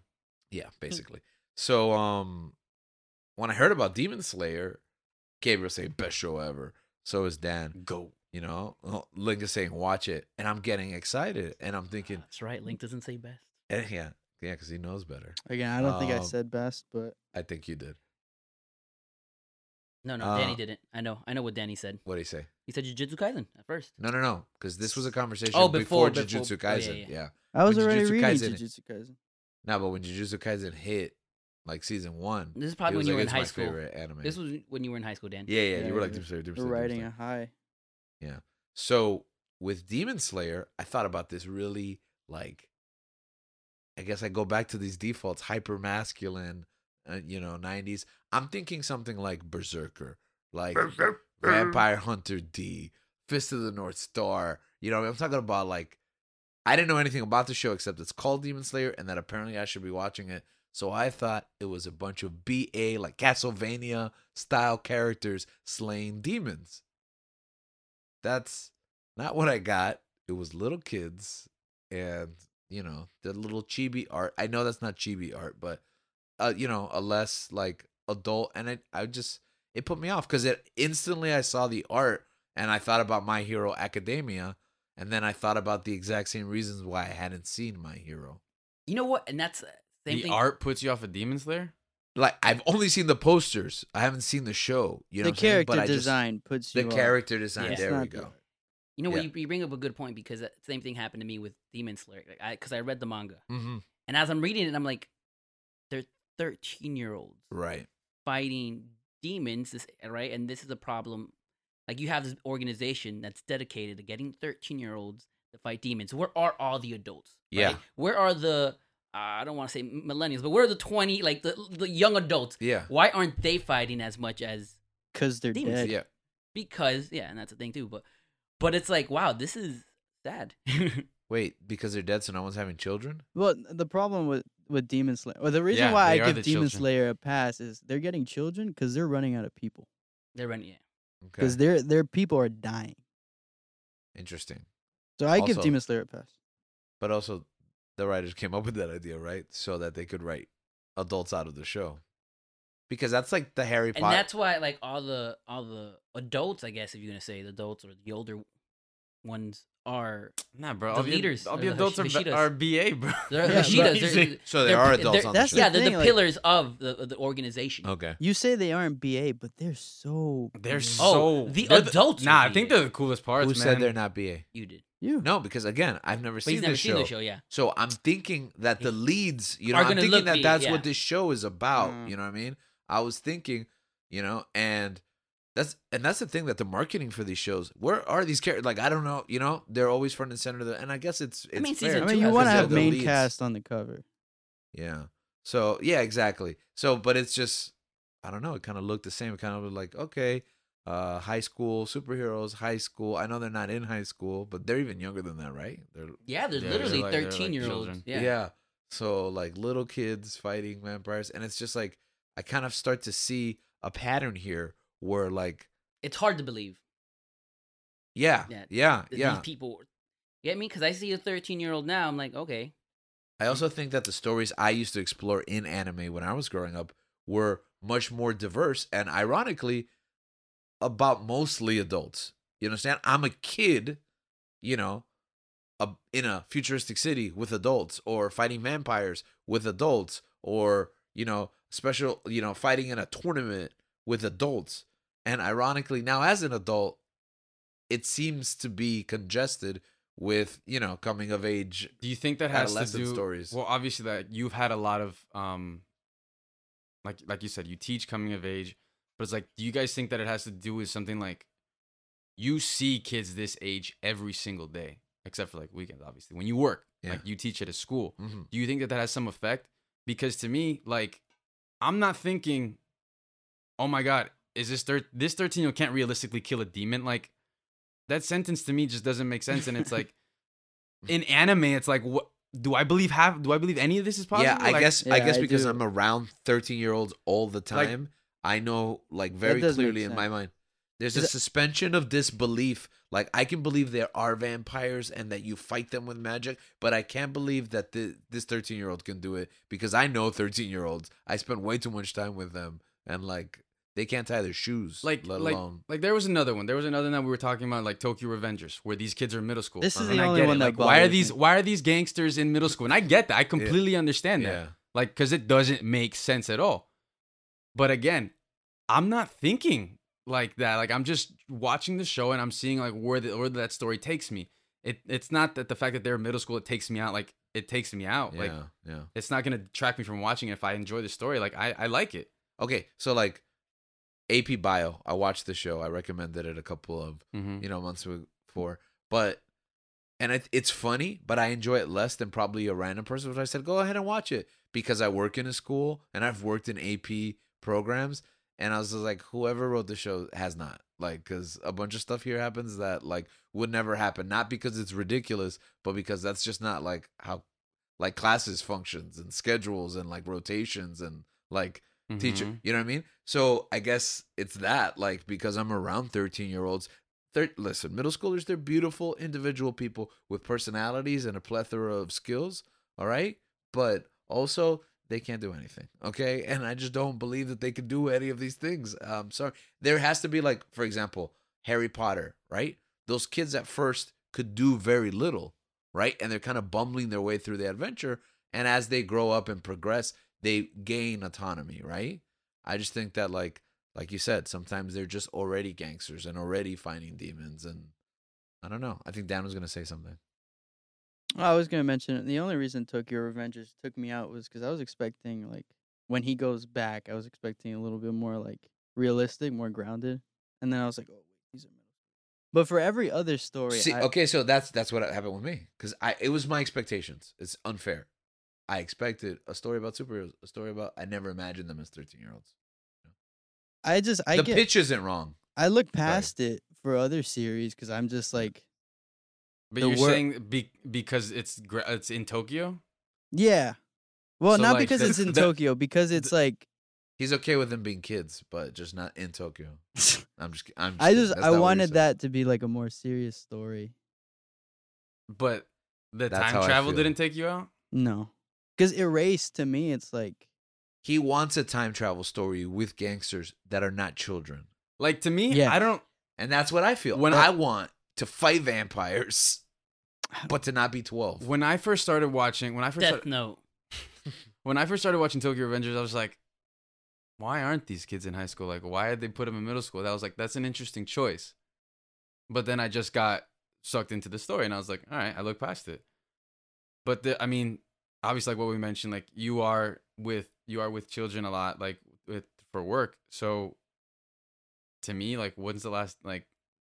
[SPEAKER 1] yeah, basically. So um, when I heard about Demon Slayer, Gabriel saying best show ever. So is Dan.
[SPEAKER 3] Go.
[SPEAKER 1] You know, Link is saying watch it, and I'm getting excited, and I'm thinking,
[SPEAKER 2] That's right. Link doesn't say best.
[SPEAKER 1] eh, yeah, yeah, because he knows better.
[SPEAKER 4] Again, I don't think I
[SPEAKER 1] Um,
[SPEAKER 4] said best, but
[SPEAKER 1] I think you did.
[SPEAKER 2] No, no,
[SPEAKER 1] Uh,
[SPEAKER 2] Danny didn't. I know. I know what Danny said.
[SPEAKER 1] What do you say?
[SPEAKER 2] He said Jujutsu Kaisen at first.
[SPEAKER 1] No, no, no, because this was a conversation
[SPEAKER 2] Oh,
[SPEAKER 1] before,
[SPEAKER 2] before- before-
[SPEAKER 1] Jujutsu
[SPEAKER 2] oh, yeah,
[SPEAKER 1] Kaisen.
[SPEAKER 2] yeah.
[SPEAKER 1] yeah.
[SPEAKER 4] I was
[SPEAKER 1] Jujutsu
[SPEAKER 4] already reading
[SPEAKER 1] Kaisen-
[SPEAKER 4] Jujutsu Kaisen.
[SPEAKER 1] No, but when Jujutsu Kaisen hit, like season one,
[SPEAKER 2] This is
[SPEAKER 1] it
[SPEAKER 2] probably when
[SPEAKER 1] was
[SPEAKER 2] you were
[SPEAKER 1] like,
[SPEAKER 2] in
[SPEAKER 1] it's
[SPEAKER 2] high
[SPEAKER 1] my
[SPEAKER 2] school.
[SPEAKER 1] favorite anime.
[SPEAKER 2] This was when you were in high school, Dan.
[SPEAKER 1] yeah, yeah,
[SPEAKER 4] Yeah,
[SPEAKER 1] you were
[SPEAKER 4] yeah.
[SPEAKER 1] like Demon Slayer, Demon
[SPEAKER 4] They're
[SPEAKER 1] Slayer, Demon
[SPEAKER 4] riding a
[SPEAKER 1] Slayer.
[SPEAKER 4] high.
[SPEAKER 1] So with Demon Slayer, I thought about this really like. I guess I go back to these defaults, hyper masculine, uh, you know, '90s. I'm thinking something like Berserker, like Vampire Hunter D, Fist of the North Star. You know, I'm talking about like I didn't know anything about the show except it's called Demon Slayer and that apparently I should be watching it. So I thought it was a bunch of BA like Castlevania style characters slaying demons. That's not what I got. It was little kids and you know, the little chibi art. I know that's not chibi art, but uh, you know, a less like adult and I I just it put me off because it instantly I saw the art and I thought about My Hero Academia, and then I thought about the exact same reasons why I hadn't seen My Hero.
[SPEAKER 2] You know what? And that's uh, same
[SPEAKER 3] the
[SPEAKER 2] thing.
[SPEAKER 3] art puts you off of Demon Slayer.
[SPEAKER 1] Like I've only seen the posters, I haven't seen the show. You know,
[SPEAKER 4] the
[SPEAKER 1] what I'm saying?
[SPEAKER 4] character
[SPEAKER 1] But I just-
[SPEAKER 4] design puts you
[SPEAKER 1] the
[SPEAKER 4] off.
[SPEAKER 1] character design.
[SPEAKER 2] Yeah.
[SPEAKER 4] It's
[SPEAKER 1] There we
[SPEAKER 4] not
[SPEAKER 1] go.
[SPEAKER 2] you know what?
[SPEAKER 1] yeah.
[SPEAKER 2] You, you bring up a good point because that same thing happened to me with Demon Slayer. Like I, because I read the manga,
[SPEAKER 1] hmm
[SPEAKER 2] and as I'm reading it, I'm like, they're 13 year olds
[SPEAKER 1] Right.
[SPEAKER 2] fighting demons, this- right? And this is a problem. Like you have this organization that's dedicated to getting 13 year olds to fight demons. Where are all the adults? right?
[SPEAKER 1] Yeah.
[SPEAKER 2] Where are the uh, I don't want to say millennials, but where are the 20 like the the young adults?
[SPEAKER 1] Yeah.
[SPEAKER 2] Why aren't they fighting as much as
[SPEAKER 4] because they're
[SPEAKER 2] Demon
[SPEAKER 4] dead.
[SPEAKER 1] Yeah.
[SPEAKER 2] because yeah, and that's a thing too. But but it's like wow, this is sad.
[SPEAKER 1] Wait, because they're dead, so no one's having children.
[SPEAKER 4] Well, the problem with with Demon Slayer, well, the reason
[SPEAKER 3] Yeah,
[SPEAKER 4] why I
[SPEAKER 3] they are
[SPEAKER 4] give
[SPEAKER 3] the
[SPEAKER 4] Demon
[SPEAKER 3] children.
[SPEAKER 4] Slayer a pass is they're getting children because they're running out of people
[SPEAKER 2] They're running. Yeah.
[SPEAKER 1] Okay.
[SPEAKER 4] because their their people are dying.
[SPEAKER 1] Interesting.
[SPEAKER 4] So I give
[SPEAKER 1] Also-
[SPEAKER 4] Demon Slayer a pass.
[SPEAKER 1] But also, the writers came up with that idea, right? So that they could write adults out of the show, because that's like the Harry
[SPEAKER 2] and
[SPEAKER 1] Potter.
[SPEAKER 2] that's why like all the all the adults i guess if you're gonna say the adults or the older
[SPEAKER 5] ones are
[SPEAKER 3] Nah, bro.
[SPEAKER 5] The
[SPEAKER 3] all the
[SPEAKER 5] leaders
[SPEAKER 3] all
[SPEAKER 5] are
[SPEAKER 3] the
[SPEAKER 5] the
[SPEAKER 3] adults are,
[SPEAKER 5] Hashi-
[SPEAKER 3] ba-
[SPEAKER 5] Hashidas.
[SPEAKER 3] are BA, bro.
[SPEAKER 5] they're
[SPEAKER 4] Yeah,
[SPEAKER 5] Hashidas.
[SPEAKER 3] but-
[SPEAKER 5] They're,
[SPEAKER 1] So there
[SPEAKER 5] they're-
[SPEAKER 1] are adults on the
[SPEAKER 4] that's
[SPEAKER 1] show.
[SPEAKER 4] the
[SPEAKER 5] yeah, they're
[SPEAKER 4] thing,
[SPEAKER 5] the
[SPEAKER 4] like-
[SPEAKER 5] pillars of the the organization.
[SPEAKER 1] Okay.
[SPEAKER 4] You say they aren't BA, but they're so
[SPEAKER 3] They're
[SPEAKER 4] BA.
[SPEAKER 3] so
[SPEAKER 5] the
[SPEAKER 3] they're
[SPEAKER 5] adults
[SPEAKER 3] Nah,
[SPEAKER 5] are
[SPEAKER 3] I think
[SPEAKER 5] BA.
[SPEAKER 3] they're the coolest parts.
[SPEAKER 1] Who
[SPEAKER 3] man.
[SPEAKER 1] said they're not BA?
[SPEAKER 5] You did,
[SPEAKER 4] you.
[SPEAKER 1] No, because again, I've never
[SPEAKER 5] but
[SPEAKER 1] seen
[SPEAKER 5] he's never
[SPEAKER 1] this
[SPEAKER 5] seen
[SPEAKER 1] show.
[SPEAKER 5] the show. Yeah,
[SPEAKER 1] So I'm thinking that the leads, you know,
[SPEAKER 5] Are
[SPEAKER 1] I'm
[SPEAKER 5] gonna
[SPEAKER 1] thinking
[SPEAKER 5] look
[SPEAKER 1] that
[SPEAKER 5] me,
[SPEAKER 1] that's
[SPEAKER 5] yeah.
[SPEAKER 1] what this show is about.
[SPEAKER 4] Mm.
[SPEAKER 1] You know what I mean? I was thinking, you know, and that's and that's the thing that the marketing for these shows. Where are these characters? Like I don't know. You know, they're always front and center. Of the, and I guess it's. it's
[SPEAKER 5] mean,
[SPEAKER 1] fair.
[SPEAKER 5] season
[SPEAKER 4] I
[SPEAKER 5] two
[SPEAKER 4] mean, you
[SPEAKER 5] has
[SPEAKER 4] want to
[SPEAKER 5] the-
[SPEAKER 4] have
[SPEAKER 1] the
[SPEAKER 4] main
[SPEAKER 1] leads.
[SPEAKER 4] cast on the cover.
[SPEAKER 1] Yeah. So yeah, exactly. So but it's just I don't know, it kind of looked the same. It kind of was like, okay, uh high school superheroes, high school. I know they're not in high school, but they're even younger than that, right? They're
[SPEAKER 5] yeah. There's
[SPEAKER 3] Yeah, they're
[SPEAKER 5] literally
[SPEAKER 3] like- they're like
[SPEAKER 5] thirteen year olds.
[SPEAKER 3] children.
[SPEAKER 1] yeah.
[SPEAKER 5] Yeah.
[SPEAKER 1] So like little kids fighting vampires and it's just like I kind of start to see a pattern here where like
[SPEAKER 5] it's hard to believe
[SPEAKER 1] yeah, yeah,
[SPEAKER 5] Yeah,
[SPEAKER 1] yeah.
[SPEAKER 5] that these people. You get me? Because I see a thirteen year old now. I'm like, okay,
[SPEAKER 1] I also think that the stories I used to explore in anime when I was growing up were much more diverse and ironically about mostly adults. You understand? I'm a kid, you know, a, in a futuristic city with adults or fighting vampires with adults or, you know, special, you know, fighting in a tournament with adults. And ironically, now as an adult, it seems to be congested with, you know, coming of age
[SPEAKER 3] Do you think that has to
[SPEAKER 1] Adolescent
[SPEAKER 3] do?
[SPEAKER 1] stories.
[SPEAKER 3] Well, obviously that you've had a lot of um, like like you said, you teach coming of age, but it's like, do you guys think that it has to do with something like you see kids this age every single day, except for like weekends, obviously. When you work,
[SPEAKER 1] Yeah.
[SPEAKER 3] like you teach at a school,
[SPEAKER 1] Mhm.
[SPEAKER 3] do you think that that has some effect? Because to me, like, I'm not thinking, oh my god, is this thir- this 13 year old can't realistically kill a demon? Like, that sentence to me just doesn't make sense, and it's like, in anime, it's like, what do I believe? Have do I believe any of this is possible?
[SPEAKER 1] Yeah, I
[SPEAKER 3] Like,
[SPEAKER 1] guess I
[SPEAKER 4] Yeah,
[SPEAKER 1] guess
[SPEAKER 4] I
[SPEAKER 1] because
[SPEAKER 4] do.
[SPEAKER 1] I'm around 13 year olds all the
[SPEAKER 3] Like-
[SPEAKER 1] time, I know like very
[SPEAKER 4] does make
[SPEAKER 1] clearly in my
[SPEAKER 4] sense.
[SPEAKER 1] mind. There's a
[SPEAKER 4] Is it-
[SPEAKER 1] suspension of disbelief. Like I can believe there are vampires and that you fight them with magic, but I can't believe that thi- this 13 year old can do it because I know 13 year olds. I spend way too much time with them, and like they can't tie their shoes,
[SPEAKER 3] Like,
[SPEAKER 1] let
[SPEAKER 3] like,
[SPEAKER 1] alone.
[SPEAKER 3] like, there was another one. There was another that we were talking about, like Tokyo Revengers, where these kids are in middle school.
[SPEAKER 4] This is
[SPEAKER 3] uh, And
[SPEAKER 4] the
[SPEAKER 3] I
[SPEAKER 4] only
[SPEAKER 3] get
[SPEAKER 4] one that
[SPEAKER 3] Like, why are
[SPEAKER 4] bothers
[SPEAKER 3] these
[SPEAKER 4] me.
[SPEAKER 3] Why are these gangsters in middle school? And I get that. I completely understand that.
[SPEAKER 1] Yeah,
[SPEAKER 3] like because it doesn't make sense at all but again i'm not thinking like that like i'm just watching the show and i'm seeing like where the, where that story takes me it it's not that the fact that they're in middle school it takes me out like it takes me out Oh, like
[SPEAKER 1] yeah, yeah.
[SPEAKER 3] it's not gonna detract me from watching it if i enjoy the story like i i like it
[SPEAKER 1] Okay, so like AP Bio, I watched the show. I recommended it a couple of
[SPEAKER 3] mm-hmm.
[SPEAKER 1] you know months before but and it, it's funny but i enjoy it less than probably a random person but i said go ahead and watch it because i work in a school and i've worked in ap programs and i was just like whoever wrote the show has not like because a bunch of stuff here happens that like would never happen not because it's ridiculous but because that's just not like how like classes functions and schedules and like rotations and like
[SPEAKER 3] Mm-hmm.
[SPEAKER 1] teacher. You know what I mean? So I guess it's that, like, because I'm around 13 year olds. Thir- listen, middle schoolers, they're beautiful individual people with personalities and a plethora of skills. All right. But also, they can't do anything. Okay. And I just don't believe that they can do any of these things. Um, sorry. There has to be, like, for example, Harry Potter, right? Those kids at first could do very little, right? And they're kind of bumbling their way through the adventure. And as they grow up and progress, they gain autonomy, right? I just think that like like you said, sometimes they're just already gangsters and already finding demons and I don't know. I think Dan was gonna say something.
[SPEAKER 4] I was gonna mention it. The only reason Tokyo Revengers took me out was because I was expecting like when he goes back, I was expecting a little bit more like realistic, more grounded, and then I was like, oh, these are middle. But for every other story,
[SPEAKER 1] See,
[SPEAKER 4] I,
[SPEAKER 1] okay, so that's that's what happened with me because I it was my expectations. It's unfair. I expected a story about superheroes, a story about I never imagined them as thirteen year olds.
[SPEAKER 4] I just I
[SPEAKER 1] The
[SPEAKER 4] get,
[SPEAKER 1] pitch isn't wrong.
[SPEAKER 4] I look past it for other series because I'm just like,
[SPEAKER 3] but
[SPEAKER 4] The
[SPEAKER 3] you're
[SPEAKER 4] wor-
[SPEAKER 3] saying be- because it's gra- it's in tokyo
[SPEAKER 4] yeah. Well,
[SPEAKER 3] So,
[SPEAKER 4] not
[SPEAKER 3] like,
[SPEAKER 4] because
[SPEAKER 3] the-
[SPEAKER 4] it's in
[SPEAKER 3] the-
[SPEAKER 4] Tokyo, because it's like
[SPEAKER 1] He's okay with them being kids, but just not in Tokyo. I'm just. ki- I'm just
[SPEAKER 4] I
[SPEAKER 1] kidding.
[SPEAKER 4] just
[SPEAKER 1] That's
[SPEAKER 4] I
[SPEAKER 1] not what you
[SPEAKER 4] wanted
[SPEAKER 1] said.
[SPEAKER 4] that to be like a more serious story.
[SPEAKER 3] but the
[SPEAKER 1] That's how I
[SPEAKER 3] time travel
[SPEAKER 1] feel.
[SPEAKER 3] didn't take you out
[SPEAKER 4] No, because erase to me, it's like
[SPEAKER 1] He wants a time travel story with gangsters that are not children.
[SPEAKER 3] like to me
[SPEAKER 4] Yes.
[SPEAKER 3] i don't
[SPEAKER 1] And that's what I feel. When
[SPEAKER 3] When
[SPEAKER 1] I,
[SPEAKER 3] I-
[SPEAKER 1] want to fight vampires, but to not be twelve.
[SPEAKER 3] When I first started watching, when I first
[SPEAKER 5] Death
[SPEAKER 3] started,
[SPEAKER 5] Note.
[SPEAKER 3] when I first started watching Tokyo Avengers, I was like, why aren't these kids in high school? Like, why did they put them in middle school? That was like, that's an interesting choice. But then I just got sucked into the story, and I was like, all right, I looked past it. But the, I mean, obviously, like what we mentioned, like you are with you are with children a lot, like with for work. So to me, like, when's the last like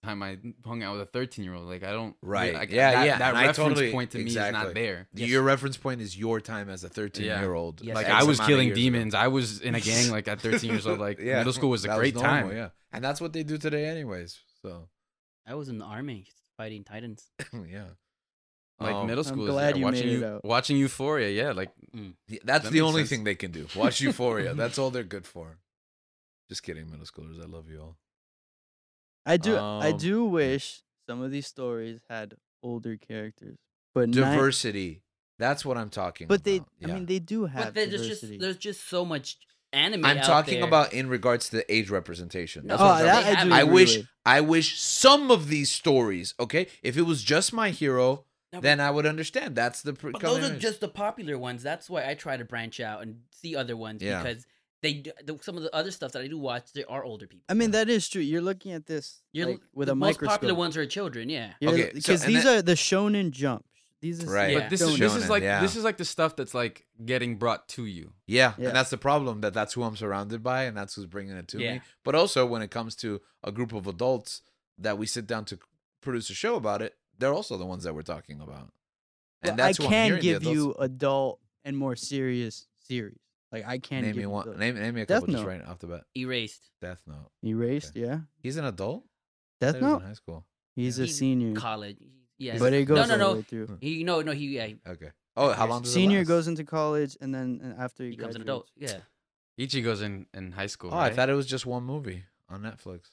[SPEAKER 3] time I hung out with a thirteen year old? Like, I don't
[SPEAKER 1] Right.
[SPEAKER 3] like,
[SPEAKER 1] Yeah,
[SPEAKER 3] that,
[SPEAKER 1] yeah.
[SPEAKER 3] That
[SPEAKER 1] And I
[SPEAKER 3] reference
[SPEAKER 1] totally-
[SPEAKER 3] point to me is
[SPEAKER 1] exactly.
[SPEAKER 3] not there.
[SPEAKER 1] Your reference point is your time as a thirteen-year-old.
[SPEAKER 5] Yes.
[SPEAKER 3] Like
[SPEAKER 5] X
[SPEAKER 3] I was
[SPEAKER 1] amount of
[SPEAKER 3] killing
[SPEAKER 1] years ago.
[SPEAKER 3] demons. I was in a gang like at 13 years old. Like
[SPEAKER 1] Yeah,
[SPEAKER 3] middle school was a
[SPEAKER 1] that
[SPEAKER 3] great
[SPEAKER 1] normal,
[SPEAKER 3] time.
[SPEAKER 1] Yeah, and that's what they do today, anyways. So
[SPEAKER 5] I was in the army fighting Titans.
[SPEAKER 1] yeah,
[SPEAKER 3] Like
[SPEAKER 1] Um,
[SPEAKER 3] middle
[SPEAKER 4] Oh, I'm
[SPEAKER 3] school. is
[SPEAKER 4] glad
[SPEAKER 3] there.
[SPEAKER 4] you
[SPEAKER 3] watching
[SPEAKER 4] made it out.
[SPEAKER 3] watching Euphoria. Yeah, like
[SPEAKER 1] Yeah, That's
[SPEAKER 3] That
[SPEAKER 1] the
[SPEAKER 3] makes
[SPEAKER 1] only
[SPEAKER 3] sense.
[SPEAKER 1] thing they can do. Watch Euphoria. That's all they're good for. Just kidding, middle schoolers. I love you all.
[SPEAKER 4] I do. I
[SPEAKER 1] Um,
[SPEAKER 4] do wish some of these stories had older characters, but not-
[SPEAKER 1] Diversity. That's what I'm talking
[SPEAKER 4] but they.
[SPEAKER 1] about. Yeah.
[SPEAKER 4] I mean, they do have
[SPEAKER 5] But there's just
[SPEAKER 4] diversity.
[SPEAKER 5] there's just so much anime.
[SPEAKER 1] I'm
[SPEAKER 5] out
[SPEAKER 1] talking
[SPEAKER 5] there.
[SPEAKER 1] about in regards to age representation.
[SPEAKER 5] No,
[SPEAKER 1] That's what I'm
[SPEAKER 4] oh,
[SPEAKER 1] talking
[SPEAKER 4] that
[SPEAKER 5] they
[SPEAKER 4] I
[SPEAKER 5] have
[SPEAKER 4] do.
[SPEAKER 5] it.
[SPEAKER 1] I
[SPEAKER 4] agree
[SPEAKER 1] wish
[SPEAKER 4] with.
[SPEAKER 1] I wish some of these stories, okay? If it was just my hero,
[SPEAKER 5] No, but-
[SPEAKER 1] then I would understand. That's the pre-
[SPEAKER 5] But those are just the popular ones. That's why I try to branch out and see other ones
[SPEAKER 1] Yeah.
[SPEAKER 5] because they do, the, some of the other stuff that I do watch there are older people.
[SPEAKER 4] I mean, that is true. You're looking at this
[SPEAKER 5] You're,
[SPEAKER 4] like, with
[SPEAKER 5] the
[SPEAKER 4] a
[SPEAKER 5] most
[SPEAKER 4] microscope.
[SPEAKER 5] popular ones are children. Yeah.
[SPEAKER 1] Okay, so-
[SPEAKER 4] because
[SPEAKER 1] and
[SPEAKER 4] these
[SPEAKER 1] that-
[SPEAKER 4] are the Shonen Jump. These are
[SPEAKER 1] Right.
[SPEAKER 5] Yeah.
[SPEAKER 3] but this is
[SPEAKER 4] Shonen.
[SPEAKER 3] this is
[SPEAKER 1] Shonen,
[SPEAKER 3] like
[SPEAKER 1] yeah.
[SPEAKER 3] this is like the stuff that's like getting brought to you.
[SPEAKER 1] yeah,
[SPEAKER 4] Yeah.
[SPEAKER 1] and that's the problem that that's who I'm surrounded by and that's who's bringing it to
[SPEAKER 5] Yeah.
[SPEAKER 1] me. But also when it comes to a group of adults that we sit down to produce a show about it, they're also the ones that we're talking about. And
[SPEAKER 4] But
[SPEAKER 1] that's
[SPEAKER 4] I
[SPEAKER 1] who I'm
[SPEAKER 4] can
[SPEAKER 1] hearing, the
[SPEAKER 4] give
[SPEAKER 1] adults.
[SPEAKER 4] you adult and more serious series. Like I can
[SPEAKER 1] name
[SPEAKER 4] give
[SPEAKER 1] me
[SPEAKER 4] you
[SPEAKER 1] one.
[SPEAKER 4] those.
[SPEAKER 1] Name, name me a
[SPEAKER 4] Death
[SPEAKER 1] couple just
[SPEAKER 4] Note.
[SPEAKER 1] right off the bat.
[SPEAKER 5] Erased.
[SPEAKER 1] Death Note.
[SPEAKER 4] Erased, yeah.
[SPEAKER 1] He's an adult. I thought
[SPEAKER 4] Death
[SPEAKER 1] he was
[SPEAKER 4] Note.
[SPEAKER 1] in high school.
[SPEAKER 4] He's a
[SPEAKER 5] He's
[SPEAKER 4] senior,
[SPEAKER 5] College. Yeah.
[SPEAKER 4] Mm. but it goes
[SPEAKER 5] no,
[SPEAKER 4] all
[SPEAKER 5] no,
[SPEAKER 4] the
[SPEAKER 5] no.
[SPEAKER 4] way through.
[SPEAKER 5] He, no, no. He yeah.
[SPEAKER 1] Okay. Oh, how long does
[SPEAKER 4] Senior
[SPEAKER 1] it last?
[SPEAKER 4] goes into college, and then and after
[SPEAKER 5] He
[SPEAKER 4] he
[SPEAKER 5] becomes an adult.
[SPEAKER 4] graduates.
[SPEAKER 5] Yeah.
[SPEAKER 3] Ichigo's in in high school.
[SPEAKER 1] Oh, I
[SPEAKER 3] right?
[SPEAKER 1] thought it was just one movie on Netflix.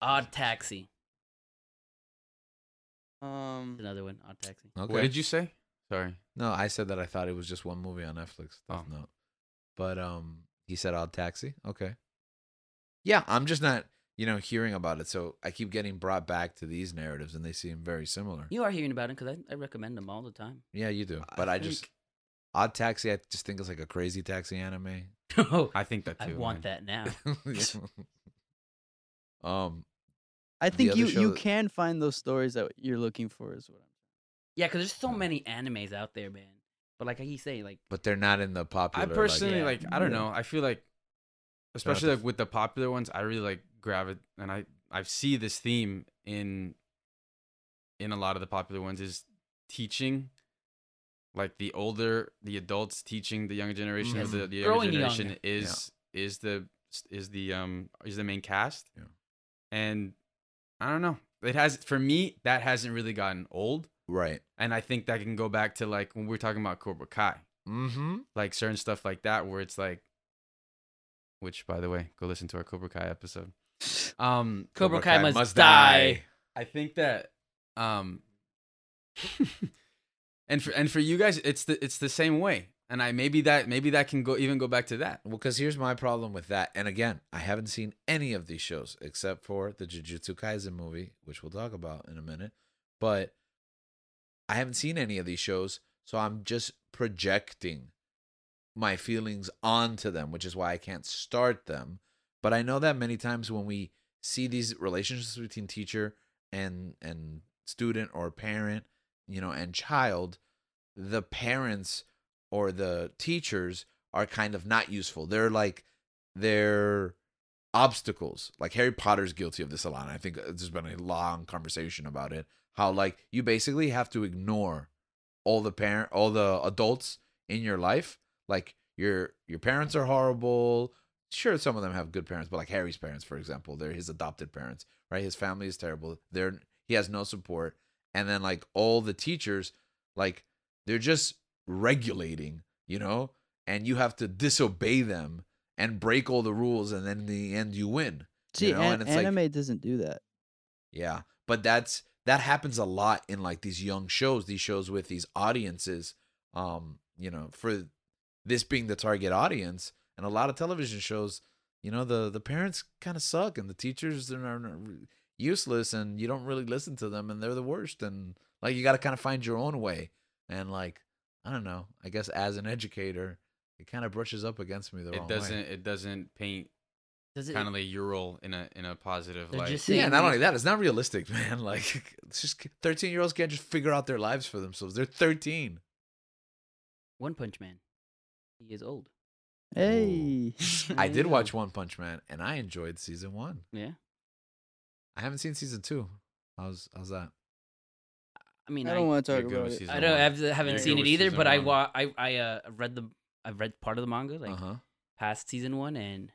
[SPEAKER 5] Odd Taxi.
[SPEAKER 4] Um,
[SPEAKER 5] Another one. Odd Taxi.
[SPEAKER 1] Okay.
[SPEAKER 3] What did you say? Sorry.
[SPEAKER 1] No, I said that I thought it was just one movie on Netflix. Death
[SPEAKER 3] Oh.
[SPEAKER 1] Note. But um, he said Odd Taxi. Okay. Yeah, I'm just not, you know, hearing about it. So I keep getting brought back to these narratives, and they seem very similar.
[SPEAKER 5] You are hearing about it because I, I recommend them all the time.
[SPEAKER 1] yeah, you do. But I, just
[SPEAKER 3] think-
[SPEAKER 1] Odd Taxi. I just think it's like a crazy taxi anime.
[SPEAKER 5] I,
[SPEAKER 3] I think that too.
[SPEAKER 5] want
[SPEAKER 3] man.
[SPEAKER 5] that now.
[SPEAKER 1] um.
[SPEAKER 4] I
[SPEAKER 1] The
[SPEAKER 4] think
[SPEAKER 1] other
[SPEAKER 4] you
[SPEAKER 1] show
[SPEAKER 4] you
[SPEAKER 1] that-
[SPEAKER 4] can find those stories that you're looking for as well.
[SPEAKER 5] Yeah, because there's so
[SPEAKER 1] Yeah.
[SPEAKER 5] many animes out there, man. But like he say, like
[SPEAKER 1] but they're not in the popular.
[SPEAKER 3] I
[SPEAKER 1] like-
[SPEAKER 3] personally
[SPEAKER 5] yeah.
[SPEAKER 3] like, I don't
[SPEAKER 4] Yeah.
[SPEAKER 3] know. I feel like especially like with the popular ones, I really like gravitate and I I see this theme in in a lot of the popular ones is teaching like the older the adults teaching the younger generation
[SPEAKER 1] Mhm.
[SPEAKER 3] or the, the
[SPEAKER 5] Growing
[SPEAKER 3] younger
[SPEAKER 5] young.
[SPEAKER 3] generation is is the is the um is the main cast.
[SPEAKER 1] Yeah.
[SPEAKER 3] And I don't know. It has for me that hasn't really gotten old
[SPEAKER 1] right.
[SPEAKER 3] and I think that can go back to like when we were talking about Cobra Kai
[SPEAKER 1] Mm-hmm.
[SPEAKER 3] like certain stuff like that where it's like which by the way go listen to our cobra kai episode um
[SPEAKER 5] Cobra Kai must, die.
[SPEAKER 3] i think that um and for and for you guys it's the it's the same way and i maybe that maybe that can go even go back to that
[SPEAKER 1] Well, because here's my problem with that. And again, I haven't seen any of these shows except for the Jujutsu Kaisen movie, which we'll talk about in a minute. But I haven't seen any of these shows, so I'm just projecting my feelings onto them, which is why I can't start them. But I know that many times when we see these relationships between teacher and and student or parent, you know, and child, the parents or the teachers are kind of not useful. They're like they're obstacles. Like Harry Potter's guilty of this a lot. And I think uh, there's been a long conversation about it. How like you basically have to ignore all the parent all the adults in your life. Like your your parents are horrible. Sure, some of them have good parents, but like Harry's parents, for example, they're his adopted parents, right? His family is terrible. They're he has no support. And then like all the teachers, like they're just regulating, you know? and you have to disobey them and break all the rules and then in the end you win
[SPEAKER 4] See,
[SPEAKER 1] You know,
[SPEAKER 4] an-
[SPEAKER 1] and it's like-
[SPEAKER 4] anime doesn't do that.
[SPEAKER 1] yeah but that's that happens a lot in like these young shows these shows with these audiences um you know for this being the target audience and a lot of television shows you know the the parents kind of suck and the teachers they're not, useless and you don't really listen to them and they're the worst and like you got to kind of find your own way and like I don't know. I guess as an educator, it kind of brushes up against me the wrong
[SPEAKER 3] It doesn't.
[SPEAKER 1] way.
[SPEAKER 3] It doesn't paint
[SPEAKER 2] Does it?
[SPEAKER 3] kind of like your role in a in a positive
[SPEAKER 2] They're
[SPEAKER 3] light.
[SPEAKER 2] just
[SPEAKER 1] Yeah,
[SPEAKER 2] saying
[SPEAKER 1] not
[SPEAKER 2] like-
[SPEAKER 1] only that, it's not realistic, man. Like, it's just 13 year olds can't just figure out their lives for themselves. They're 13.
[SPEAKER 2] One Punch Man. He is old.
[SPEAKER 4] Hey.
[SPEAKER 1] I did watch One Punch Man and I enjoyed season one.
[SPEAKER 2] Yeah.
[SPEAKER 1] I haven't seen season two. How's how's that?
[SPEAKER 2] I mean,
[SPEAKER 4] I
[SPEAKER 2] I,
[SPEAKER 4] don't want to
[SPEAKER 3] You're
[SPEAKER 4] talk
[SPEAKER 3] good
[SPEAKER 4] about
[SPEAKER 3] with
[SPEAKER 4] it.
[SPEAKER 3] season
[SPEAKER 2] I don't.
[SPEAKER 3] one.
[SPEAKER 2] I haven't-
[SPEAKER 3] You're
[SPEAKER 2] haven't seen
[SPEAKER 3] good
[SPEAKER 2] it
[SPEAKER 3] with
[SPEAKER 2] either,
[SPEAKER 3] season
[SPEAKER 2] but I
[SPEAKER 3] one.
[SPEAKER 2] wa- I I uh, read the. I read part of the manga, like
[SPEAKER 1] Uh huh.
[SPEAKER 2] past season one, and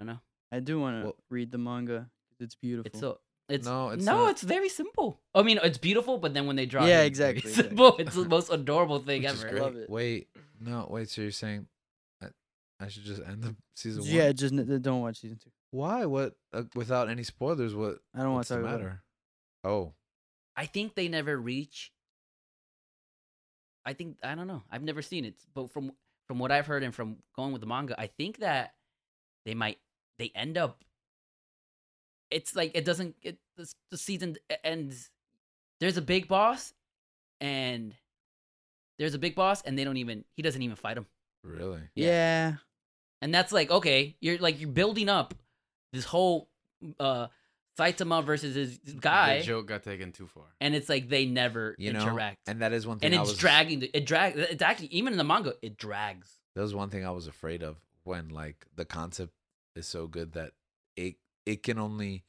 [SPEAKER 2] I don't know.
[SPEAKER 4] I do want to
[SPEAKER 1] Well-
[SPEAKER 4] read the manga. It's beautiful.
[SPEAKER 2] It's so. It's
[SPEAKER 1] No,
[SPEAKER 2] no,
[SPEAKER 1] it's
[SPEAKER 2] it's
[SPEAKER 1] not.
[SPEAKER 2] very simple. I mean, it's beautiful, but then when they draw,
[SPEAKER 4] Yeah,
[SPEAKER 2] it, it's very
[SPEAKER 4] exactly, exactly.
[SPEAKER 2] Simple. It's the most adorable thing
[SPEAKER 1] Which is
[SPEAKER 2] ever.
[SPEAKER 1] great.
[SPEAKER 4] Love it.
[SPEAKER 1] Wait, no, wait. So you're saying I, I should just end the season one?
[SPEAKER 4] yeah, just n- don't watch season two.
[SPEAKER 1] Why? What? Uh, without any spoilers? What?
[SPEAKER 4] I don't want
[SPEAKER 1] what's
[SPEAKER 4] to
[SPEAKER 1] the
[SPEAKER 4] talk about it.
[SPEAKER 1] matter? Oh,
[SPEAKER 2] I think they never reach. I think I don't know. I've never seen it, but from from what I've heard and from going with the manga, I think that they might they end up. It's like it doesn't. It the, s- the season e- ends. There's a big boss, and there's a big boss, and they don't even. He doesn't even fight him.
[SPEAKER 1] really?
[SPEAKER 2] Yeah.
[SPEAKER 4] Yeah.
[SPEAKER 2] And that's like, okay, you're like you're building up this whole uh Saitama versus this guy
[SPEAKER 3] The joke got taken too far.
[SPEAKER 2] and it's like they never
[SPEAKER 1] You know,
[SPEAKER 2] interact. and
[SPEAKER 1] and that is one thing. I
[SPEAKER 2] it's
[SPEAKER 1] was,
[SPEAKER 2] dragging the, it drags it's actually even in the manga it drags.
[SPEAKER 1] That was one thing I was afraid of when like the concept is so good that it it can only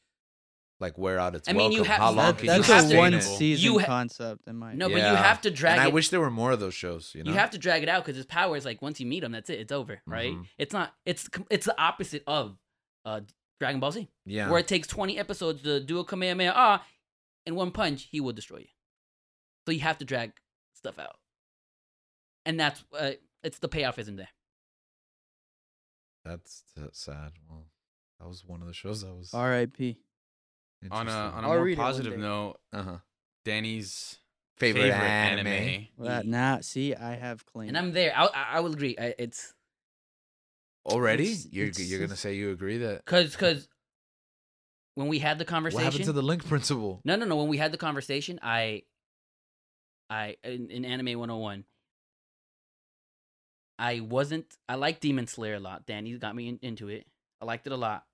[SPEAKER 1] like wear out its
[SPEAKER 2] I mean, you
[SPEAKER 1] welcome.
[SPEAKER 2] have-
[SPEAKER 1] How long
[SPEAKER 4] That,
[SPEAKER 1] can
[SPEAKER 2] you
[SPEAKER 4] that's
[SPEAKER 1] you
[SPEAKER 2] have
[SPEAKER 4] a
[SPEAKER 1] sustain
[SPEAKER 4] one
[SPEAKER 1] it?
[SPEAKER 4] season
[SPEAKER 2] You ha-
[SPEAKER 4] concept in my
[SPEAKER 2] No, but
[SPEAKER 1] Yeah.
[SPEAKER 2] you have to drag
[SPEAKER 1] And I
[SPEAKER 2] it.
[SPEAKER 1] wish there were more of those shows. You
[SPEAKER 2] you,
[SPEAKER 1] know,
[SPEAKER 2] have to drag it out cuz his power is like once you meet him that's it, it's over, right?
[SPEAKER 1] Mhm.
[SPEAKER 2] It's not it's com- it's the opposite of uh Dragon Ball Z
[SPEAKER 1] yeah.
[SPEAKER 2] where it takes 20 episodes to do a Kamehameha ah in one punch, he will destroy you. So you have to drag stuff out. And that's uh, it's the payoff isn't there.
[SPEAKER 1] That's, that's sad. Well, that was one of the shows I was
[SPEAKER 4] R.I.P.
[SPEAKER 3] On a Uh-huh. on a
[SPEAKER 4] I'll
[SPEAKER 3] more
[SPEAKER 4] read it one
[SPEAKER 3] positive
[SPEAKER 4] day.
[SPEAKER 3] note,
[SPEAKER 1] uh huh
[SPEAKER 3] Danny's
[SPEAKER 1] favorite,
[SPEAKER 3] favorite
[SPEAKER 1] anime.
[SPEAKER 4] Well, that, nah, see, I have claims.
[SPEAKER 2] And I'm there. I I, I will agree. I, it's
[SPEAKER 1] already.
[SPEAKER 4] It's-
[SPEAKER 1] you're
[SPEAKER 4] it's-
[SPEAKER 1] you're gonna say you agree that
[SPEAKER 2] cuz cuz when we had the
[SPEAKER 1] what
[SPEAKER 2] conversation
[SPEAKER 1] happened to the link principle?
[SPEAKER 2] No, no, no, when we had the conversation, I I in, in anime 101 I wasn't I like Demon Slayer a lot. Danny got me in, into it. I liked it a lot.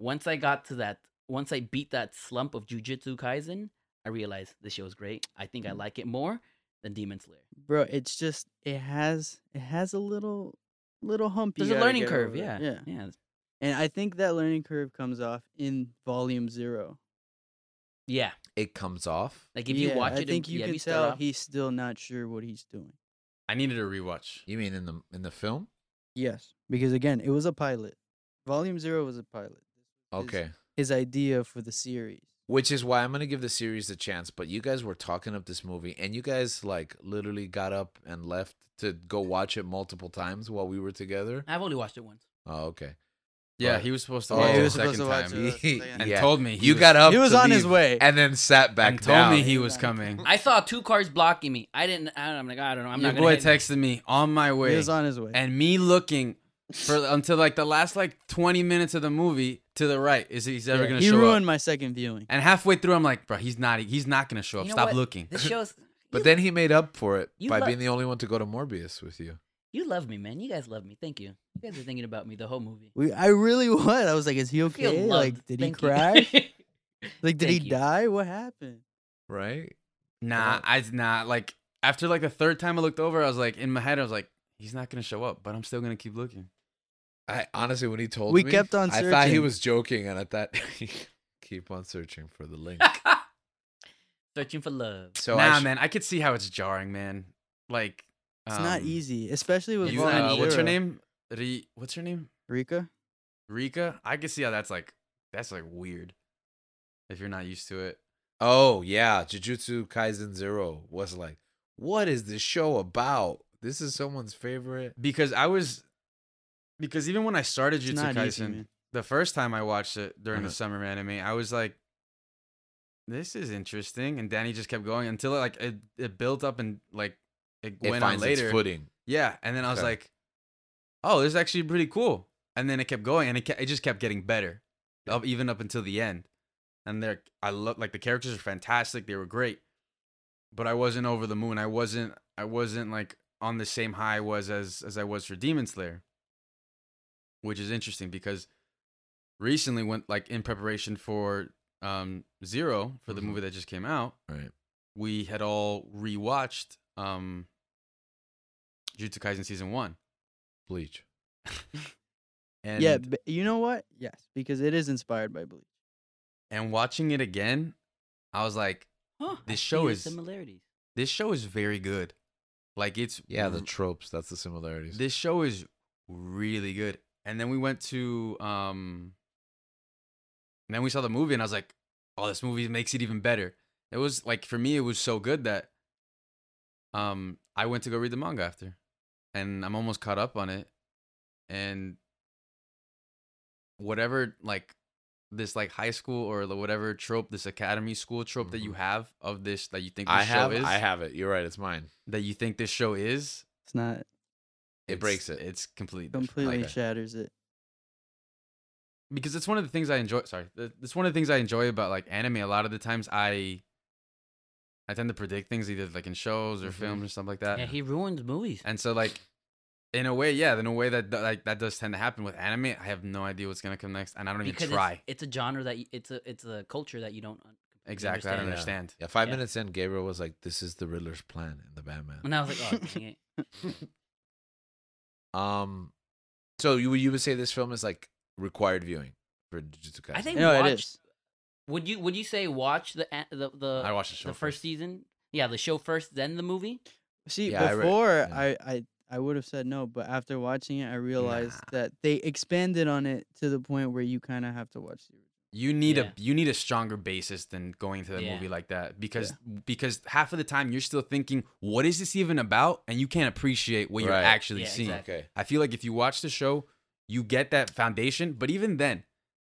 [SPEAKER 2] Once I got to that, once I beat that slump of Jujutsu Kaisen, I realized this show is great. I think
[SPEAKER 4] Mm.
[SPEAKER 2] I like it more than Demon Slayer.
[SPEAKER 4] bro. It's just it has it has a little little hump. you
[SPEAKER 2] There's a
[SPEAKER 4] gotta
[SPEAKER 2] learning
[SPEAKER 4] get
[SPEAKER 2] curve,
[SPEAKER 4] over.
[SPEAKER 2] yeah.
[SPEAKER 4] yeah.
[SPEAKER 2] Yeah. it's-
[SPEAKER 4] And I think that learning curve comes off in volume zero.
[SPEAKER 2] Yeah.
[SPEAKER 1] It comes off.
[SPEAKER 2] Like if you
[SPEAKER 4] Yeah,
[SPEAKER 2] watch it
[SPEAKER 4] I think
[SPEAKER 2] and,
[SPEAKER 4] you
[SPEAKER 2] yeah, if
[SPEAKER 4] can
[SPEAKER 2] you start
[SPEAKER 4] tell
[SPEAKER 2] off-
[SPEAKER 4] he's still not sure what he's doing.
[SPEAKER 3] I needed a rewatch.
[SPEAKER 1] You mean in the in the film?
[SPEAKER 4] Yes, because again, it was a pilot. Volume zero was a pilot.
[SPEAKER 1] Okay.
[SPEAKER 4] His idea for the series.
[SPEAKER 1] Which is why I'm gonna give the series a chance. But you guys were talking up this movie, and you guys like literally got up and left to go watch it multiple times while we were together.
[SPEAKER 2] I've only watched it once.
[SPEAKER 1] Oh, okay.
[SPEAKER 3] Yeah,
[SPEAKER 1] But-
[SPEAKER 3] he was supposed to.
[SPEAKER 1] Oh,
[SPEAKER 3] watch
[SPEAKER 1] he
[SPEAKER 3] it
[SPEAKER 1] was
[SPEAKER 3] the second
[SPEAKER 4] supposed to watch
[SPEAKER 3] time.
[SPEAKER 4] it. uh,
[SPEAKER 3] and
[SPEAKER 1] Yeah.
[SPEAKER 3] told me he
[SPEAKER 1] you
[SPEAKER 3] was,
[SPEAKER 1] got up.
[SPEAKER 4] He was
[SPEAKER 1] to
[SPEAKER 4] on his
[SPEAKER 1] leave
[SPEAKER 4] way.
[SPEAKER 1] and then sat back
[SPEAKER 3] and
[SPEAKER 1] down.
[SPEAKER 3] told me he was coming.
[SPEAKER 2] I saw two cars blocking me. I didn't I don't, I'm like "Ah, I don't know. I'm
[SPEAKER 3] Your
[SPEAKER 2] not
[SPEAKER 3] boy
[SPEAKER 2] going to
[SPEAKER 3] texted me on my
[SPEAKER 4] He
[SPEAKER 3] way,
[SPEAKER 4] was on his way.
[SPEAKER 3] and me looking for until like the last like 20 minutes of the movie to the right is he's ever
[SPEAKER 4] Yeah,
[SPEAKER 3] gonna
[SPEAKER 4] he
[SPEAKER 3] show
[SPEAKER 4] ruined
[SPEAKER 3] up.
[SPEAKER 4] my second viewing.
[SPEAKER 3] And halfway through, I'm like, bro, he's not. He's not gonna show up.
[SPEAKER 2] You know
[SPEAKER 3] Stop
[SPEAKER 2] what?
[SPEAKER 3] looking.
[SPEAKER 2] This show's
[SPEAKER 1] But then he made up for it
[SPEAKER 2] You
[SPEAKER 1] by
[SPEAKER 2] lo-
[SPEAKER 1] being the only one to go to Morbius with you.
[SPEAKER 2] You love me, man. You guys love me. Thank you. You guys are thinking about me the whole movie.
[SPEAKER 4] We, I really was. I was like, is he
[SPEAKER 2] I feel
[SPEAKER 4] okay?
[SPEAKER 2] loved.
[SPEAKER 4] Like, did he
[SPEAKER 2] Thank you.
[SPEAKER 4] crash? like, did he
[SPEAKER 2] Thank you.
[SPEAKER 4] die? What happened?
[SPEAKER 1] Right?
[SPEAKER 3] Nah, I nah. Like after like the third time I looked over, I was like in my head, I was like, he's not gonna show up, but I'm still gonna keep looking.
[SPEAKER 1] I honestly, when he told
[SPEAKER 4] We
[SPEAKER 1] me,
[SPEAKER 4] kept on
[SPEAKER 1] I thought he
[SPEAKER 4] searching.
[SPEAKER 1] was joking, and I thought, keep on searching for the link.
[SPEAKER 2] Searching for love.
[SPEAKER 1] So
[SPEAKER 3] nah,
[SPEAKER 1] I sh-
[SPEAKER 3] man, I could see how it's jarring, man. Like
[SPEAKER 4] It's not
[SPEAKER 3] um,
[SPEAKER 4] easy, especially with
[SPEAKER 3] you,
[SPEAKER 4] Volume
[SPEAKER 3] uh, what's her
[SPEAKER 4] Zero.
[SPEAKER 3] name? Ri, what's her name?
[SPEAKER 4] Rika.
[SPEAKER 3] Rika. I could see how that's like that's like weird if you're not used to it.
[SPEAKER 1] Oh yeah, Jujutsu Kaisen Zero was like, what is this show about? This is someone's favorite.
[SPEAKER 3] Because I was because even when I started
[SPEAKER 4] It's
[SPEAKER 3] Jutsu
[SPEAKER 4] not easy,
[SPEAKER 3] Kaisen,
[SPEAKER 4] man.
[SPEAKER 3] the first time I watched it during the
[SPEAKER 1] Uh-huh.
[SPEAKER 3] summer anime, I was like, "This is interesting," and Danny just kept going until it, like it, it built up and like it,
[SPEAKER 1] It
[SPEAKER 3] went on
[SPEAKER 1] finds
[SPEAKER 3] later.
[SPEAKER 1] its footing.
[SPEAKER 3] Yeah, and then I was
[SPEAKER 1] Okay.
[SPEAKER 3] like, "Oh, this is actually pretty cool." And then it kept going, and it, ke- it just kept getting better, up, even up until the end. and they're I love like the characters are fantastic. They were great, but I wasn't over the moon. I wasn't I wasn't like on the same high I was as as I was for Demon Slayer, which is interesting because recently when like in preparation for um Zero for the
[SPEAKER 1] Mhm.
[SPEAKER 3] movie that just came out,
[SPEAKER 1] Right.
[SPEAKER 3] we had all rewatched um Jujutsu Kaisen season one.
[SPEAKER 1] Bleach.
[SPEAKER 3] And
[SPEAKER 4] yeah, but you know what? Yes, because it is inspired by Bleach.
[SPEAKER 3] and watching it again, I was like,
[SPEAKER 2] Huh, I
[SPEAKER 3] This
[SPEAKER 2] see
[SPEAKER 3] show
[SPEAKER 2] the
[SPEAKER 3] is-
[SPEAKER 2] similarities.
[SPEAKER 3] this show is very good. Like it's
[SPEAKER 1] Yeah,
[SPEAKER 3] r-
[SPEAKER 1] the tropes. That's the similarities.
[SPEAKER 3] Mm-hmm. this show is really good. And then we went to um and then we saw the movie and I was like, oh, this movie makes it even better. It was like for me it was so good that um I went to go read the manga after. And I'm almost caught up on it. And whatever like this like high school or the whatever trope, this academy school trope that you
[SPEAKER 1] Mhm.
[SPEAKER 3] have of this that you think this
[SPEAKER 1] I
[SPEAKER 3] show
[SPEAKER 1] have.
[SPEAKER 3] is
[SPEAKER 1] I have it. You're right. It's mine.
[SPEAKER 3] that you think this show is
[SPEAKER 4] It's not
[SPEAKER 1] It
[SPEAKER 3] it's-
[SPEAKER 1] breaks it.
[SPEAKER 3] It's completely different.
[SPEAKER 4] completely
[SPEAKER 1] Okay.
[SPEAKER 4] shatters it.
[SPEAKER 3] because it's one of the things I enjoy. Sorry, th- it's one of the things I enjoy about like anime. A lot of the times I, I tend to predict things either like in shows or
[SPEAKER 1] Mhm.
[SPEAKER 3] films or stuff like that.
[SPEAKER 2] Mm-hmm. Yeah, he ruins movies.
[SPEAKER 3] and so like, in a way, yeah, in a way that th- like that does tend to happen with anime. I have no idea what's gonna come next, and I don't even
[SPEAKER 2] because it's-
[SPEAKER 3] try.
[SPEAKER 2] It's, a genre that you, it's a it's a culture that you don't un- completely
[SPEAKER 3] Exactly, I don't
[SPEAKER 2] understand.
[SPEAKER 3] understand.
[SPEAKER 1] Yeah. Five
[SPEAKER 2] Yeah.
[SPEAKER 1] minutes in, Gabriel was like, "This is the Riddler's plan in the Batman."
[SPEAKER 2] And I was like, oh, dang it.
[SPEAKER 1] Um, so you you would say this film is like required viewing for Jujutsu Kaisen?
[SPEAKER 2] I think
[SPEAKER 4] No,
[SPEAKER 2] watch.
[SPEAKER 4] it is.
[SPEAKER 2] Would you would you say watch the an- the the,
[SPEAKER 3] I watched the show
[SPEAKER 2] the first season? Yeah, the show first, then the movie.
[SPEAKER 4] See,
[SPEAKER 1] Yeah, I re-
[SPEAKER 4] before
[SPEAKER 1] yeah.
[SPEAKER 4] I, I I would have said no, but after watching it, I realized that they expanded on it to the point where you kind of have to watch the original.
[SPEAKER 3] You need
[SPEAKER 2] Yeah.
[SPEAKER 3] a you need a stronger basis than going to the
[SPEAKER 2] Yeah.
[SPEAKER 3] movie like that because because half of the time you're still thinking what is this even about and you can't appreciate what you're
[SPEAKER 1] Right.
[SPEAKER 3] actually
[SPEAKER 2] Yeah,
[SPEAKER 3] seeing.
[SPEAKER 2] exactly.
[SPEAKER 1] Okay.
[SPEAKER 3] I feel like if you watch the show, you get that foundation. But even then,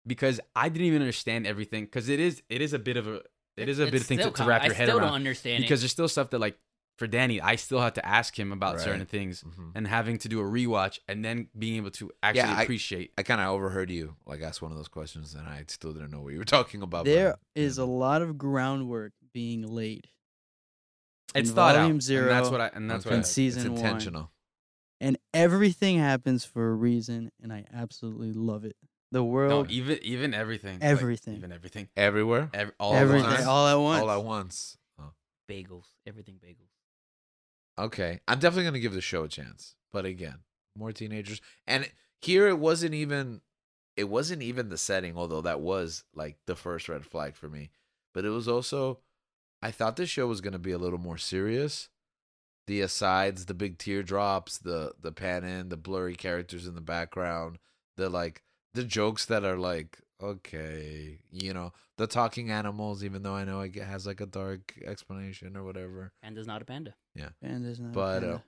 [SPEAKER 3] because I didn't even understand everything, because it is it is a bit of a it is a
[SPEAKER 2] It's
[SPEAKER 3] bit of thing to,
[SPEAKER 2] still
[SPEAKER 3] to
[SPEAKER 2] com-
[SPEAKER 3] wrap
[SPEAKER 2] I
[SPEAKER 3] your head
[SPEAKER 2] still don't
[SPEAKER 3] around.
[SPEAKER 2] understand
[SPEAKER 3] Because
[SPEAKER 2] it.
[SPEAKER 3] there's still stuff that like for Danny, I still had to ask him about
[SPEAKER 1] Right.
[SPEAKER 3] certain things
[SPEAKER 1] hmm
[SPEAKER 3] and having to do a rewatch and then being able to actually
[SPEAKER 1] I-
[SPEAKER 3] appreciate.
[SPEAKER 1] I kind of overheard you like ask one of those questions, and I still didn't know what you were talking about.
[SPEAKER 4] There
[SPEAKER 1] but,
[SPEAKER 4] is
[SPEAKER 1] yeah.
[SPEAKER 4] a lot of groundwork being laid
[SPEAKER 3] it's
[SPEAKER 4] in
[SPEAKER 3] thought out.
[SPEAKER 4] volume
[SPEAKER 3] and that's
[SPEAKER 4] zero
[SPEAKER 3] what I and that's
[SPEAKER 1] Okay.
[SPEAKER 3] what I,
[SPEAKER 4] in season
[SPEAKER 1] it's
[SPEAKER 4] one.
[SPEAKER 1] intentional.
[SPEAKER 4] and everything happens for a reason, and I absolutely love it. The
[SPEAKER 3] no,
[SPEAKER 4] world,
[SPEAKER 3] even even everything, like,
[SPEAKER 4] Everything.
[SPEAKER 3] even everything,
[SPEAKER 1] Everywhere,
[SPEAKER 3] ev- all
[SPEAKER 1] at
[SPEAKER 4] everything,
[SPEAKER 3] at once.
[SPEAKER 4] all at once.
[SPEAKER 1] all at once. Oh.
[SPEAKER 2] bagels, everything bagels.
[SPEAKER 1] Okay, I'm definitely gonna give the show a chance, but again, more teenagers, and here it wasn't even, it wasn't even the setting, although that was like the first red flag for me. But it was also, I thought this show was gonna be a little more serious. The asides, the big teardrops, the the pan in, the blurry characters in the background, the like the jokes that are like okay, you know, the talking animals, even though I know it has like a dark explanation or whatever.
[SPEAKER 2] Panda's not a panda.
[SPEAKER 4] And there's not a
[SPEAKER 1] But, uh,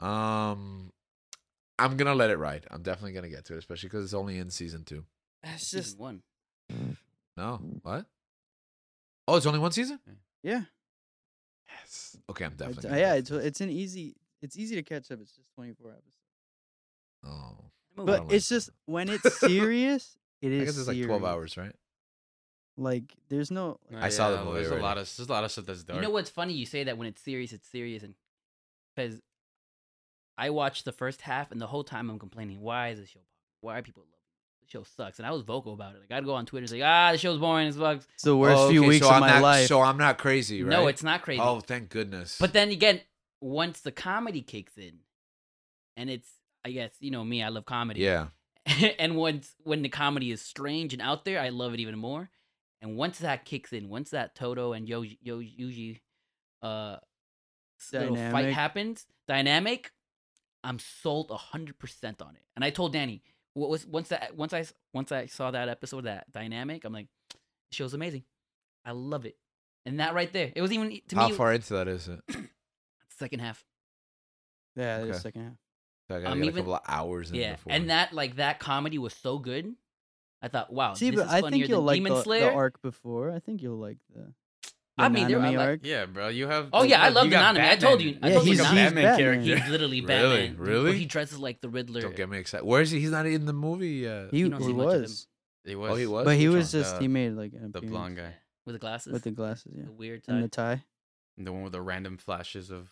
[SPEAKER 4] panda.
[SPEAKER 1] Um, I'm gonna let it ride. I'm definitely gonna get to it, especially because it's only in season two.
[SPEAKER 4] that's
[SPEAKER 2] Season
[SPEAKER 4] just
[SPEAKER 2] one.
[SPEAKER 1] No, what? Oh, it's only one season.
[SPEAKER 4] yeah,
[SPEAKER 1] Yes. Okay, I'm
[SPEAKER 4] it's,
[SPEAKER 1] definitely.
[SPEAKER 4] uh,
[SPEAKER 1] gonna
[SPEAKER 4] yeah.
[SPEAKER 1] get
[SPEAKER 4] It's
[SPEAKER 1] to this.
[SPEAKER 4] it's an easy, it's easy to catch up. It's just 24 episodes,
[SPEAKER 1] Oh,
[SPEAKER 2] Movie.
[SPEAKER 1] I don't
[SPEAKER 4] but
[SPEAKER 1] like
[SPEAKER 4] it's just when it's serious, it
[SPEAKER 1] I
[SPEAKER 4] is.
[SPEAKER 1] guess it's like 12
[SPEAKER 4] serious.
[SPEAKER 1] hours, right?
[SPEAKER 4] Like there's no
[SPEAKER 3] Uh,
[SPEAKER 1] I saw the
[SPEAKER 3] yeah,
[SPEAKER 1] movie
[SPEAKER 3] There's a
[SPEAKER 1] already.
[SPEAKER 3] lot of there's a lot of stuff that's dark.
[SPEAKER 2] you know what's funny? You say that when it's serious, it's serious, and because I watched the first half, and the whole time I'm complaining, why is this show? Why are people love it? The show sucks, and I was vocal about it. Like I'd go on Twitter, and say, ah, the show's boring as fuck.
[SPEAKER 4] It's the worst
[SPEAKER 1] Oh,
[SPEAKER 4] few
[SPEAKER 1] okay,
[SPEAKER 4] weeks
[SPEAKER 1] so
[SPEAKER 4] of
[SPEAKER 1] I'm
[SPEAKER 4] my
[SPEAKER 1] not,
[SPEAKER 4] life.
[SPEAKER 1] So I'm not crazy, right?
[SPEAKER 2] No, it's not crazy.
[SPEAKER 1] Oh, thank goodness.
[SPEAKER 2] But then again, once the comedy kicks in, and it's I guess you know me, I love comedy.
[SPEAKER 1] yeah,
[SPEAKER 2] and once when the comedy is strange and out there, I love it even more. And once that kicks in, once that Toto and Yo Yo Yuji uh s- little fight
[SPEAKER 4] Dynamic.
[SPEAKER 2] happens, dynamic, I'm sold hundred percent on it. And I told Danny, what was once that once I s- once I saw that episode that dynamic, I'm like, the show's amazing. I love it. And that right there, it was even to
[SPEAKER 1] how
[SPEAKER 2] me
[SPEAKER 1] far into that is it?
[SPEAKER 2] second half.
[SPEAKER 4] yeah, the
[SPEAKER 1] Okay.
[SPEAKER 4] second half.
[SPEAKER 1] So I got
[SPEAKER 2] I'm
[SPEAKER 1] a
[SPEAKER 2] even-
[SPEAKER 1] couple of hours in
[SPEAKER 2] Yeah,
[SPEAKER 1] before.
[SPEAKER 2] and that like that comedy was so good. I thought, wow,
[SPEAKER 4] See,
[SPEAKER 2] Oh, this
[SPEAKER 4] but
[SPEAKER 2] is
[SPEAKER 4] I
[SPEAKER 2] funnier
[SPEAKER 4] think you'll
[SPEAKER 2] than
[SPEAKER 4] like
[SPEAKER 2] Demon
[SPEAKER 4] the,
[SPEAKER 2] Slayer.
[SPEAKER 4] the arc before. I think you'll like the. the
[SPEAKER 2] I mean, there-
[SPEAKER 4] Nanami
[SPEAKER 2] I like-
[SPEAKER 4] arc.
[SPEAKER 3] Yeah, bro, you have.
[SPEAKER 2] Oh, yeah, I
[SPEAKER 3] you
[SPEAKER 2] love
[SPEAKER 3] got
[SPEAKER 2] Nanami. I told you- I Yeah, told you he's-
[SPEAKER 3] he's, a
[SPEAKER 2] he's
[SPEAKER 3] Batman,
[SPEAKER 4] Batman.
[SPEAKER 3] character.
[SPEAKER 2] He's literally
[SPEAKER 1] Really?
[SPEAKER 2] Batman.
[SPEAKER 1] Really?
[SPEAKER 2] But he dresses like the Riddler.
[SPEAKER 1] don't get me excited. Where is he? He's not in the movie yet.
[SPEAKER 4] He,
[SPEAKER 2] you don't
[SPEAKER 4] he
[SPEAKER 2] see much of him.
[SPEAKER 4] was.
[SPEAKER 3] He was.
[SPEAKER 1] Oh, he was.
[SPEAKER 4] but he
[SPEAKER 1] Which
[SPEAKER 4] was
[SPEAKER 3] one?
[SPEAKER 4] just
[SPEAKER 3] The-
[SPEAKER 4] he made like an
[SPEAKER 3] the
[SPEAKER 4] appearance
[SPEAKER 3] blonde guy,
[SPEAKER 5] with the glasses,
[SPEAKER 4] with the glasses, yeah,
[SPEAKER 5] The weird
[SPEAKER 4] and
[SPEAKER 5] tie.
[SPEAKER 4] the tie.
[SPEAKER 3] the one with the random flashes of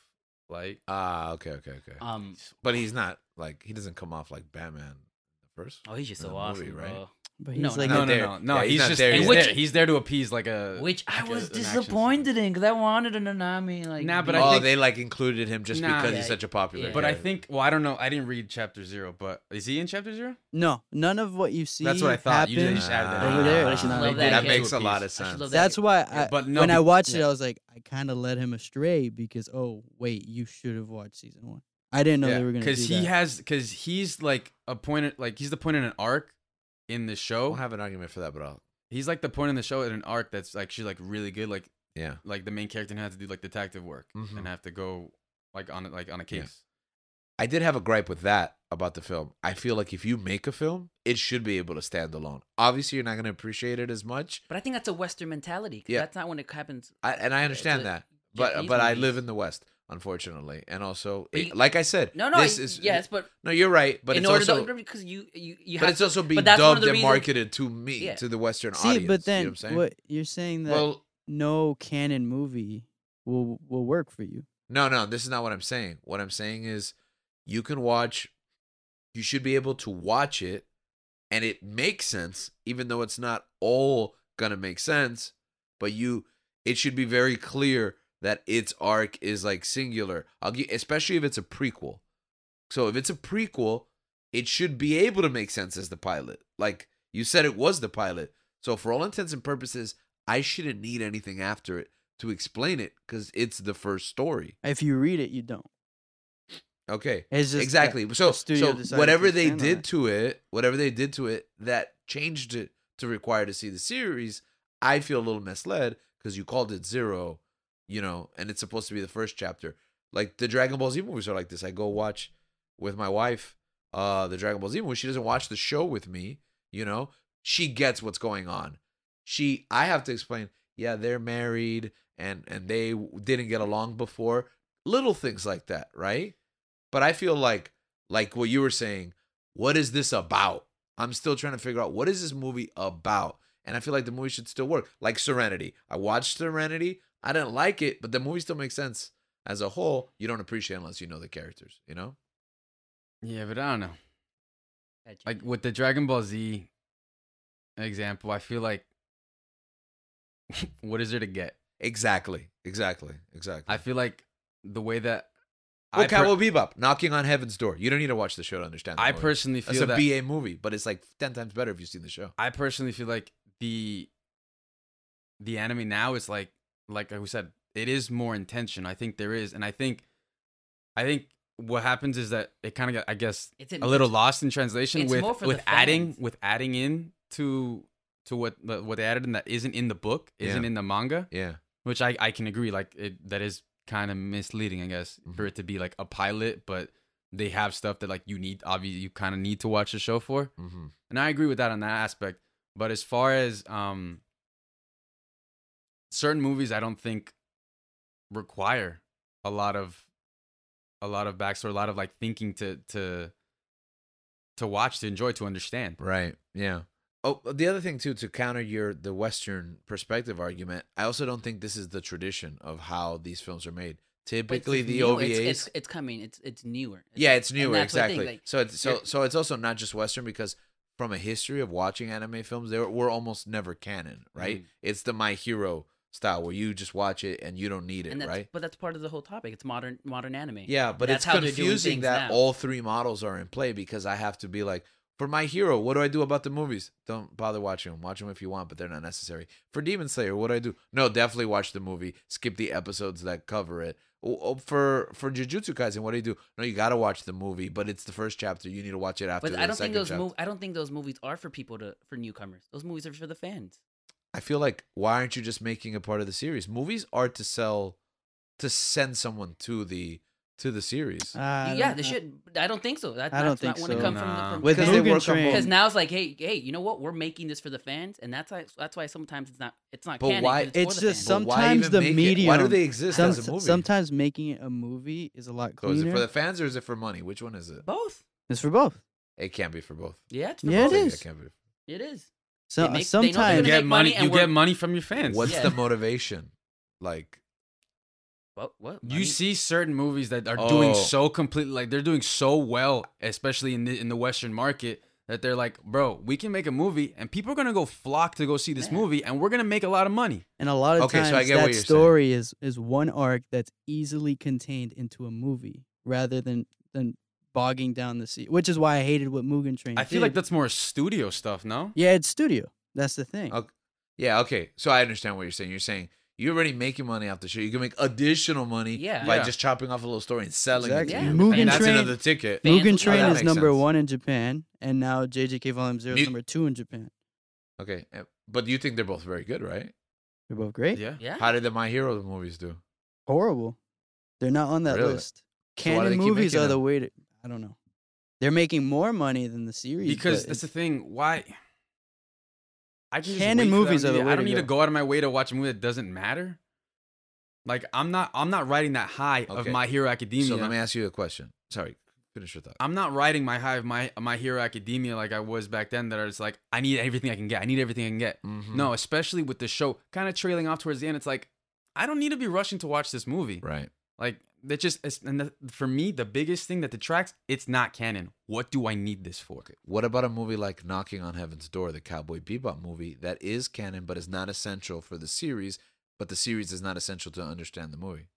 [SPEAKER 3] light.
[SPEAKER 1] one? Ah, okay, okay, okay.
[SPEAKER 2] Uh,
[SPEAKER 5] um,
[SPEAKER 1] but he's not like he doesn't come off like Batman the first.
[SPEAKER 5] oh, he's just
[SPEAKER 1] in
[SPEAKER 5] so
[SPEAKER 1] the
[SPEAKER 5] awesome,
[SPEAKER 1] movie, right?
[SPEAKER 5] bro.
[SPEAKER 4] But
[SPEAKER 5] No,
[SPEAKER 4] he's
[SPEAKER 5] no,
[SPEAKER 4] like
[SPEAKER 3] no,
[SPEAKER 4] a-
[SPEAKER 1] not
[SPEAKER 3] no,
[SPEAKER 1] there.
[SPEAKER 3] no, no.
[SPEAKER 1] Yeah,
[SPEAKER 3] he's,
[SPEAKER 1] he's not
[SPEAKER 3] just
[SPEAKER 1] there
[SPEAKER 3] he's,
[SPEAKER 5] yet.
[SPEAKER 3] there. he's there to appease like
[SPEAKER 1] Uh,
[SPEAKER 3] a
[SPEAKER 5] Which I
[SPEAKER 3] like a-
[SPEAKER 5] was
[SPEAKER 3] an action scene.
[SPEAKER 5] disappointed in because I wanted an Anami like.
[SPEAKER 3] Nah, but
[SPEAKER 5] be-
[SPEAKER 3] I
[SPEAKER 1] oh,
[SPEAKER 3] think-
[SPEAKER 1] they like included him just
[SPEAKER 3] Nah.
[SPEAKER 1] because
[SPEAKER 5] Yeah,
[SPEAKER 1] he's such a popular.
[SPEAKER 5] yeah.
[SPEAKER 3] But I
[SPEAKER 1] guy.
[SPEAKER 3] think, well, I don't know. I didn't read chapter zero, but is he in chapter zero?
[SPEAKER 4] no, none of what you see.
[SPEAKER 3] That's what I thought. You
[SPEAKER 4] happened.
[SPEAKER 3] just added that.
[SPEAKER 1] Ah.
[SPEAKER 3] in.
[SPEAKER 1] Over there,
[SPEAKER 3] Nah.
[SPEAKER 1] I should
[SPEAKER 4] love
[SPEAKER 3] They
[SPEAKER 5] that
[SPEAKER 3] did
[SPEAKER 1] that
[SPEAKER 3] it
[SPEAKER 5] kid.
[SPEAKER 1] makes a
[SPEAKER 3] to
[SPEAKER 1] lot of
[SPEAKER 3] appease-
[SPEAKER 5] I should
[SPEAKER 1] sense.
[SPEAKER 5] love that
[SPEAKER 4] That's why
[SPEAKER 3] Yeah,
[SPEAKER 4] I,
[SPEAKER 3] but no,
[SPEAKER 4] when I
[SPEAKER 3] be-
[SPEAKER 4] watched it,
[SPEAKER 5] yeah.
[SPEAKER 4] I was like, I kind of let him astray because oh wait, you should have watched season one. I didn't know
[SPEAKER 3] Yeah,
[SPEAKER 4] they were gonna do
[SPEAKER 3] he
[SPEAKER 4] that.
[SPEAKER 3] has because he's like a point, like he's the point in an arc in the
[SPEAKER 1] I
[SPEAKER 3] show.
[SPEAKER 1] don't have an argument for that, but I'll
[SPEAKER 3] he's like the point in the show in an arc that's like she's like really good, like
[SPEAKER 1] yeah.
[SPEAKER 3] like the main character has to do like detective work
[SPEAKER 1] Mhm.
[SPEAKER 3] and have to go like on like on a
[SPEAKER 1] Yeah.
[SPEAKER 3] case.
[SPEAKER 1] I did have a gripe with that about the film. I feel like if you make a film, it should be able to stand alone. Obviously, you're not going to appreciate it as much,
[SPEAKER 5] But I think that's a Western mentality. 'cause
[SPEAKER 1] Yeah.
[SPEAKER 5] That's not when it happens.
[SPEAKER 1] I, and I understand
[SPEAKER 5] a-
[SPEAKER 1] that. But
[SPEAKER 5] Japanese
[SPEAKER 1] but I
[SPEAKER 5] movies.
[SPEAKER 1] live in the West, unfortunately, and also,
[SPEAKER 5] But
[SPEAKER 1] it-
[SPEAKER 5] you-
[SPEAKER 1] like I said,
[SPEAKER 5] No, no.
[SPEAKER 1] this
[SPEAKER 5] I-
[SPEAKER 1] is
[SPEAKER 5] yes, but
[SPEAKER 1] No, you're right, but
[SPEAKER 5] in
[SPEAKER 1] it's
[SPEAKER 5] order
[SPEAKER 1] also
[SPEAKER 5] to because you you you
[SPEAKER 1] but
[SPEAKER 5] have
[SPEAKER 1] it's also being
[SPEAKER 5] that's one of
[SPEAKER 1] dubbed
[SPEAKER 5] the
[SPEAKER 1] and
[SPEAKER 5] reasons-
[SPEAKER 1] marketed to me
[SPEAKER 5] Yeah.
[SPEAKER 1] to the Western
[SPEAKER 4] See,
[SPEAKER 1] audience.
[SPEAKER 4] but
[SPEAKER 1] you
[SPEAKER 4] then
[SPEAKER 1] know what I'm saying?
[SPEAKER 4] what you're saying that
[SPEAKER 1] well,
[SPEAKER 4] no canon movie will will work for you.
[SPEAKER 1] No, no, this is not what I'm saying. What I'm saying is you can watch you should be able to watch it and it makes sense even though it's not all going to make sense, but you it should be very clear that its arc is like singular. I'll gi- especially if it's a prequel. So if it's a prequel, it should be able to make sense as the pilot. Like you said it was the pilot. So for all intents and purposes, I shouldn't need anything after it to explain it cuz it's the first story.
[SPEAKER 4] If you read it, you don't.
[SPEAKER 1] Okay.
[SPEAKER 4] It's just
[SPEAKER 1] exactly. so
[SPEAKER 4] studio decided
[SPEAKER 1] so
[SPEAKER 4] to
[SPEAKER 1] whatever they
[SPEAKER 4] expand on
[SPEAKER 1] did
[SPEAKER 4] it.
[SPEAKER 1] to it, whatever they did to it that changed it to require to see the series, I feel a little misled because you called it zero, you know, and it's supposed to be the first chapter. Like the Dragon Ball Z movies are like this. I go watch with my wife uh the Dragon Ball Z movie. She doesn't watch the show with me, you know. She gets what's going on. She I have to explain, yeah, they're married and and they didn't get along before. Little things like that, right? But I feel like like what you were saying, what is this about? I'm still trying to figure out what is this movie about? And I feel like the movie should still work. Like Serenity. I watched Serenity. I didn't like it, but the movie still makes sense as a whole. You don't appreciate it unless you know the characters, you know?
[SPEAKER 3] Yeah, but I don't know. Like with the Dragon Ball Z example, I feel like what is there to get?
[SPEAKER 1] Exactly. Exactly. Exactly.
[SPEAKER 3] I feel like the way that
[SPEAKER 1] well,
[SPEAKER 3] I, per-
[SPEAKER 1] Cowboy Bebop, Knocking on Heaven's Door. You don't need to watch the show to understand. the
[SPEAKER 3] I
[SPEAKER 1] movie.
[SPEAKER 3] personally
[SPEAKER 1] It's
[SPEAKER 3] feel
[SPEAKER 1] a
[SPEAKER 3] that
[SPEAKER 1] BA movie, but it's like ten times better if you've seen the show.
[SPEAKER 3] I personally feel like the the anime now is like like I said, it is more intention. I think there is, and I think I think what happens is that it kind of got I guess
[SPEAKER 5] it's in
[SPEAKER 3] a little lost in translation
[SPEAKER 5] It's
[SPEAKER 3] with
[SPEAKER 5] more for the
[SPEAKER 3] with adding
[SPEAKER 5] fans.
[SPEAKER 3] with adding in to to what what they added in that isn't in the book, isn't
[SPEAKER 1] Yeah.
[SPEAKER 3] in the manga
[SPEAKER 1] Yeah.
[SPEAKER 3] which I, I can agree like it that is kind of misleading i guess
[SPEAKER 1] Mm-hmm.
[SPEAKER 3] for it to be like a pilot but they have stuff that like you need obviously you kind of need to watch the show for
[SPEAKER 1] Mm-hmm.
[SPEAKER 3] and i agree with that on that aspect but as far as um certain movies i don't think require a lot of a lot of backstory a lot of like thinking to to to watch to enjoy to understand
[SPEAKER 1] Right. Yeah. Oh, the other thing too, to counter your the Western perspective argument, I also don't think this is the tradition of how these films are made. Typically, the OVAs.
[SPEAKER 5] It's, it's, it's coming. It's it's newer. It's-
[SPEAKER 1] yeah, it's
[SPEAKER 5] and
[SPEAKER 1] newer,
[SPEAKER 5] that's the thing,
[SPEAKER 1] exactly.
[SPEAKER 5] like,
[SPEAKER 1] so it's so
[SPEAKER 5] you're-
[SPEAKER 1] so it's also not just Western because from a history of watching anime films, they were, were almost never canon, right?
[SPEAKER 5] Mm-hmm.
[SPEAKER 3] Mhm.
[SPEAKER 1] It's the My Hero style where you just watch it and you don't need it,
[SPEAKER 5] and that's,
[SPEAKER 1] right?
[SPEAKER 5] But that's part of the whole topic. It's modern modern anime.
[SPEAKER 1] Yeah, but it's
[SPEAKER 5] That's how they're doing
[SPEAKER 1] confusing
[SPEAKER 5] things
[SPEAKER 1] that
[SPEAKER 5] now.
[SPEAKER 1] all three models are in play because I have to be like, for my hero, what do I do about the movies? Don't bother watching them. Watch them if you want, but they're not necessary. For Demon Slayer, what do I do? No, definitely watch the movie. Skip the episodes that cover it. Oh, oh, For for Jujutsu Kaisen, what do you do? No, you gotta watch the movie, but it's the first chapter. You need to watch it after.
[SPEAKER 5] But
[SPEAKER 1] the
[SPEAKER 5] I don't
[SPEAKER 1] second
[SPEAKER 5] think those
[SPEAKER 1] chapter.
[SPEAKER 5] mov- I don't think those movies are for people to for newcomers. Those movies are for the fans.
[SPEAKER 1] I feel like why aren't you just making a part of the series? Movies are to sell, to send someone to the to the series.
[SPEAKER 4] Ah, I
[SPEAKER 5] yeah,
[SPEAKER 4] don't
[SPEAKER 5] they
[SPEAKER 4] know.
[SPEAKER 5] should. I don't think so. That's
[SPEAKER 4] I
[SPEAKER 5] not,
[SPEAKER 4] don't
[SPEAKER 5] not
[SPEAKER 4] think
[SPEAKER 5] when
[SPEAKER 4] so.
[SPEAKER 5] it comes
[SPEAKER 3] Nah.
[SPEAKER 5] from, the,
[SPEAKER 4] With
[SPEAKER 5] from
[SPEAKER 1] Because
[SPEAKER 4] Mugen
[SPEAKER 1] they work on
[SPEAKER 4] Train,
[SPEAKER 5] because now it's like, hey, hey, you know what? We're making this for the fans, and that's why that's why sometimes it's not it's not
[SPEAKER 1] But
[SPEAKER 5] canon.
[SPEAKER 1] why-
[SPEAKER 5] 'cause it's, for
[SPEAKER 4] It's
[SPEAKER 5] the
[SPEAKER 4] just
[SPEAKER 5] fans.
[SPEAKER 1] But
[SPEAKER 4] some-
[SPEAKER 1] why
[SPEAKER 4] sometimes
[SPEAKER 1] even
[SPEAKER 4] the
[SPEAKER 1] make it? Why do
[SPEAKER 4] medium-
[SPEAKER 1] they exist
[SPEAKER 4] Some-
[SPEAKER 1] as a movie?
[SPEAKER 4] sometimes making it a movie is a lot
[SPEAKER 1] So
[SPEAKER 4] cleaner.
[SPEAKER 1] is it for the fans or is it for money? Which one is it?
[SPEAKER 5] both.
[SPEAKER 4] it's for both.
[SPEAKER 1] It can't be for both.
[SPEAKER 5] Yeah, it's for
[SPEAKER 4] Yeah, it
[SPEAKER 5] both.
[SPEAKER 1] Yeah,
[SPEAKER 4] is.
[SPEAKER 1] It can't be.
[SPEAKER 5] It is.
[SPEAKER 4] So
[SPEAKER 5] They make- they know they're
[SPEAKER 3] You
[SPEAKER 4] sometimes
[SPEAKER 5] gonna
[SPEAKER 3] get
[SPEAKER 5] make
[SPEAKER 3] money.
[SPEAKER 5] money and
[SPEAKER 3] you
[SPEAKER 5] we're-
[SPEAKER 3] get money from your fans.
[SPEAKER 1] What's
[SPEAKER 5] Yeah.
[SPEAKER 1] the motivation? Like,
[SPEAKER 5] What? What?
[SPEAKER 3] You see certain movies that are
[SPEAKER 1] Oh.
[SPEAKER 3] doing so completely, like they're doing so well, especially in the in the Western market, that they're like, bro, we can make a movie and people are gonna go flock to go see this
[SPEAKER 5] Yeah.
[SPEAKER 3] movie, and we're gonna make a lot of money.
[SPEAKER 4] and a lot of
[SPEAKER 1] Okay, so I
[SPEAKER 4] times
[SPEAKER 1] get what
[SPEAKER 4] that
[SPEAKER 1] you're saying.
[SPEAKER 4] story is is one arc that's easily contained into a movie rather than than bogging down the sea, which is why I hated what Mugen Train.
[SPEAKER 3] I feel like
[SPEAKER 4] did.
[SPEAKER 3] that's more studio stuff, no?
[SPEAKER 4] yeah, it's studio. That's the thing.
[SPEAKER 1] Okay. yeah, okay. So I understand what you're saying. You're saying you're already making money off the show. You can make additional money
[SPEAKER 5] Yeah.
[SPEAKER 1] by
[SPEAKER 3] Yeah.
[SPEAKER 1] just chopping off a little story and selling
[SPEAKER 4] Exactly.
[SPEAKER 1] it.
[SPEAKER 5] Yeah.
[SPEAKER 1] To you.
[SPEAKER 4] Mugen
[SPEAKER 1] and that's
[SPEAKER 4] Train-
[SPEAKER 1] another ticket.
[SPEAKER 5] Fans will
[SPEAKER 4] Mugen
[SPEAKER 5] do
[SPEAKER 4] Train
[SPEAKER 1] that.
[SPEAKER 4] is
[SPEAKER 1] Makes
[SPEAKER 4] number
[SPEAKER 1] sense.
[SPEAKER 4] one in Japan, and now JJK Volume Zero is
[SPEAKER 1] Mu-
[SPEAKER 4] number two in Japan.
[SPEAKER 1] Okay, eh, but you think they're both very good, right?
[SPEAKER 4] They're both great.
[SPEAKER 3] Yeah.
[SPEAKER 5] Yeah.
[SPEAKER 1] How did the My Hero movies do?
[SPEAKER 4] Horrible. They're not on that
[SPEAKER 1] Really?
[SPEAKER 4] list.
[SPEAKER 1] So why do
[SPEAKER 4] Canon
[SPEAKER 1] they keep
[SPEAKER 4] movies
[SPEAKER 1] making
[SPEAKER 4] are the
[SPEAKER 1] them?
[SPEAKER 4] way to. I don't know. They're making more money than the series
[SPEAKER 3] Because
[SPEAKER 4] but
[SPEAKER 3] that's the
[SPEAKER 4] it's-
[SPEAKER 3] thing. Why? I can just
[SPEAKER 4] Canon
[SPEAKER 3] wait for that
[SPEAKER 4] movies are the
[SPEAKER 3] movie.
[SPEAKER 4] way
[SPEAKER 3] I
[SPEAKER 4] to
[SPEAKER 3] don't need
[SPEAKER 4] go.
[SPEAKER 3] to go out of my way to watch a movie that doesn't matter. Like I'm not, I'm not riding that high of
[SPEAKER 1] Okay.
[SPEAKER 3] My Hero Academia.
[SPEAKER 1] So let me ask you a question. Sorry, finish your thought.
[SPEAKER 3] I'm not riding my high of my my Hero Academia like I was back then. That it's like I need everything I can get. I need everything I can get.
[SPEAKER 1] Mhm.
[SPEAKER 4] Mm-hmm.
[SPEAKER 3] No, especially with the show kind of trailing off towards the end. It's like I don't need to be rushing to watch this movie.
[SPEAKER 1] Right.
[SPEAKER 3] Like that just it's, and the, for me the biggest thing that detracts it's not canon. What do I need this for?
[SPEAKER 1] What about a movie like Knocking on Heaven's Door, the Cowboy Bebop movie that is canon but is not essential for the series, but the series is not essential to understand the movie?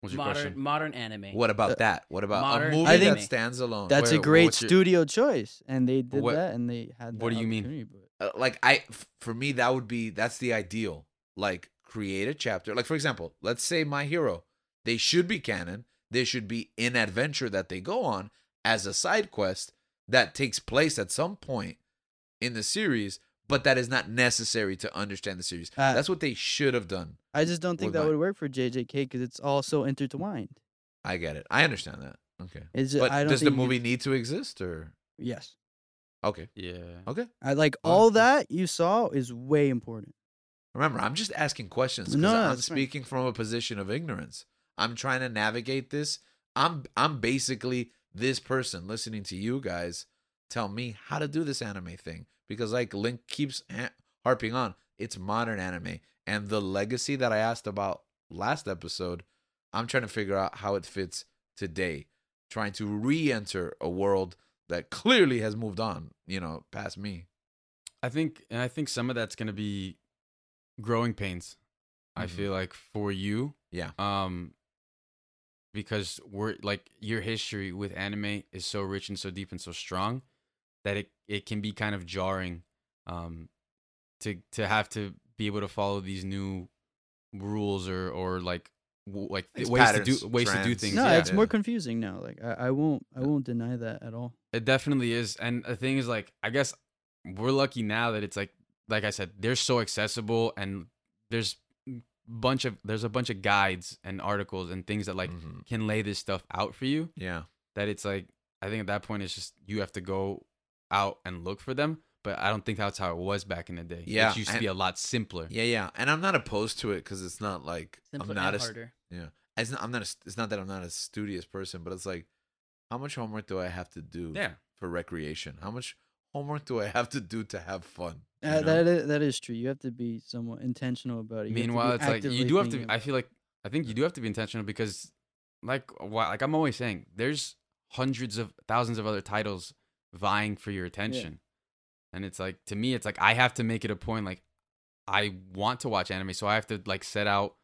[SPEAKER 3] What's your
[SPEAKER 5] modern
[SPEAKER 3] question?
[SPEAKER 5] modern anime.
[SPEAKER 1] What about that? What about
[SPEAKER 5] Modern
[SPEAKER 1] a movie
[SPEAKER 4] I think-
[SPEAKER 1] that stands alone?
[SPEAKER 4] That's
[SPEAKER 3] Wait,
[SPEAKER 4] a
[SPEAKER 3] wha-
[SPEAKER 4] great
[SPEAKER 3] what's your-
[SPEAKER 4] studio choice, and they did
[SPEAKER 3] What-
[SPEAKER 4] that, and they had.
[SPEAKER 3] what
[SPEAKER 4] that
[SPEAKER 3] do you mean?
[SPEAKER 4] opportunity, but-
[SPEAKER 1] Uh, like I, f- for me, that would be that's the ideal. Like create a chapter. Like for example, let's say My Hero. They should be canon. They should be an adventure that they go on as a side quest that takes place at some point in the series, but that is not necessary to understand the series.
[SPEAKER 4] Uh,
[SPEAKER 1] that's what they should have done.
[SPEAKER 4] I just don't think
[SPEAKER 1] Would
[SPEAKER 4] that
[SPEAKER 1] like-
[SPEAKER 4] would work for JJK because it's all so intertwined.
[SPEAKER 1] I get it. I understand that. Okay.
[SPEAKER 4] It's
[SPEAKER 1] But
[SPEAKER 4] I don't
[SPEAKER 1] does the
[SPEAKER 4] think you-
[SPEAKER 1] movie need to exist or
[SPEAKER 4] Yes,
[SPEAKER 1] okay.
[SPEAKER 3] Yeah.
[SPEAKER 1] Okay.
[SPEAKER 4] I like
[SPEAKER 1] Oh,
[SPEAKER 4] all
[SPEAKER 1] okay.
[SPEAKER 4] that you saw is way important.
[SPEAKER 1] Remember, I'm just asking questions 'cause
[SPEAKER 4] No, no,
[SPEAKER 1] I'm
[SPEAKER 4] that's fine.
[SPEAKER 1] speaking from a position of ignorance. I'm trying to navigate this. I'm I'm basically this person listening to you guys tell me how to do this anime thing because like Link keeps ha- harping on it's modern anime and the legacy that I asked about last episode. I'm trying to figure out how it fits today, trying to re-enter a world that clearly has moved on, you know, past me.
[SPEAKER 3] I think and I think some of that's gonna be growing pains. I
[SPEAKER 1] Mhm.
[SPEAKER 3] feel like for you,
[SPEAKER 1] Yeah.
[SPEAKER 3] um because we're like your history with anime is so rich and so deep and so strong that it it can be kind of jarring um to to have to be able to follow these new rules or or like w- like
[SPEAKER 1] These
[SPEAKER 3] ways to do
[SPEAKER 1] patterns,
[SPEAKER 3] ways to do
[SPEAKER 1] trends.
[SPEAKER 3] things uh,
[SPEAKER 4] No,
[SPEAKER 1] yeah.
[SPEAKER 4] it's more confusing now. Like I, I won't, I won't deny that at all.
[SPEAKER 3] it definitely is. And the thing is, like, I guess we're lucky now that it's like, like I said, they're so accessible, and there's bunch of there's a bunch of guides and articles and things that like
[SPEAKER 1] Mhm.
[SPEAKER 3] can lay this stuff out for you.
[SPEAKER 1] yeah.
[SPEAKER 3] That it's like, I think at that point it's just you have to go out and look for them. But I don't think that's how it was back in the day.
[SPEAKER 1] Yeah,
[SPEAKER 3] it used to
[SPEAKER 1] and-
[SPEAKER 3] be a lot simpler.
[SPEAKER 1] Yeah, yeah, and I'm not opposed to it because it's not like
[SPEAKER 5] Simpler
[SPEAKER 1] I'm not
[SPEAKER 5] and
[SPEAKER 1] a st-
[SPEAKER 5] harder.
[SPEAKER 1] it's not, I'm not a, st- it's not that I'm not a studious person, but it's like how much homework do I have to do
[SPEAKER 3] Yeah,
[SPEAKER 1] for recreation? How much homework do I have to do to have fun? you
[SPEAKER 4] Uh,
[SPEAKER 1] know?
[SPEAKER 4] that is, that is true. You have to be somewhat intentional about it. You have to be
[SPEAKER 3] Meanwhile, it's like you
[SPEAKER 4] actively
[SPEAKER 3] do have
[SPEAKER 4] thinking
[SPEAKER 3] to. I
[SPEAKER 4] about
[SPEAKER 3] feel like I think you do have to be intentional because, like, wha- like I'm always saying, there's hundreds of thousands of other titles vying for your attention, and it's like to me, it's like I have to make it a point. Like, I want to watch anime, so I have to like set out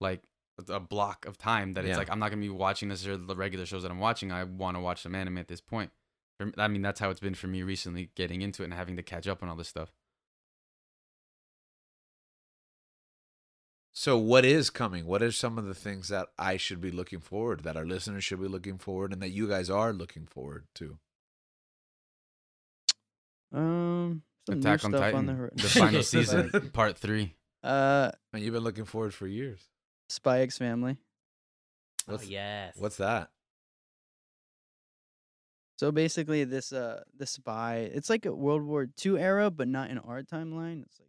[SPEAKER 3] like a block of time that it's
[SPEAKER 1] Yeah.
[SPEAKER 3] like I'm not gonna be watching necessarily the regular shows that I'm watching. I want to watch some anime at this point. For m- I mean, that's how it's been for me recently, getting into it and having to catch up on all this stuff.
[SPEAKER 1] So what is coming? What are some of the things that I should be looking forward that our listeners should be looking forward and that you guys are looking forward to?
[SPEAKER 4] it. um some new
[SPEAKER 3] Attack on
[SPEAKER 4] stuff
[SPEAKER 3] Titan,
[SPEAKER 4] on the, hor-
[SPEAKER 3] the final
[SPEAKER 1] Like-
[SPEAKER 3] season, part three.
[SPEAKER 4] uh,
[SPEAKER 1] And you've been looking forward for years.
[SPEAKER 4] Spy X Family.
[SPEAKER 5] Oh,
[SPEAKER 1] What's
[SPEAKER 5] yes.
[SPEAKER 1] what's that?
[SPEAKER 4] So basically, this uh, the spy. It's like a World War II era, but not in our timeline. It's like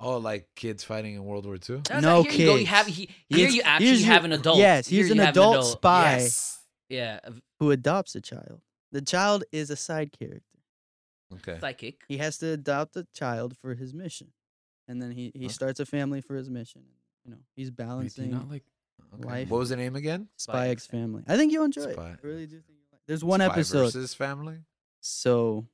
[SPEAKER 1] Oh, like kids fighting in World War II?
[SPEAKER 5] That's
[SPEAKER 4] No
[SPEAKER 5] like, here You go, you
[SPEAKER 4] kids.
[SPEAKER 5] have, he, here
[SPEAKER 4] Here's-
[SPEAKER 5] you actually
[SPEAKER 4] here's your-
[SPEAKER 5] have an adult.
[SPEAKER 4] yes,
[SPEAKER 5] Here
[SPEAKER 4] here's an
[SPEAKER 5] you have
[SPEAKER 4] adult spy.
[SPEAKER 5] Yes. Yeah.
[SPEAKER 4] who adopts a child. The child is a side character.
[SPEAKER 1] Okay.
[SPEAKER 2] psychic.
[SPEAKER 4] He has to adopt a child for his mission, and then he he
[SPEAKER 1] Huh?
[SPEAKER 4] starts a family for his mission. You know, he's
[SPEAKER 3] Wait, do you
[SPEAKER 4] balancing
[SPEAKER 3] not like
[SPEAKER 1] okay.
[SPEAKER 4] Life-
[SPEAKER 1] What was the name again?
[SPEAKER 4] Spy
[SPEAKER 2] Spy
[SPEAKER 4] X Family. I think you'll enjoy
[SPEAKER 1] Spy-
[SPEAKER 4] it. I really do think you'll like. There's one
[SPEAKER 1] Spy
[SPEAKER 4] episode,
[SPEAKER 1] versus family.
[SPEAKER 4] so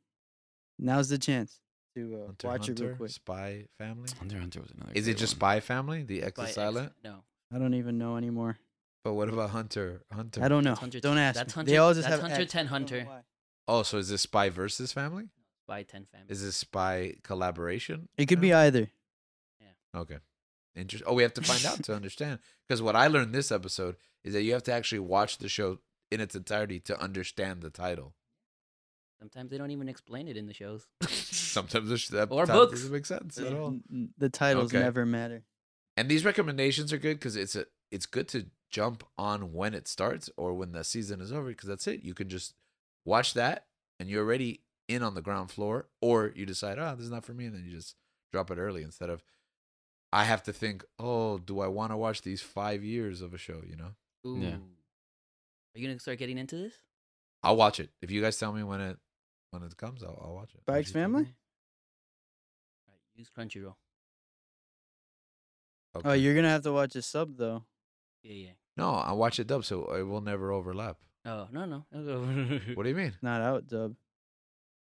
[SPEAKER 4] now's the chance to uh,
[SPEAKER 1] Hunter,
[SPEAKER 4] watch it real
[SPEAKER 1] Hunter,
[SPEAKER 4] quick.
[SPEAKER 1] Spy family.
[SPEAKER 3] Hunter x Hunter was another.
[SPEAKER 1] Is it
[SPEAKER 3] great
[SPEAKER 1] just
[SPEAKER 3] one.
[SPEAKER 1] Spy Family? The X
[SPEAKER 2] by
[SPEAKER 1] is
[SPEAKER 2] X-
[SPEAKER 1] silent.
[SPEAKER 2] No.
[SPEAKER 4] I don't even know anymore.
[SPEAKER 1] But what about Hunter? Hunter.
[SPEAKER 4] I don't know.
[SPEAKER 2] That's Hunter
[SPEAKER 4] Don't
[SPEAKER 2] Ten-
[SPEAKER 4] ask.
[SPEAKER 2] that's
[SPEAKER 4] me.
[SPEAKER 2] Hunter-
[SPEAKER 4] They all just
[SPEAKER 2] that's
[SPEAKER 4] have
[SPEAKER 2] Hunter
[SPEAKER 4] X.
[SPEAKER 2] Ten
[SPEAKER 4] I don't know
[SPEAKER 2] Hunter.
[SPEAKER 4] why.
[SPEAKER 1] Oh, so is this Spy versus Family?
[SPEAKER 2] By Ten Family.
[SPEAKER 1] Is this Spy collaboration?
[SPEAKER 4] It could be either.
[SPEAKER 1] Okay. Interesting. Oh, we have to find out to understand. Because what I learned this episode is that you have to actually watch the show in its entirety to understand the title.
[SPEAKER 2] Sometimes they don't even explain it in the shows.
[SPEAKER 1] Sometimes the sh- that
[SPEAKER 2] Or
[SPEAKER 1] title
[SPEAKER 2] books.
[SPEAKER 1] doesn't make sense at all.
[SPEAKER 4] N- n- The titles
[SPEAKER 1] Okay.
[SPEAKER 4] never matter.
[SPEAKER 1] And these recommendations are good because it's a it's good to jump on when it starts or when the season is over because that's it. You can just watch that and you're already in on the ground floor, or you decide, oh, this is not for me, and then you just drop it early instead of I have to think, oh, do I want to watch these five years of a show? You know,
[SPEAKER 2] Ooh.
[SPEAKER 3] Yeah.
[SPEAKER 2] Are you gonna start getting into this?
[SPEAKER 1] I'll watch it if you guys tell me when it when it comes. I'll, I'll watch it.
[SPEAKER 4] Spy X Family.
[SPEAKER 2] Alright, use Crunchyroll.
[SPEAKER 4] Oh, you're gonna have to watch a sub though.
[SPEAKER 2] Yeah,
[SPEAKER 1] no, I watch it dub, so it will never overlap.
[SPEAKER 2] yeah. Oh no no.
[SPEAKER 1] What do you mean?
[SPEAKER 4] Not out dub.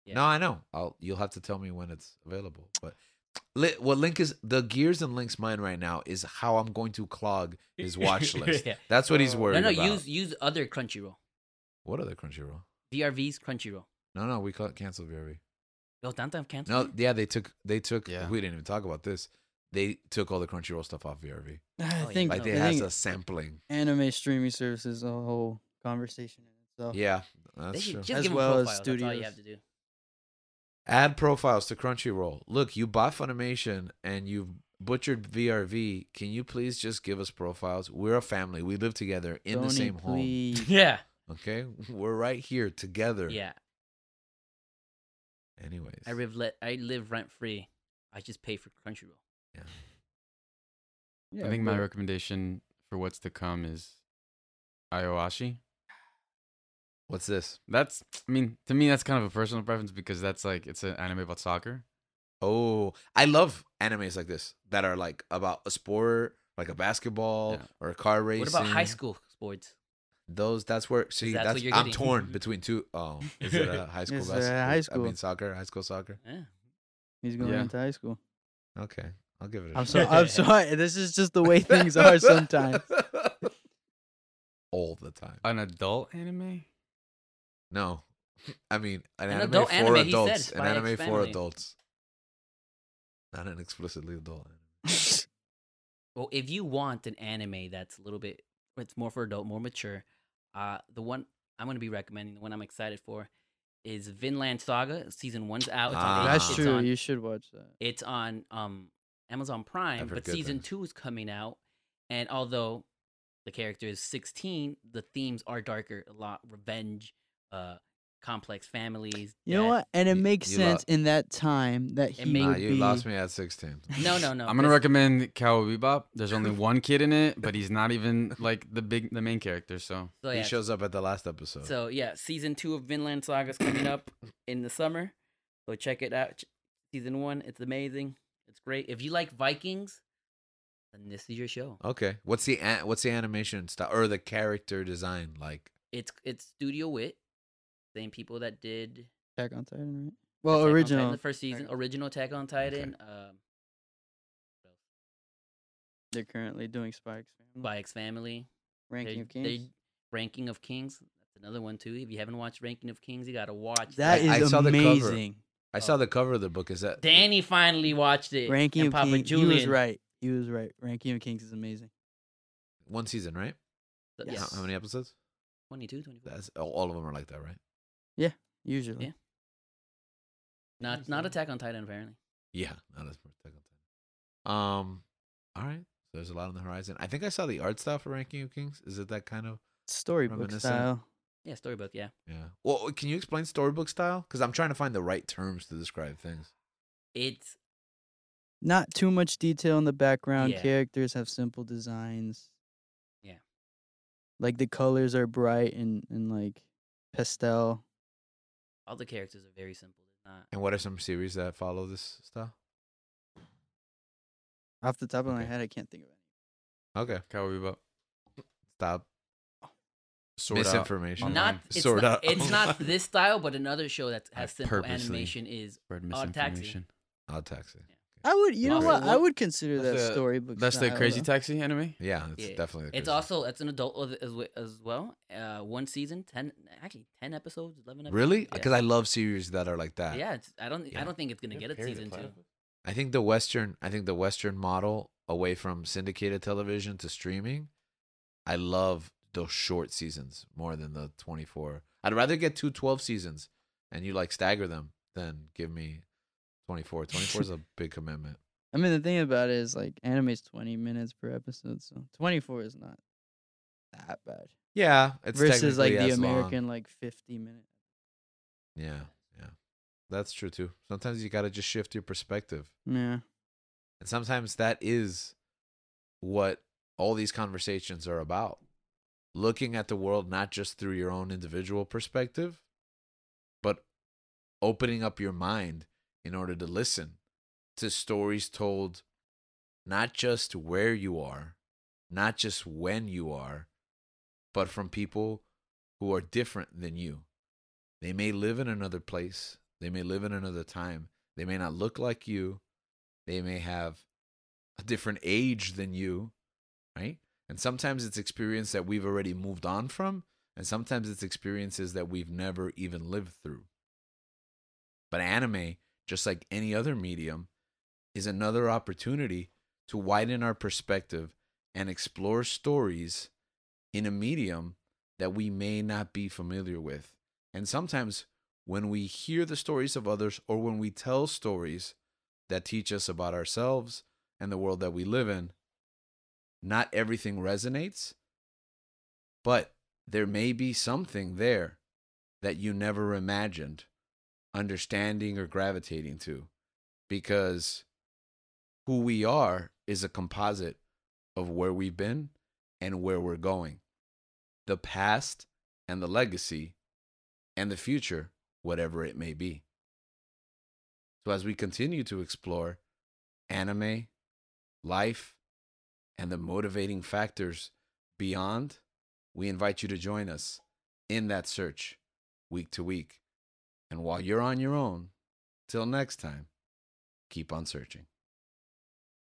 [SPEAKER 2] Yeah.
[SPEAKER 1] No, I know. I'll you'll have to tell me when it's available. But li- what Link is the gears in Link's mind right now is how I'm going to clog his watch list.
[SPEAKER 2] Yeah.
[SPEAKER 1] That's what he's
[SPEAKER 4] Oh.
[SPEAKER 1] worried
[SPEAKER 2] No no.
[SPEAKER 1] about.
[SPEAKER 2] Use use other Crunchyroll.
[SPEAKER 1] What other Crunchyroll?
[SPEAKER 2] VRV's Crunchyroll.
[SPEAKER 1] No, no, we ca- canceled VRV.
[SPEAKER 2] Oh, Dantan
[SPEAKER 1] No,
[SPEAKER 2] canceled. it?
[SPEAKER 1] yeah, they took they took.
[SPEAKER 3] Yeah.
[SPEAKER 1] We didn't even talk about this. They took all the Crunchyroll stuff off VRV.
[SPEAKER 2] Oh,
[SPEAKER 4] I
[SPEAKER 2] yeah.
[SPEAKER 4] think,
[SPEAKER 1] Like they
[SPEAKER 4] I
[SPEAKER 1] has
[SPEAKER 4] think
[SPEAKER 1] a sampling.
[SPEAKER 4] anime streaming services is a whole conversation in itself.
[SPEAKER 1] Yeah,
[SPEAKER 2] Oh. They
[SPEAKER 1] that's
[SPEAKER 2] should
[SPEAKER 1] true.
[SPEAKER 2] just
[SPEAKER 4] As
[SPEAKER 2] give 'em
[SPEAKER 4] well as
[SPEAKER 2] profiles. That's all you
[SPEAKER 4] studios.
[SPEAKER 2] have to do.
[SPEAKER 1] Add profiles to Crunchyroll. Look, you bought Funimation and you've butchered VRV. Can you please just give us profiles? We're a family. We live together in the
[SPEAKER 4] Sony,
[SPEAKER 1] same home.
[SPEAKER 4] please.
[SPEAKER 2] Yeah.
[SPEAKER 1] Okay, we're right here together.
[SPEAKER 2] Yeah.
[SPEAKER 1] Anyways,
[SPEAKER 2] I live let I live rent free. I just pay for Crunchyroll.
[SPEAKER 4] Yeah,
[SPEAKER 3] I think my
[SPEAKER 4] but
[SPEAKER 3] recommendation for what's to come is Ayawashi.
[SPEAKER 1] what's this?
[SPEAKER 3] That's, I mean, to me, that's kind of a personal preference because that's like it's an anime about soccer.
[SPEAKER 1] Oh, I love animes like this that are like about a sport, like a basketball
[SPEAKER 3] Yeah.
[SPEAKER 1] or a car race.
[SPEAKER 2] What about high school sports?
[SPEAKER 1] Those that's where see
[SPEAKER 2] that's
[SPEAKER 1] that's,
[SPEAKER 2] what you're
[SPEAKER 1] I'm
[SPEAKER 2] getting.
[SPEAKER 1] torn between two. Oh, is it a high school
[SPEAKER 4] Is it a
[SPEAKER 1] basketball?
[SPEAKER 4] high
[SPEAKER 1] I
[SPEAKER 4] school?
[SPEAKER 1] mean soccer, high school soccer.
[SPEAKER 2] Yeah.
[SPEAKER 4] he's going
[SPEAKER 3] Yeah.
[SPEAKER 4] into high school.
[SPEAKER 1] Okay, I'll give it. A
[SPEAKER 4] I'm
[SPEAKER 1] shot.
[SPEAKER 4] so I'm sorry. This is just the way things are sometimes.
[SPEAKER 1] All the time.
[SPEAKER 3] An adult anime?
[SPEAKER 1] No, I mean an,
[SPEAKER 2] An
[SPEAKER 1] anime
[SPEAKER 2] adult
[SPEAKER 1] for
[SPEAKER 2] anime, he said,
[SPEAKER 1] adults. an
[SPEAKER 2] Spy X
[SPEAKER 1] anime for
[SPEAKER 2] Family.
[SPEAKER 1] adults. Not an explicitly adult. anime.
[SPEAKER 2] Well, if you want an anime that's a little bit, it's more for adult, more mature. Uh, the one I'm going to be recommending, the one I'm excited for, is Vinland Saga. Season one's out. It's
[SPEAKER 1] Ah.
[SPEAKER 2] on,
[SPEAKER 4] That's
[SPEAKER 2] it's
[SPEAKER 4] true.
[SPEAKER 2] On,
[SPEAKER 4] You should watch that.
[SPEAKER 2] it's on um, Amazon Prime,
[SPEAKER 1] heard
[SPEAKER 2] but
[SPEAKER 1] good
[SPEAKER 2] season
[SPEAKER 1] things.
[SPEAKER 2] two is coming out. And although the character is 16, the themes are darker. A lot revenge, uh, complex families.
[SPEAKER 4] You know
[SPEAKER 2] death.
[SPEAKER 4] what? And it
[SPEAKER 1] You-
[SPEAKER 4] makes
[SPEAKER 1] you lo-
[SPEAKER 4] sense in that time that he
[SPEAKER 2] may-
[SPEAKER 1] Nah,
[SPEAKER 4] would
[SPEAKER 1] you
[SPEAKER 4] be.
[SPEAKER 1] lost me at sixteen.
[SPEAKER 2] No, no, no.
[SPEAKER 3] I'm gonna
[SPEAKER 2] this-
[SPEAKER 3] recommend Cowboy Bebop. There's only one kid in it, but he's not even like the big, the main character. So
[SPEAKER 2] so,
[SPEAKER 1] he
[SPEAKER 2] yeah,
[SPEAKER 1] shows up at the last episode.
[SPEAKER 2] So yeah, season two of Vinland Saga is coming up in the summer. So check it out. Ch- Season one, it's amazing. It's great. If you like Vikings, then this is your show.
[SPEAKER 1] okay, what's the an- what's the animation style or the character design like?
[SPEAKER 2] It's it's Studio Wit, same people that did
[SPEAKER 4] Attack on Titan, right? Well,
[SPEAKER 2] Attack on Titan,
[SPEAKER 4] original.
[SPEAKER 2] the first season, original Attack on Titan, um,
[SPEAKER 4] They're currently doing Spikes.
[SPEAKER 2] by X Family,
[SPEAKER 4] Ranking
[SPEAKER 2] They-
[SPEAKER 4] of Kings.
[SPEAKER 2] they- Ranking of Kings. That's another one too. If you haven't watched Ranking of Kings, you gotta watch
[SPEAKER 4] That is
[SPEAKER 1] I- I saw the cover.
[SPEAKER 4] amazing.
[SPEAKER 1] I
[SPEAKER 2] Oh.
[SPEAKER 1] saw the cover of the book. Is that
[SPEAKER 2] Danny finally watched it.
[SPEAKER 4] Ranking
[SPEAKER 2] and
[SPEAKER 4] of
[SPEAKER 2] Papa
[SPEAKER 4] Kings.
[SPEAKER 2] Julian.
[SPEAKER 4] He was right. He was right. Ranking of Kings is amazing.
[SPEAKER 1] one season, right?
[SPEAKER 2] So,
[SPEAKER 1] How-
[SPEAKER 2] yeah,
[SPEAKER 1] How, many episodes?
[SPEAKER 2] 22, 24.
[SPEAKER 1] That's oh, all of them are like that, right?
[SPEAKER 4] Usually.
[SPEAKER 2] Yeah. Not not Attack on Titan apparently.
[SPEAKER 1] Yeah, not as much Attack on Titan. Um, all right. So there's a lot on the horizon. I think I saw the art style for Ranking of Kings. Is it that kind of?
[SPEAKER 4] Storybook
[SPEAKER 1] Reminiscent.
[SPEAKER 4] style.
[SPEAKER 2] Yeah, storybook. Yeah.
[SPEAKER 1] Yeah. Well, can you explain storybook style? Because I'm trying to find the right terms to describe things.
[SPEAKER 2] It's
[SPEAKER 4] Not too much detail in the background.
[SPEAKER 2] Yeah.
[SPEAKER 4] Characters have simple designs.
[SPEAKER 2] Yeah.
[SPEAKER 4] Like the colors are bright and, and like pastel.
[SPEAKER 2] all the characters are very simple.
[SPEAKER 5] not.
[SPEAKER 1] And what are some series that follow this style?
[SPEAKER 4] Off the top of my
[SPEAKER 1] Okay.
[SPEAKER 4] head, I can't think of any.
[SPEAKER 1] Okay,
[SPEAKER 3] Cowboy Bebop.
[SPEAKER 1] stop
[SPEAKER 3] Sword Out.
[SPEAKER 1] misinformation.
[SPEAKER 5] Not
[SPEAKER 3] Online.
[SPEAKER 5] it's
[SPEAKER 1] Sort
[SPEAKER 5] not,
[SPEAKER 1] out.
[SPEAKER 5] it's not this style, but another show that
[SPEAKER 3] I
[SPEAKER 5] has simple
[SPEAKER 3] purposely-
[SPEAKER 5] animation is
[SPEAKER 3] Spread
[SPEAKER 2] Oh,
[SPEAKER 5] Odd Taxi.
[SPEAKER 3] misinformation.
[SPEAKER 1] Odd Taxi.
[SPEAKER 4] I would, you know
[SPEAKER 3] Lost
[SPEAKER 4] what?
[SPEAKER 3] in
[SPEAKER 4] I
[SPEAKER 3] Wo-
[SPEAKER 4] would consider that
[SPEAKER 3] That's the-
[SPEAKER 4] storybook.
[SPEAKER 3] That's the
[SPEAKER 4] style,
[SPEAKER 3] Crazy
[SPEAKER 4] though.
[SPEAKER 3] Taxi anime.
[SPEAKER 1] Yeah, it's
[SPEAKER 5] Yeah.
[SPEAKER 1] definitely. the
[SPEAKER 5] It's
[SPEAKER 1] crazy.
[SPEAKER 5] also it's an adult of- as, we- as well. Uh, one season, ten actually ten episodes, eleven. episodes.
[SPEAKER 1] really
[SPEAKER 5] Yeah.
[SPEAKER 1] because I love series that are like that.
[SPEAKER 5] yeah, it's, I don't
[SPEAKER 1] Yeah.
[SPEAKER 5] I don't think it's gonna get a season two.
[SPEAKER 1] I think the western. I think the western model away from syndicated television to streaming. I love those short seasons more than the twenty four. I'd rather get two 12 seasons and you like stagger them than give me 24. 24 is a big commitment.
[SPEAKER 4] I mean, the thing about it is like anime's twenty minutes per episode, so twenty four is not that bad.
[SPEAKER 1] Yeah, it's
[SPEAKER 4] Versus like
[SPEAKER 1] technically
[SPEAKER 4] the
[SPEAKER 1] as long.
[SPEAKER 4] American like fifty minute.
[SPEAKER 1] Yeah, yeah, that's true too. Sometimes you gotta just shift your perspective.
[SPEAKER 4] Yeah.
[SPEAKER 1] And sometimes that is what all these conversations are about. Looking at the world not just through your own individual perspective, but opening up your mind in order to listen to stories told not just where you are, not just when you are, but from people who are different than you. They may live in another place, they may live in another time, they may not look like you, they may have a different age than you, right? And sometimes it's experience that we've already moved on from, and sometimes it's experiences that we've never even lived through. But anime, just like any other medium, is another opportunity to widen our perspective and explore stories in a medium that we may not be familiar with. And sometimes when we hear the stories of others or when we tell stories that teach us about ourselves and the world that we live in, not everything resonates, but there may be something there that you never imagined understanding or gravitating to because who we are is a composite of where we've been and where we're going. The past and the legacy and the future, whatever it may be. So, as we continue to explore anime, life, and the motivating factors beyond, we invite you to join us in that search week to week. And while you're on your own, till next time, keep on searching.